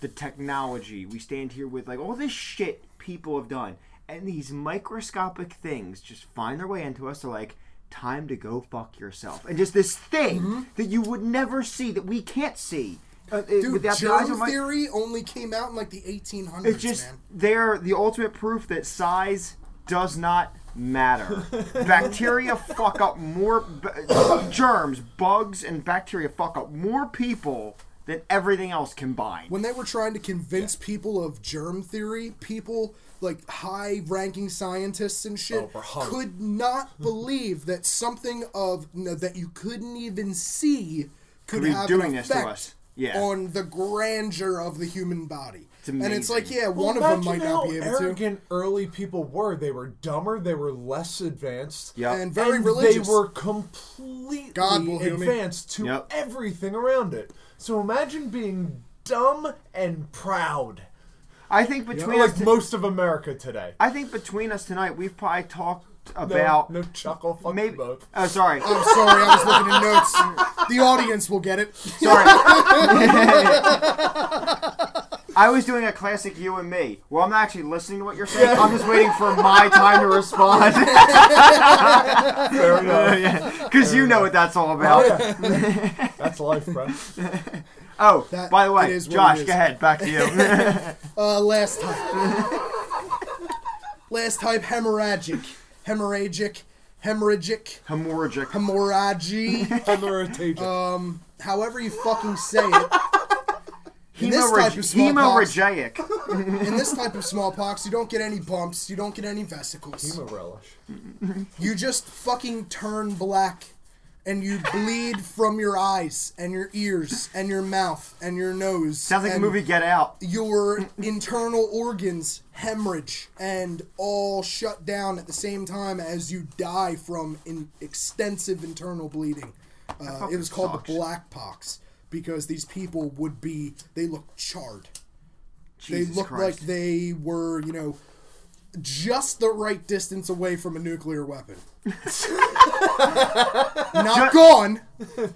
Speaker 2: the technology. We stand here with like all this shit people have done, and these microscopic things just find their way into us. They're like, time to go fuck yourself, and just this thing
Speaker 1: Mm-hmm.
Speaker 2: that you would never see that we can't see uh, it-
Speaker 1: Dude,
Speaker 2: without the eyes
Speaker 1: germ
Speaker 2: of my.
Speaker 1: theory only came out in like the 1800s,
Speaker 2: It's just
Speaker 1: man.
Speaker 2: they're the ultimate proof that size does not matter. bacteria fuck up more b- germs, bugs, and bacteria fuck up more people than everything else combined.
Speaker 1: When they were trying to convince people of germ theory, people like high-ranking scientists and shit
Speaker 3: Oh, we're hung.
Speaker 1: could not believe that something of no, that you couldn't even see could
Speaker 2: Could be
Speaker 1: have
Speaker 2: doing
Speaker 1: an
Speaker 2: this to
Speaker 1: effect
Speaker 2: us. Yeah.
Speaker 1: on the grandeur of the human body. and it's
Speaker 2: amazing.
Speaker 1: like, yeah,
Speaker 3: Well,
Speaker 1: one of them
Speaker 3: imagine
Speaker 1: might
Speaker 3: how
Speaker 1: not be able to.
Speaker 3: arrogant early people were. They were dumber. They were less advanced.
Speaker 2: Yep.
Speaker 1: And very
Speaker 3: and
Speaker 1: religious.
Speaker 3: They were completely
Speaker 1: God will hear me.
Speaker 3: advanced to
Speaker 2: Yep.
Speaker 3: everything around it. So imagine being dumb and proud,
Speaker 2: I think between us,
Speaker 3: like
Speaker 2: t-
Speaker 3: most of America today.
Speaker 2: I think between us tonight, we've probably talked
Speaker 3: No,
Speaker 2: about
Speaker 3: no chuckle, fuck
Speaker 2: maybe.
Speaker 3: both.
Speaker 2: Oh, sorry,
Speaker 1: I'm sorry, I was looking at notes. The audience will get it.
Speaker 2: sorry. I was doing a classic you and me. Well, I'm not actually listening to what you're saying. I'm just waiting for my time to respond.
Speaker 3: Fair enough.
Speaker 2: Because you know what that's all about.
Speaker 3: That's life, bro.
Speaker 2: Oh,
Speaker 1: That-
Speaker 2: by the
Speaker 1: it
Speaker 2: way,
Speaker 1: is what it
Speaker 2: Josh,
Speaker 1: is.
Speaker 2: go ahead. Back to you.
Speaker 1: Uh, last type. last type, hemorrhagic. Hemorrhagic. hemorrhagic,
Speaker 2: Hemorrhagic.
Speaker 1: hemorrhage,
Speaker 3: Hemorrhagic.
Speaker 1: Uh, however you fucking say it. In this type of smallpox,
Speaker 2: Hemorrhagic.
Speaker 1: in this type of smallpox, you don't get any bumps, you don't get any vesicles.
Speaker 3: Hemo relish.
Speaker 1: You just fucking turn black and you bleed from your eyes and your ears and your mouth and your nose.
Speaker 2: Sounds like the
Speaker 1: and
Speaker 2: movie Get Out.
Speaker 1: Your internal organs hemorrhage and all shut down at the same time as you die from in extensive internal bleeding. Uh, it was called
Speaker 2: sucks.
Speaker 1: the black pox because these people would be, they looked charred they
Speaker 2: Jesus
Speaker 1: looked
Speaker 2: Christ.
Speaker 1: like they were, you know, just the right distance away from a nuclear weapon. Not gone,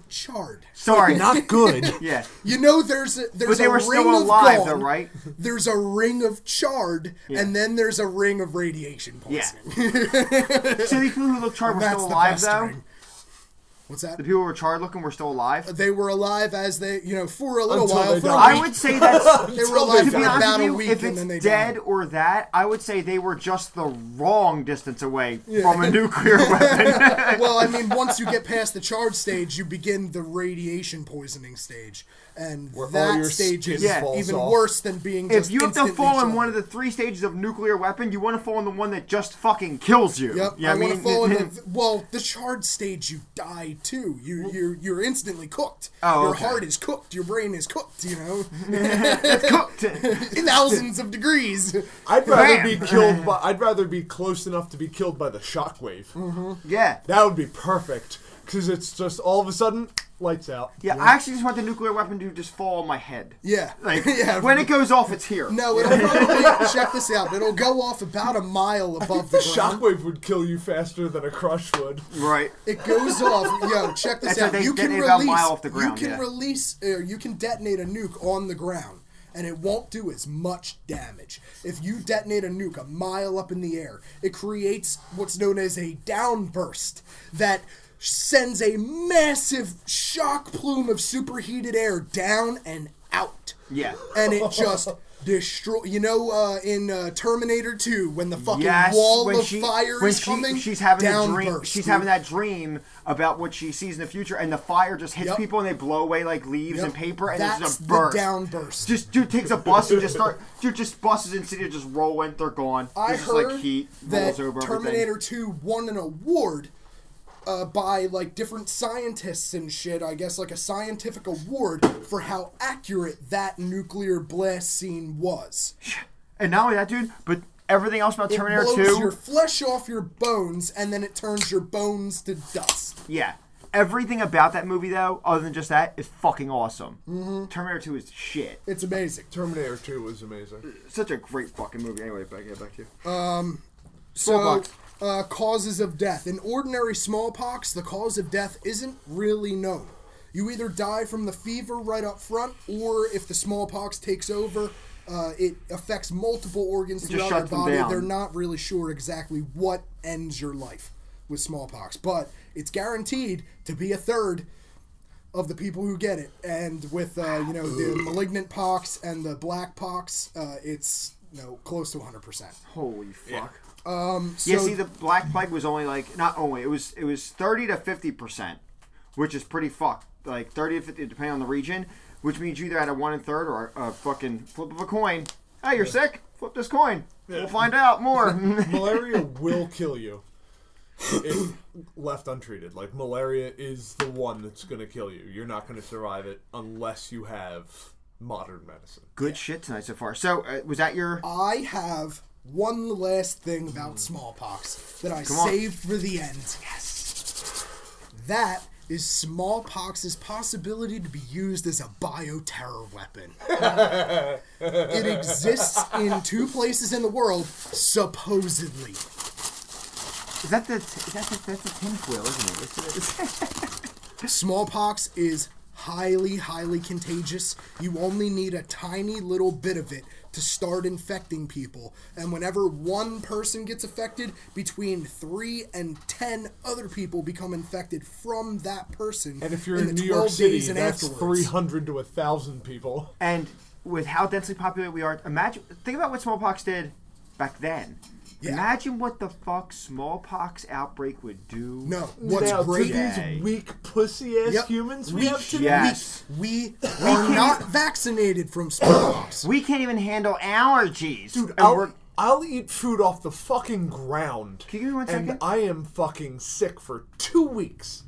Speaker 1: charred.
Speaker 2: Sorry, not.
Speaker 3: good.
Speaker 2: Yeah.
Speaker 1: You know, there's a, there's
Speaker 2: But they
Speaker 1: a
Speaker 2: were
Speaker 1: ring
Speaker 2: still
Speaker 1: of
Speaker 2: alive,
Speaker 1: gone,
Speaker 2: though, right?
Speaker 1: There's a ring of charred, and then there's a ring of radiation
Speaker 2: Yeah.
Speaker 1: poisoning.
Speaker 2: so these people who look charred were
Speaker 1: That's
Speaker 2: still
Speaker 1: the
Speaker 2: alive,
Speaker 1: best
Speaker 2: though?
Speaker 1: ring. What's
Speaker 2: The
Speaker 1: that?
Speaker 2: people who were charred looking were still alive?
Speaker 1: They were alive as they, you know, for a little
Speaker 3: Until
Speaker 1: while.
Speaker 3: they
Speaker 1: For
Speaker 3: died.
Speaker 1: a
Speaker 2: I
Speaker 1: week.
Speaker 2: would say that's.
Speaker 1: they were
Speaker 3: until they
Speaker 1: alive for
Speaker 3: died.
Speaker 2: To be honest
Speaker 1: about
Speaker 2: with
Speaker 1: a
Speaker 2: you,
Speaker 1: week,
Speaker 2: if
Speaker 1: and then they
Speaker 2: it's dead
Speaker 1: died.
Speaker 2: or that, I would say they were just the wrong distance away from a nuclear weapon.
Speaker 1: well, I mean, once you get past the charred stage, you begin the radiation poisoning stage, and
Speaker 3: Where all
Speaker 1: that
Speaker 3: your
Speaker 1: stage
Speaker 3: skin
Speaker 1: is
Speaker 2: Yeah.
Speaker 3: falls
Speaker 1: even
Speaker 3: off.
Speaker 1: worse than being. Just
Speaker 2: if you have to
Speaker 1: instantly
Speaker 2: fall in
Speaker 1: charred.
Speaker 2: one of the three stages of nuclear weapon, you want to fall in the one that just fucking kills you.
Speaker 1: Yep,
Speaker 2: Yeah,
Speaker 1: I, want to fall in the well. The charred stage, you die too. You you you're instantly cooked.
Speaker 2: Oh,
Speaker 1: your
Speaker 2: okay.
Speaker 1: heart is cooked. Your brain is cooked. You know,
Speaker 2: cooked.
Speaker 1: thousands of degrees.
Speaker 3: I'd rather
Speaker 2: Bam.
Speaker 3: be killed by. I'd rather be close enough to be killed by the shockwave.
Speaker 1: Mm-hmm.
Speaker 2: Yeah.
Speaker 3: That would be perfect because it's just all of a sudden lights out.
Speaker 2: Yeah, I actually just want the nuclear weapon to just fall on my head.
Speaker 1: Yeah,
Speaker 2: Like,
Speaker 1: yeah.
Speaker 2: when it goes off, it's here.
Speaker 1: no, it'll probably check this out. It'll go off about a mile above
Speaker 3: The
Speaker 1: the ground.
Speaker 3: shockwave would kill you faster than a crush would.
Speaker 2: Right.
Speaker 1: It goes off. Yo, check this
Speaker 2: That's
Speaker 1: out.
Speaker 2: how they
Speaker 1: you can
Speaker 2: detonate about a
Speaker 1: release.
Speaker 2: mile off the ground,
Speaker 1: you can
Speaker 2: yeah.
Speaker 1: release. Uh, you can detonate a nuke on the ground, and it won't do as much damage. If you detonate a nuke a mile up in the air, it creates what's known as a downburst that sends a massive shock plume of superheated air down and out
Speaker 2: Yeah.
Speaker 1: and it just destroy. You know, uh, in uh, Terminator 2, when the fucking
Speaker 2: Yes.
Speaker 1: wall
Speaker 2: when
Speaker 1: of
Speaker 2: she,
Speaker 1: fire
Speaker 2: when
Speaker 1: is
Speaker 2: she-
Speaker 1: coming,
Speaker 2: she's having a
Speaker 1: down
Speaker 2: dream.
Speaker 1: burst,
Speaker 2: She's
Speaker 1: dude.
Speaker 2: having that dream about what she sees in the future, and the fire just hits
Speaker 1: Yep.
Speaker 2: people, and they blow away like leaves
Speaker 1: Yep.
Speaker 2: and paper, and
Speaker 1: That's
Speaker 2: there's just a
Speaker 1: the
Speaker 2: burst.
Speaker 1: down burst.
Speaker 2: Just dude takes a bus and just start. Dude just buses and city just rolling. They're gone.
Speaker 1: I
Speaker 2: There's just
Speaker 1: heard
Speaker 2: like heat
Speaker 1: that
Speaker 2: rolls over
Speaker 1: Terminator
Speaker 2: everything.
Speaker 1: 2 won an award uh, by like different scientists and shit. I guess like a scientific award for how accurate that nuclear blast scene was.
Speaker 2: And not only that, dude, but everything else about Terminator
Speaker 1: it blows
Speaker 2: Two.
Speaker 1: your flesh off your bones, and then it turns your bones to dust.
Speaker 2: Yeah. Everything about that movie, though, other than just that, is fucking awesome.
Speaker 1: Mm-hmm.
Speaker 2: Terminator 2 is shit.
Speaker 1: It's amazing.
Speaker 3: Terminator 2 was amazing.
Speaker 2: such a great fucking movie. Anyway, back, yeah, back to you.
Speaker 1: So,
Speaker 2: Smallpox.
Speaker 1: uh, causes of death. In ordinary smallpox, the cause of death isn't really known. You either die from the fever right up front, or if the smallpox takes over, uh, it affects multiple organs
Speaker 2: just
Speaker 1: throughout your
Speaker 2: shuts them
Speaker 1: body.
Speaker 2: down.
Speaker 1: They're not really sure exactly what ends your life with smallpox, but it's guaranteed to be a third of the people who get it. And with uh, you know the malignant pox and the black pox, uh, it's you know close to 100. percent
Speaker 2: Holy fuck.
Speaker 1: So
Speaker 2: Yeah, see, the Black Plague was only like, not only, it was it was 30 to 50%, which is pretty fucked. Like 30 to 50, depending on the region, which means you either had a one and third or a, a fucking flip of a coin. Hey, you're sick? Flip this coin. We'll find out more.
Speaker 3: malaria will kill you if left untreated. Like malaria is the one that's going to kill you. You're not going to survive it unless you have modern medicine.
Speaker 2: Good shit tonight so far. So, uh, was that your.
Speaker 1: I have one last thing about smallpox that I
Speaker 2: on.
Speaker 1: saved for the end. Yes. That is smallpox's possibility to be used as a bioterror weapon. it exists in two places in the world, supposedly.
Speaker 2: Is that the. Is that the, that's the tinfoil, isn't it? It's- it's-
Speaker 1: Smallpox is highly, highly contagious. You only need a tiny little bit of it to start infecting people. And whenever one person gets affected, between three and ten other people become infected from that person.
Speaker 3: And if you're
Speaker 1: in
Speaker 3: in,
Speaker 1: the
Speaker 3: New York
Speaker 1: 12
Speaker 3: City,
Speaker 1: days and
Speaker 3: that's
Speaker 1: afterwards.
Speaker 3: 300 to 1,000 people.
Speaker 2: And with how densely populated we are, imagine think about what smallpox did back then.
Speaker 1: Yeah.
Speaker 2: Imagine what the fuck smallpox outbreak would do.
Speaker 1: No, what's
Speaker 3: now,
Speaker 1: great?
Speaker 3: to
Speaker 2: Yay.
Speaker 3: these weak pussy ass
Speaker 1: Yep.
Speaker 3: humans we, have today.
Speaker 2: yeah.
Speaker 1: Yes.
Speaker 2: Yes.
Speaker 1: We, we are not vaccinated from smallpox.
Speaker 2: We can't even handle allergies.
Speaker 3: Dude,
Speaker 2: And we're-
Speaker 3: I'll, I'll eat food off the fucking ground.
Speaker 2: Can you give me one
Speaker 3: And
Speaker 2: second?
Speaker 3: I am fucking sick for two weeks.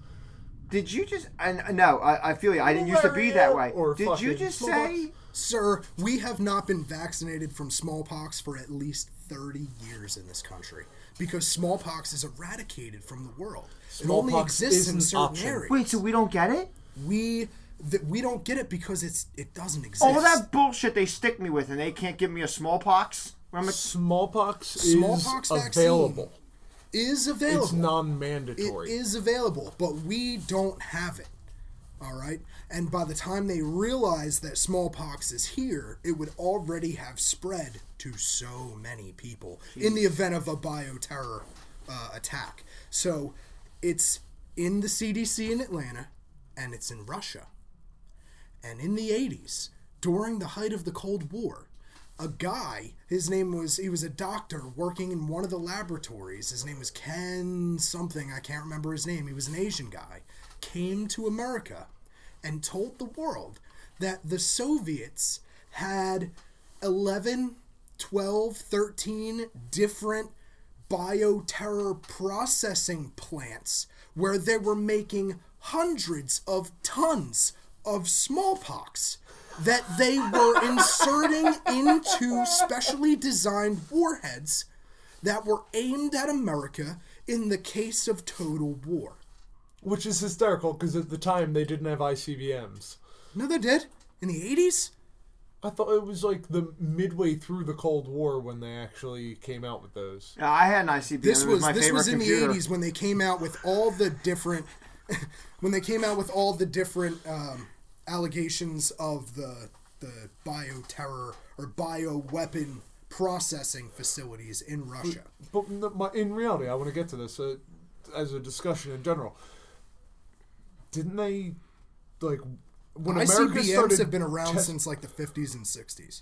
Speaker 2: did you just? And no, I, I feel you. I didn't used to be that way.
Speaker 3: Or
Speaker 2: did you
Speaker 3: fucking
Speaker 2: just
Speaker 3: smallpox.
Speaker 2: say?
Speaker 1: Sir, we have not been vaccinated from smallpox for at least 30 years in this country because smallpox is eradicated from the world. it only
Speaker 3: Smallpox
Speaker 1: exists in
Speaker 3: isn't
Speaker 1: certain
Speaker 3: optional.
Speaker 1: areas.
Speaker 2: Wait, so we don't get it?
Speaker 1: We that we don't get it because it's it doesn't exist.
Speaker 2: All that bullshit they stick me with, and they can't give me a smallpox. When I'm a-
Speaker 3: Smallpox is
Speaker 1: Smallpox vaccine
Speaker 3: available.
Speaker 1: is available.
Speaker 3: It's non
Speaker 1: It
Speaker 3: mandatory.
Speaker 1: is available, but we don't have it. All right? And by the time they realize that smallpox is here, it would already have spread to so many people in the event of a bioterror uh, attack. So it's in the CDC in Atlanta and it's in Russia. And in the 80s, during the height of the Cold War, a guy, his name was, he was a doctor working in one of the laboratories. His name was Ken something, I can't remember his name. He was an Asian guy, came to America and told the world that the Soviets had 11, 12, 13 different bioterror processing plants where they were making hundreds of tons of smallpox that they were inserting into specially designed warheads that were aimed at America in the case of total war.
Speaker 3: Which is hysterical because at the time they didn't have ICBMs.
Speaker 1: No, they did. In the 80s?
Speaker 3: I thought it was like the midway through the Cold War when they actually came out with those.
Speaker 2: I had an ICBM.
Speaker 1: This
Speaker 2: it
Speaker 1: was,
Speaker 2: my
Speaker 1: this
Speaker 2: favorite
Speaker 1: was in
Speaker 2: computer.
Speaker 1: the 80s when they came out with all the different when they came out with all the different um, allegations of the the bioterror or bioweapon processing facilities in Russia.
Speaker 3: But in, the, my, in reality, I want to get to this uh, as a discussion in general. Didn't they, like, when America
Speaker 1: ICBMs
Speaker 3: started
Speaker 1: have been around
Speaker 3: test-
Speaker 1: since like the 50s and 60s.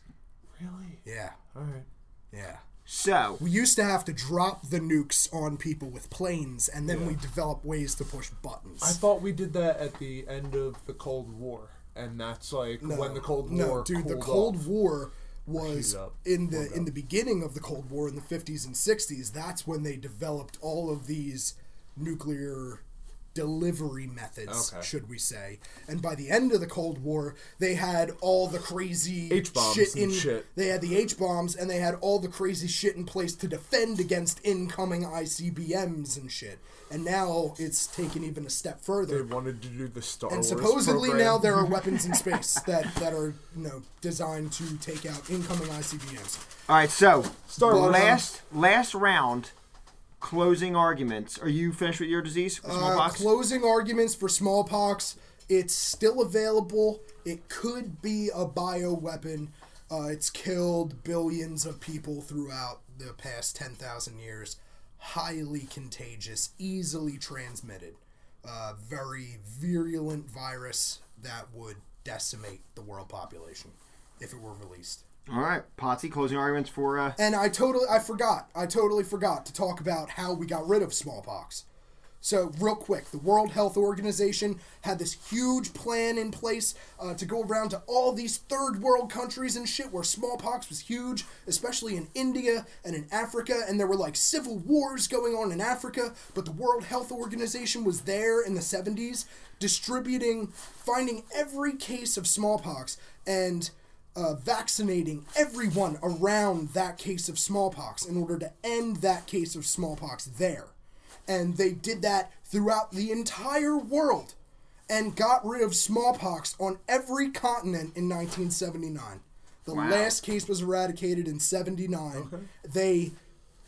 Speaker 3: Really?
Speaker 1: Yeah.
Speaker 3: All right.
Speaker 1: Yeah.
Speaker 2: So
Speaker 1: We used to have to drop the nukes on people with planes and then we developed ways to push buttons.
Speaker 3: I thought we did that at the end of the Cold War, and that's like when the Cold
Speaker 1: no,
Speaker 3: War.
Speaker 1: dude, the
Speaker 3: cooled
Speaker 1: Cold
Speaker 3: off.
Speaker 1: War was
Speaker 3: Heat up,
Speaker 1: in the in the beginning of the Cold War in the 50s and 60s. That's when they developed all of these nuclear delivery methods,
Speaker 3: Okay.
Speaker 1: should we say? And by the end of the Cold War, they had all the crazy
Speaker 3: H-bombs
Speaker 1: shit
Speaker 3: and
Speaker 1: in
Speaker 3: shit.
Speaker 1: they had the H bombs and they had all the crazy shit in place to defend against incoming ICBMs and shit. And now it's taken even a step further
Speaker 3: They wanted to do the Star
Speaker 1: and
Speaker 3: Wars.
Speaker 1: supposedly
Speaker 3: program.
Speaker 1: now there are weapons in space that, that are you know designed to take out incoming ICBMs.
Speaker 2: All right, so
Speaker 3: Star Wars.
Speaker 2: last last round, closing arguments. Are you finished with your disease? with
Speaker 1: Uh,
Speaker 2: Smallpox.
Speaker 1: closing arguments for smallpox. It's still available. It could be a bioweapon. Uh, it's killed billions of people throughout the past 10,000 years. Highly contagious, easily transmitted. Uh, very virulent virus that would decimate the world population if it were released.
Speaker 2: All right, Potsy. Closing arguments for uh,
Speaker 1: And I totally, I forgot. I totally forgot to talk about how we got rid of smallpox. So, real quick, the World Health Organization had this huge plan in place uh, to go around to all these third world countries and shit where smallpox was huge, especially in India and in Africa. And there were like civil wars going on in Africa, but the World Health Organization was there in the 70s distributing, finding every case of smallpox. And uh, vaccinating everyone around that case of smallpox in order to end that case of smallpox there. And they did that throughout the entire world and got rid of smallpox on every continent in 1979. The last case was eradicated in 79. They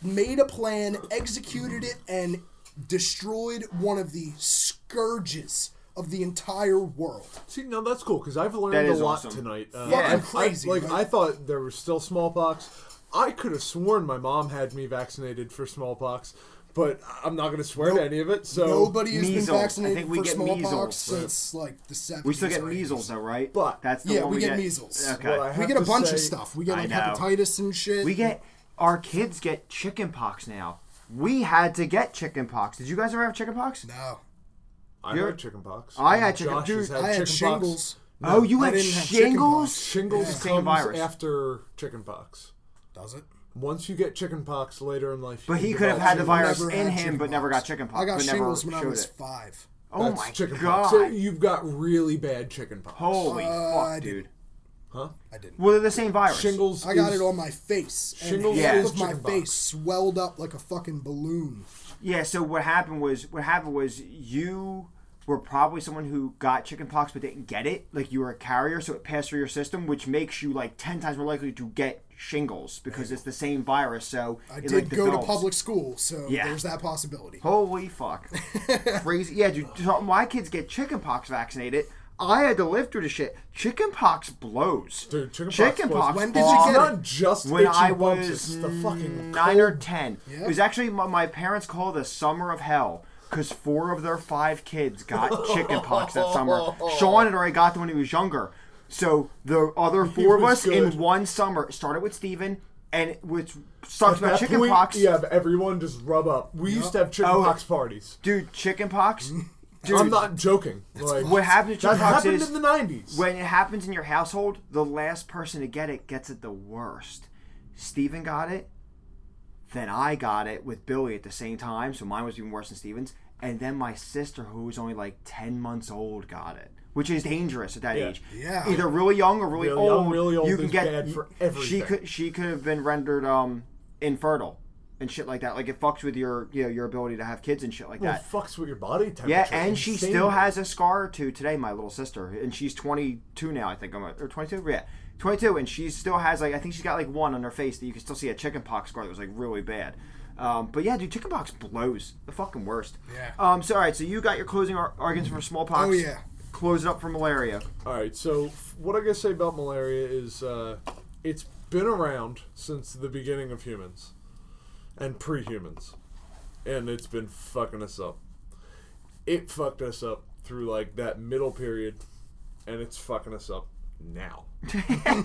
Speaker 1: made a plan, executed it, and destroyed one of the scourges of the entire world.
Speaker 3: See, no, that's cool because I've learned
Speaker 2: That
Speaker 3: a
Speaker 2: is
Speaker 3: lot
Speaker 2: awesome.
Speaker 3: tonight. Uh,
Speaker 1: Fucking
Speaker 3: I- I-
Speaker 1: crazy,
Speaker 3: like
Speaker 1: right?
Speaker 3: I thought there was still smallpox. I could have sworn my mom had me vaccinated for smallpox, but I'm not going to swear to any of it. So,
Speaker 1: Nobody has
Speaker 2: measles.
Speaker 1: been
Speaker 2: I
Speaker 1: vaccinated
Speaker 2: think we
Speaker 1: for
Speaker 2: get
Speaker 1: smallpox
Speaker 2: measles.
Speaker 1: since like the 70s.
Speaker 2: we still get
Speaker 1: or 80s.
Speaker 2: measles though, right?
Speaker 3: But-
Speaker 2: that's the
Speaker 1: Yeah,
Speaker 2: one
Speaker 1: we
Speaker 2: we
Speaker 1: get measles.
Speaker 2: Okay,
Speaker 3: What I
Speaker 1: We
Speaker 3: have
Speaker 1: get a
Speaker 3: to
Speaker 1: bunch of
Speaker 3: say-
Speaker 1: stuff. We get
Speaker 2: I
Speaker 1: like
Speaker 2: know.
Speaker 1: hepatitis and shit.
Speaker 2: we get our kids get chicken pox now. We had to get chicken pox. Did you guys ever have chicken pox?
Speaker 1: No.
Speaker 4: I
Speaker 2: You're-
Speaker 4: had chickenpox.
Speaker 2: I had chicken.
Speaker 3: Josh
Speaker 2: dude,
Speaker 3: has had
Speaker 1: I had
Speaker 3: chickenpox.
Speaker 1: shingles.
Speaker 2: oh, you
Speaker 1: I
Speaker 2: had
Speaker 1: didn't have
Speaker 2: shingles?
Speaker 3: Shingles
Speaker 2: It's the same
Speaker 3: comes
Speaker 2: virus.
Speaker 3: after chickenpox.
Speaker 1: Does it?
Speaker 3: Once you get chickenpox later in life,
Speaker 2: But
Speaker 3: you
Speaker 2: he
Speaker 3: can
Speaker 2: could have
Speaker 3: develop
Speaker 2: had the
Speaker 3: shingles.
Speaker 2: virus
Speaker 1: Never
Speaker 2: in
Speaker 1: had
Speaker 2: him, but never got chicken pox.
Speaker 1: I got
Speaker 2: but
Speaker 1: shingles
Speaker 2: never
Speaker 1: when I
Speaker 2: showed
Speaker 1: was
Speaker 2: it.
Speaker 1: five.
Speaker 2: Oh
Speaker 3: That's
Speaker 2: my god!
Speaker 3: chickenpox. So you've got really bad chickenpox.
Speaker 2: Holy
Speaker 1: Uh, I
Speaker 2: fuck,
Speaker 1: didn't.
Speaker 2: dude.
Speaker 3: Huh?
Speaker 1: I didn't.
Speaker 2: Well, they're the same virus.
Speaker 3: Shingles.
Speaker 1: I got
Speaker 3: is-
Speaker 1: it on my face. and
Speaker 3: Shingles
Speaker 1: half
Speaker 2: is
Speaker 1: of my
Speaker 3: chickenpox.
Speaker 1: face swelled up like a fucking balloon.
Speaker 2: Yeah. So what happened was, what happened was, you were probably someone who got chickenpox but didn't get it. Like you were a carrier, so it passed through your system, which makes you like ten times more likely to get shingles because it's the same virus. So
Speaker 1: I
Speaker 2: it,
Speaker 1: did
Speaker 2: like,
Speaker 1: go
Speaker 2: develops.
Speaker 1: to public school, so
Speaker 2: Yeah.
Speaker 1: there's that possibility.
Speaker 2: Holy fuck! Crazy. Yeah, dude. so My kids get chickenpox vaccinated. I had to live through the shit. Chickenpox blows.
Speaker 3: Dude, chickenpox.
Speaker 2: Chickenpox
Speaker 3: was-
Speaker 1: When did you
Speaker 2: blows.
Speaker 1: get
Speaker 3: It's
Speaker 1: it?
Speaker 3: not just
Speaker 2: when
Speaker 3: itchy
Speaker 2: I was
Speaker 3: bumps, it's the fucking
Speaker 2: nine or ten.
Speaker 1: Yeah.
Speaker 2: It was actually my, my parents call it the summer of hell because four of their five kids got chickenpox that summer. Sean had already got them when he was younger, so the other four of
Speaker 3: was
Speaker 2: us
Speaker 3: good.
Speaker 2: in one summer it started with Steven and it was sucked
Speaker 3: At
Speaker 2: about
Speaker 3: that
Speaker 2: chickenpox.
Speaker 3: Point, yeah, but everyone just rub up. We used to have chickenpox parties.
Speaker 2: Dude, chickenpox. Oh. Dude,
Speaker 3: I'm not joking. Like,
Speaker 2: what happened to
Speaker 3: that
Speaker 2: chickenpox
Speaker 3: happened
Speaker 2: is
Speaker 3: in the 90s.
Speaker 2: when it happens in your household, the last person to get it gets it the worst. Steven got it, then I got it with Billy at the same time, so mine was even worse than Steven's. And then my sister, who was only like 10 months old, got it, which is dangerous at that
Speaker 3: Yeah.
Speaker 2: age.
Speaker 1: Yeah.
Speaker 2: Either really young or really,
Speaker 3: Really young,
Speaker 2: old.
Speaker 3: really old
Speaker 2: you can
Speaker 3: is
Speaker 2: get,
Speaker 3: bad for
Speaker 2: She
Speaker 3: everything.
Speaker 2: could, she could have been rendered um, infertile and shit like that. Like it fucks with your, you know, your ability to have kids and shit like
Speaker 3: Well,
Speaker 2: that.
Speaker 3: it fucks with your body temperature.
Speaker 2: Yeah, and she
Speaker 3: insanely.
Speaker 2: still has a scar or two today, my little sister, and she's 22 now, I think, I'm or 22, yeah, 22, and she still has like I think she's got like one on her face that you can still see a chickenpox scar that was like really bad. Um, but yeah, dude, chickenpox blows the fucking worst.
Speaker 1: Yeah.
Speaker 2: Um. So all right, so you got your closing ar- arguments for smallpox.
Speaker 1: Oh, yeah.
Speaker 2: Close it up for malaria.
Speaker 3: All right, so f- what I gotta say about malaria is uh, it's been around since the beginning of humans and pre-humans, and it's been fucking us up. It fucked us up through like that middle period, and it's fucking us up now.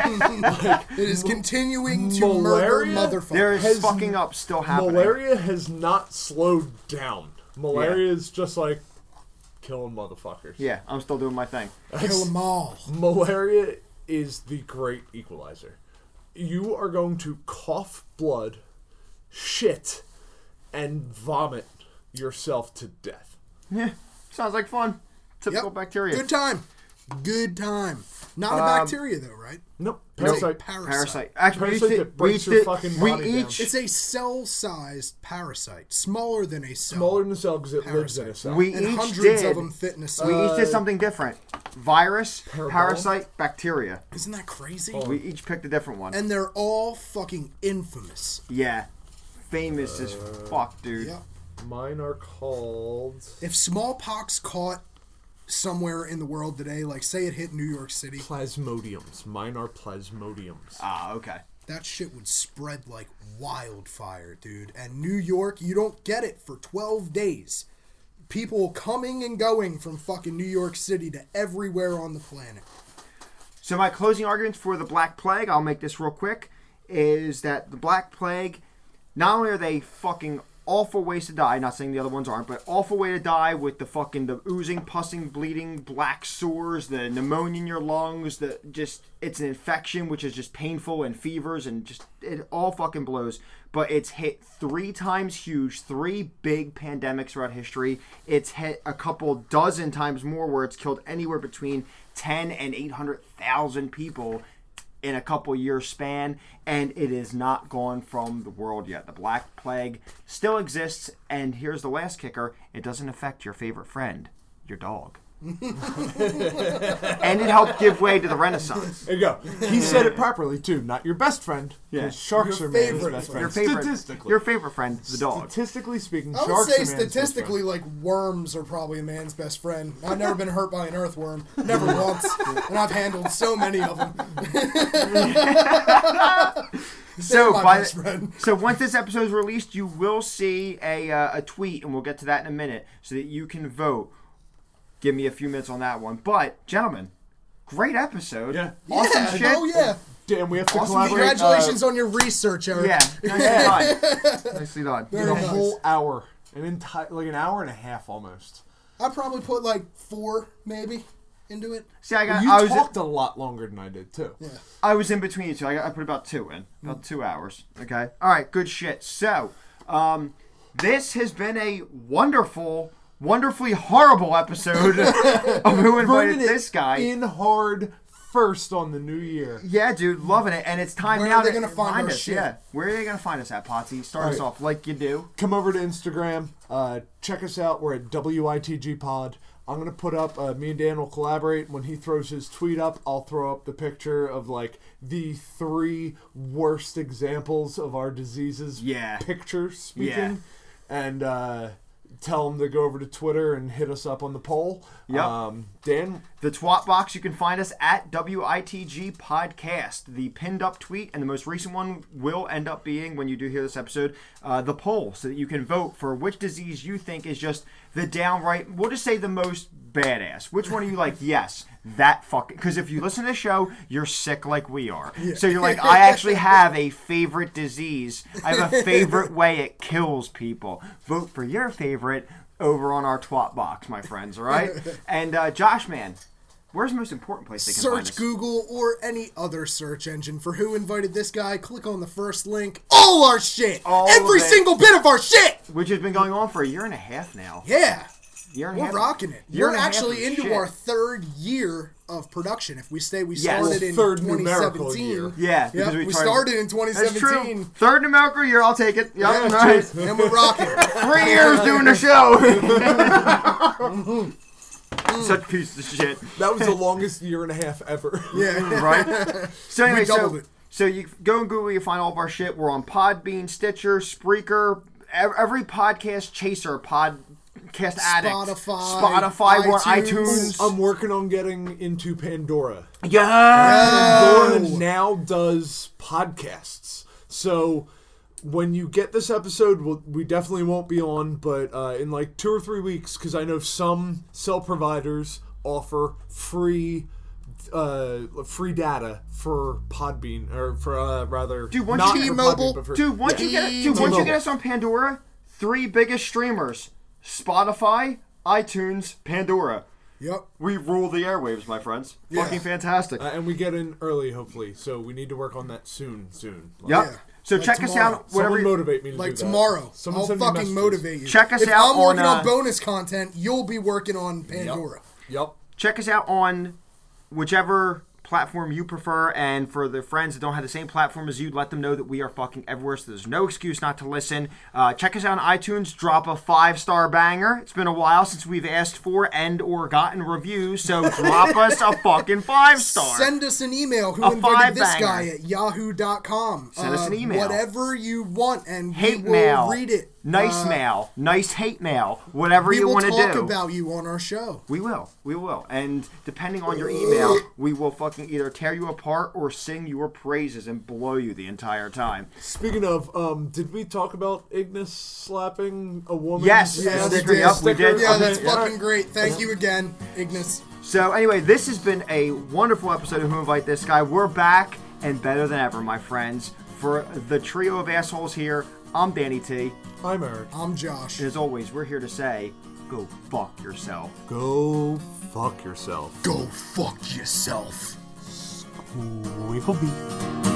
Speaker 1: It is continuing to
Speaker 3: malaria?
Speaker 1: murder motherfuckers.
Speaker 2: There is
Speaker 3: Has-
Speaker 2: fucking up still happening.
Speaker 3: Malaria has not slowed down. Malaria is just like killing motherfuckers.
Speaker 2: Yeah, I'm still doing my thing.
Speaker 1: Kill them all.
Speaker 3: Malaria is the great equalizer. You are going to cough blood, shit, and vomit yourself to death.
Speaker 2: Yeah. Sounds like fun. Typical
Speaker 1: Yep.
Speaker 2: bacteria. Um,
Speaker 1: Good time. Good time. Not a bacteria though, right?
Speaker 3: Nope.
Speaker 1: It's a
Speaker 3: Parasite.
Speaker 1: parasite.
Speaker 2: Parasite. Actually,
Speaker 3: Parasite
Speaker 2: we,
Speaker 3: that
Speaker 2: did, we,
Speaker 3: breaks your
Speaker 2: did,
Speaker 3: fucking
Speaker 2: we
Speaker 3: body down.
Speaker 2: each
Speaker 1: It's a cell-sized parasite, smaller than a cell.
Speaker 3: Smaller than a cell because it lives in a
Speaker 1: Parasite.
Speaker 3: cell.
Speaker 2: We
Speaker 1: and
Speaker 2: each Uh,
Speaker 1: hundreds
Speaker 2: did.
Speaker 1: of them fit in a cell.
Speaker 2: we each did something different. Virus,
Speaker 3: Parabol-
Speaker 2: parasite, bacteria.
Speaker 1: Isn't that crazy?
Speaker 2: We each picked a different one.
Speaker 1: And they're all fucking infamous.
Speaker 2: yeah, famous as fuck, dude.
Speaker 1: Yep.
Speaker 3: Mine are called.
Speaker 1: If smallpox caught somewhere in the world today, like say it hit New York City,
Speaker 3: Plasmodiums. Mine are plasmodiums.
Speaker 2: Ah, okay.
Speaker 1: that shit would spread like wildfire, dude. And New York, you don't get it for 12 days. People coming and going from fucking New York City to everywhere on the planet.
Speaker 2: So my closing arguments for the Black Plague, I'll make this real quick, is that the Black Plague, not only are they fucking awful ways to die, not saying the other ones aren't, but awful way to die with the fucking the oozing, pussing, bleeding, black sores, the pneumonia in your lungs, the just it's an infection which is just painful and fevers and just it all fucking blows. But it's hit three times huge, three big pandemics throughout history. It's hit a couple dozen times more where it's killed anywhere between 10 and 800,000 people in a couple year span, and it is not gone from the world yet. The Black Plague still exists, and here's the last kicker it doesn't affect your favorite friend, your dog. and it helped give way to the Renaissance.
Speaker 3: There you go. He said it properly too. Not your best friend. 'cause
Speaker 2: Yeah.
Speaker 3: Sharks
Speaker 1: Your
Speaker 3: are man's
Speaker 1: favorite friend.
Speaker 3: best friend.
Speaker 2: Your favorite,
Speaker 3: statistically.
Speaker 2: your favorite friend, the dog.
Speaker 3: statistically speaking,
Speaker 1: I would
Speaker 3: sharks
Speaker 1: say
Speaker 3: are man's best friend.
Speaker 1: statistically, like worms are probably a man's best friend. I've never been hurt by an earthworm, never once, and I've handled so many of them.
Speaker 2: So,
Speaker 1: my
Speaker 2: by
Speaker 1: best
Speaker 2: the,
Speaker 1: friend.
Speaker 2: so once this episode is released, you will see a uh, a tweet, and we'll get to that in a minute, so that you can vote. Give me a few minutes on that one, but gentlemen, great episode.
Speaker 3: Yeah. uh,
Speaker 2: awesome
Speaker 1: yeah,
Speaker 2: shit.
Speaker 1: Oh yeah,
Speaker 3: damn, we have to
Speaker 2: Awesome.
Speaker 3: collaborate.
Speaker 1: Congratulations on your research, Eric.
Speaker 2: Yeah, nicely done. nicely done.
Speaker 3: uh,
Speaker 1: Very
Speaker 3: in a
Speaker 1: nice.
Speaker 3: whole hour, an entire like an hour and a half almost.
Speaker 1: I probably put like four maybe into it.
Speaker 2: See, I got.
Speaker 3: you
Speaker 2: I was.
Speaker 3: talked a lot longer than I did too.
Speaker 1: Yeah.
Speaker 2: I was in between you two. I, got, I put about two in, about
Speaker 1: Mm.
Speaker 2: two hours. Okay. All right. Good shit. So, um, this has been a wonderful, wonderfully horrible episode of Who Invited
Speaker 3: Bringing it
Speaker 2: This Guy.
Speaker 3: in hard first on the new year.
Speaker 2: yeah, dude, loving it, and it's time
Speaker 1: Where
Speaker 2: now
Speaker 1: are they
Speaker 2: to
Speaker 1: gonna find our
Speaker 2: us.
Speaker 1: shit?
Speaker 2: Yeah, where are they gonna find us at, Potsy? Start us
Speaker 3: All right.
Speaker 2: off like you do.
Speaker 3: come over to Instagram. Uh, check us out. We're at WITG Pod. I'm gonna put up. Uh, me and Dan will collaborate. When he throws his tweet up, I'll throw up the picture of like the three worst examples of our diseases.
Speaker 2: Yeah.
Speaker 3: Picture speaking,
Speaker 2: Yeah.
Speaker 3: and uh, tell him to go over to Twitter and hit us up on the poll.
Speaker 2: Yep.
Speaker 3: Um, Dan,
Speaker 2: The Twat Box, you can find us at WITG Podcast. The pinned up tweet and the most recent one will end up being, when you do hear this episode, uh, the poll so that you can vote for which disease you think is just the downright, we'll just say the most badass. Which one are you like, yes, that fucking. Because if you listen to the show, you're sick like we are. So you're like, I actually have a favorite disease, I have a favorite way it kills people. Vote for your favorite over on our twat box, my friends. All right, and uh, Josh, man, where's the most important place they can find
Speaker 1: Search
Speaker 2: us?
Speaker 1: Google or any other search engine for who invited this guy. Click on the first link. All our shit.
Speaker 2: All
Speaker 1: Every
Speaker 2: of it.
Speaker 1: single bit of our shit.
Speaker 2: Which has been going on for a year and a half now.
Speaker 1: Yeah.
Speaker 2: Year and a
Speaker 1: We're
Speaker 2: half.
Speaker 1: rocking it.
Speaker 2: year
Speaker 1: We're
Speaker 2: and a half
Speaker 1: actually
Speaker 2: of
Speaker 1: into
Speaker 2: shit.
Speaker 1: our third year of production. If we say we
Speaker 2: Yes.
Speaker 1: started in
Speaker 3: Third numerical
Speaker 1: 2017.
Speaker 3: year.
Speaker 2: Yeah,
Speaker 1: Yep,
Speaker 2: because we
Speaker 1: we
Speaker 2: tried-
Speaker 1: started in
Speaker 2: That's
Speaker 1: 2017.
Speaker 2: true. Third numerical year, I'll take it. Yep, all right.
Speaker 3: cheers.
Speaker 1: And we're rocking.
Speaker 2: Three years doing the show. Such piece of shit.
Speaker 3: that was the longest year and a half ever.
Speaker 1: Yeah.
Speaker 2: right? So anyway, so,
Speaker 1: doubled it.
Speaker 2: so you go and Google, you find all of our shit. We're on Podbean, Stitcher, Spreaker, ev- every podcast chaser, podcast addict,
Speaker 1: Spotify,
Speaker 2: Spotify, we're on
Speaker 1: iTunes. Um,
Speaker 2: iTunes.
Speaker 3: I'm working on getting into Pandora.
Speaker 2: yeah.
Speaker 3: Pandora
Speaker 1: Oh.
Speaker 3: now does podcasts. So when you get this episode, we'll, we definitely won't be on, but uh, in like two or three weeks, because I know some cell providers offer free. Uh, free data for Podbean or for uh, rather,
Speaker 2: Dude, once
Speaker 3: not
Speaker 2: you-
Speaker 3: for Podbean,
Speaker 1: T-Mobile,
Speaker 3: but for-
Speaker 2: Dude, once you get dude, once you get us on Pandora, three biggest streamers: Spotify, iTunes, Pandora.
Speaker 1: Yep.
Speaker 2: We rule the airwaves, my friends.
Speaker 1: Yeah.
Speaker 2: Fucking fantastic.
Speaker 3: Uh, and we get in early, hopefully. So we need to work on that soon, soon. Like,
Speaker 2: yep.
Speaker 1: Yeah.
Speaker 2: So
Speaker 1: Like
Speaker 2: check us
Speaker 1: tomorrow.
Speaker 2: out.
Speaker 3: Someone
Speaker 2: Whatever.
Speaker 3: motivate me to
Speaker 1: Like
Speaker 3: do that.
Speaker 1: tomorrow,
Speaker 3: Someone
Speaker 1: I'll
Speaker 3: send me
Speaker 1: fucking
Speaker 3: messages.
Speaker 1: motivate you.
Speaker 2: Check us
Speaker 1: if
Speaker 2: out
Speaker 1: I'm working
Speaker 2: on,
Speaker 1: on,
Speaker 2: uh,
Speaker 1: bonus content. You'll be working on Pandora.
Speaker 3: Yep.
Speaker 2: check us out on whichever platform you prefer and for the friends that don't have the same platform as you let them know that we are fucking everywhere so there's no excuse not to listen uh, check us out on itunes drop a five star banger it's been a while since we've asked for and or gotten reviews so drop us a fucking five star
Speaker 1: Send us an email. Who
Speaker 2: A
Speaker 1: invited this
Speaker 2: five-banger.
Speaker 1: guy at yahoo.com?
Speaker 2: Send us an email.
Speaker 1: Uh, Whatever you want, and
Speaker 2: hate
Speaker 1: we will
Speaker 2: mail
Speaker 1: read it.
Speaker 2: nice
Speaker 1: Uh,
Speaker 2: mail nice hate mail whatever
Speaker 1: We
Speaker 2: you
Speaker 1: will
Speaker 2: want to
Speaker 1: talk
Speaker 2: do
Speaker 1: about you on our show.
Speaker 2: We will. We will. And depending on your email, we will fucking either tear you apart or sing your praises and blow you the entire time.
Speaker 3: Speaking of, um, did we talk about Ignis slapping a woman?
Speaker 2: Yes,
Speaker 1: Yes,
Speaker 2: sticker,
Speaker 1: we did.
Speaker 2: yep, we did.
Speaker 1: Yeah,
Speaker 2: Okay,
Speaker 1: that's
Speaker 2: yeah.
Speaker 1: fucking great. Thank you again, Ignis.
Speaker 2: So anyway, this has been a wonderful episode of Who Invite This Guy. We're back and better than ever, my friends. For the trio of assholes here, I'm Danny T.
Speaker 3: I'm Eric.
Speaker 1: I'm Josh.
Speaker 2: As always, we're here to say, go fuck yourself.
Speaker 3: Go fuck yourself.
Speaker 1: Go fuck yourself.
Speaker 3: Wiffle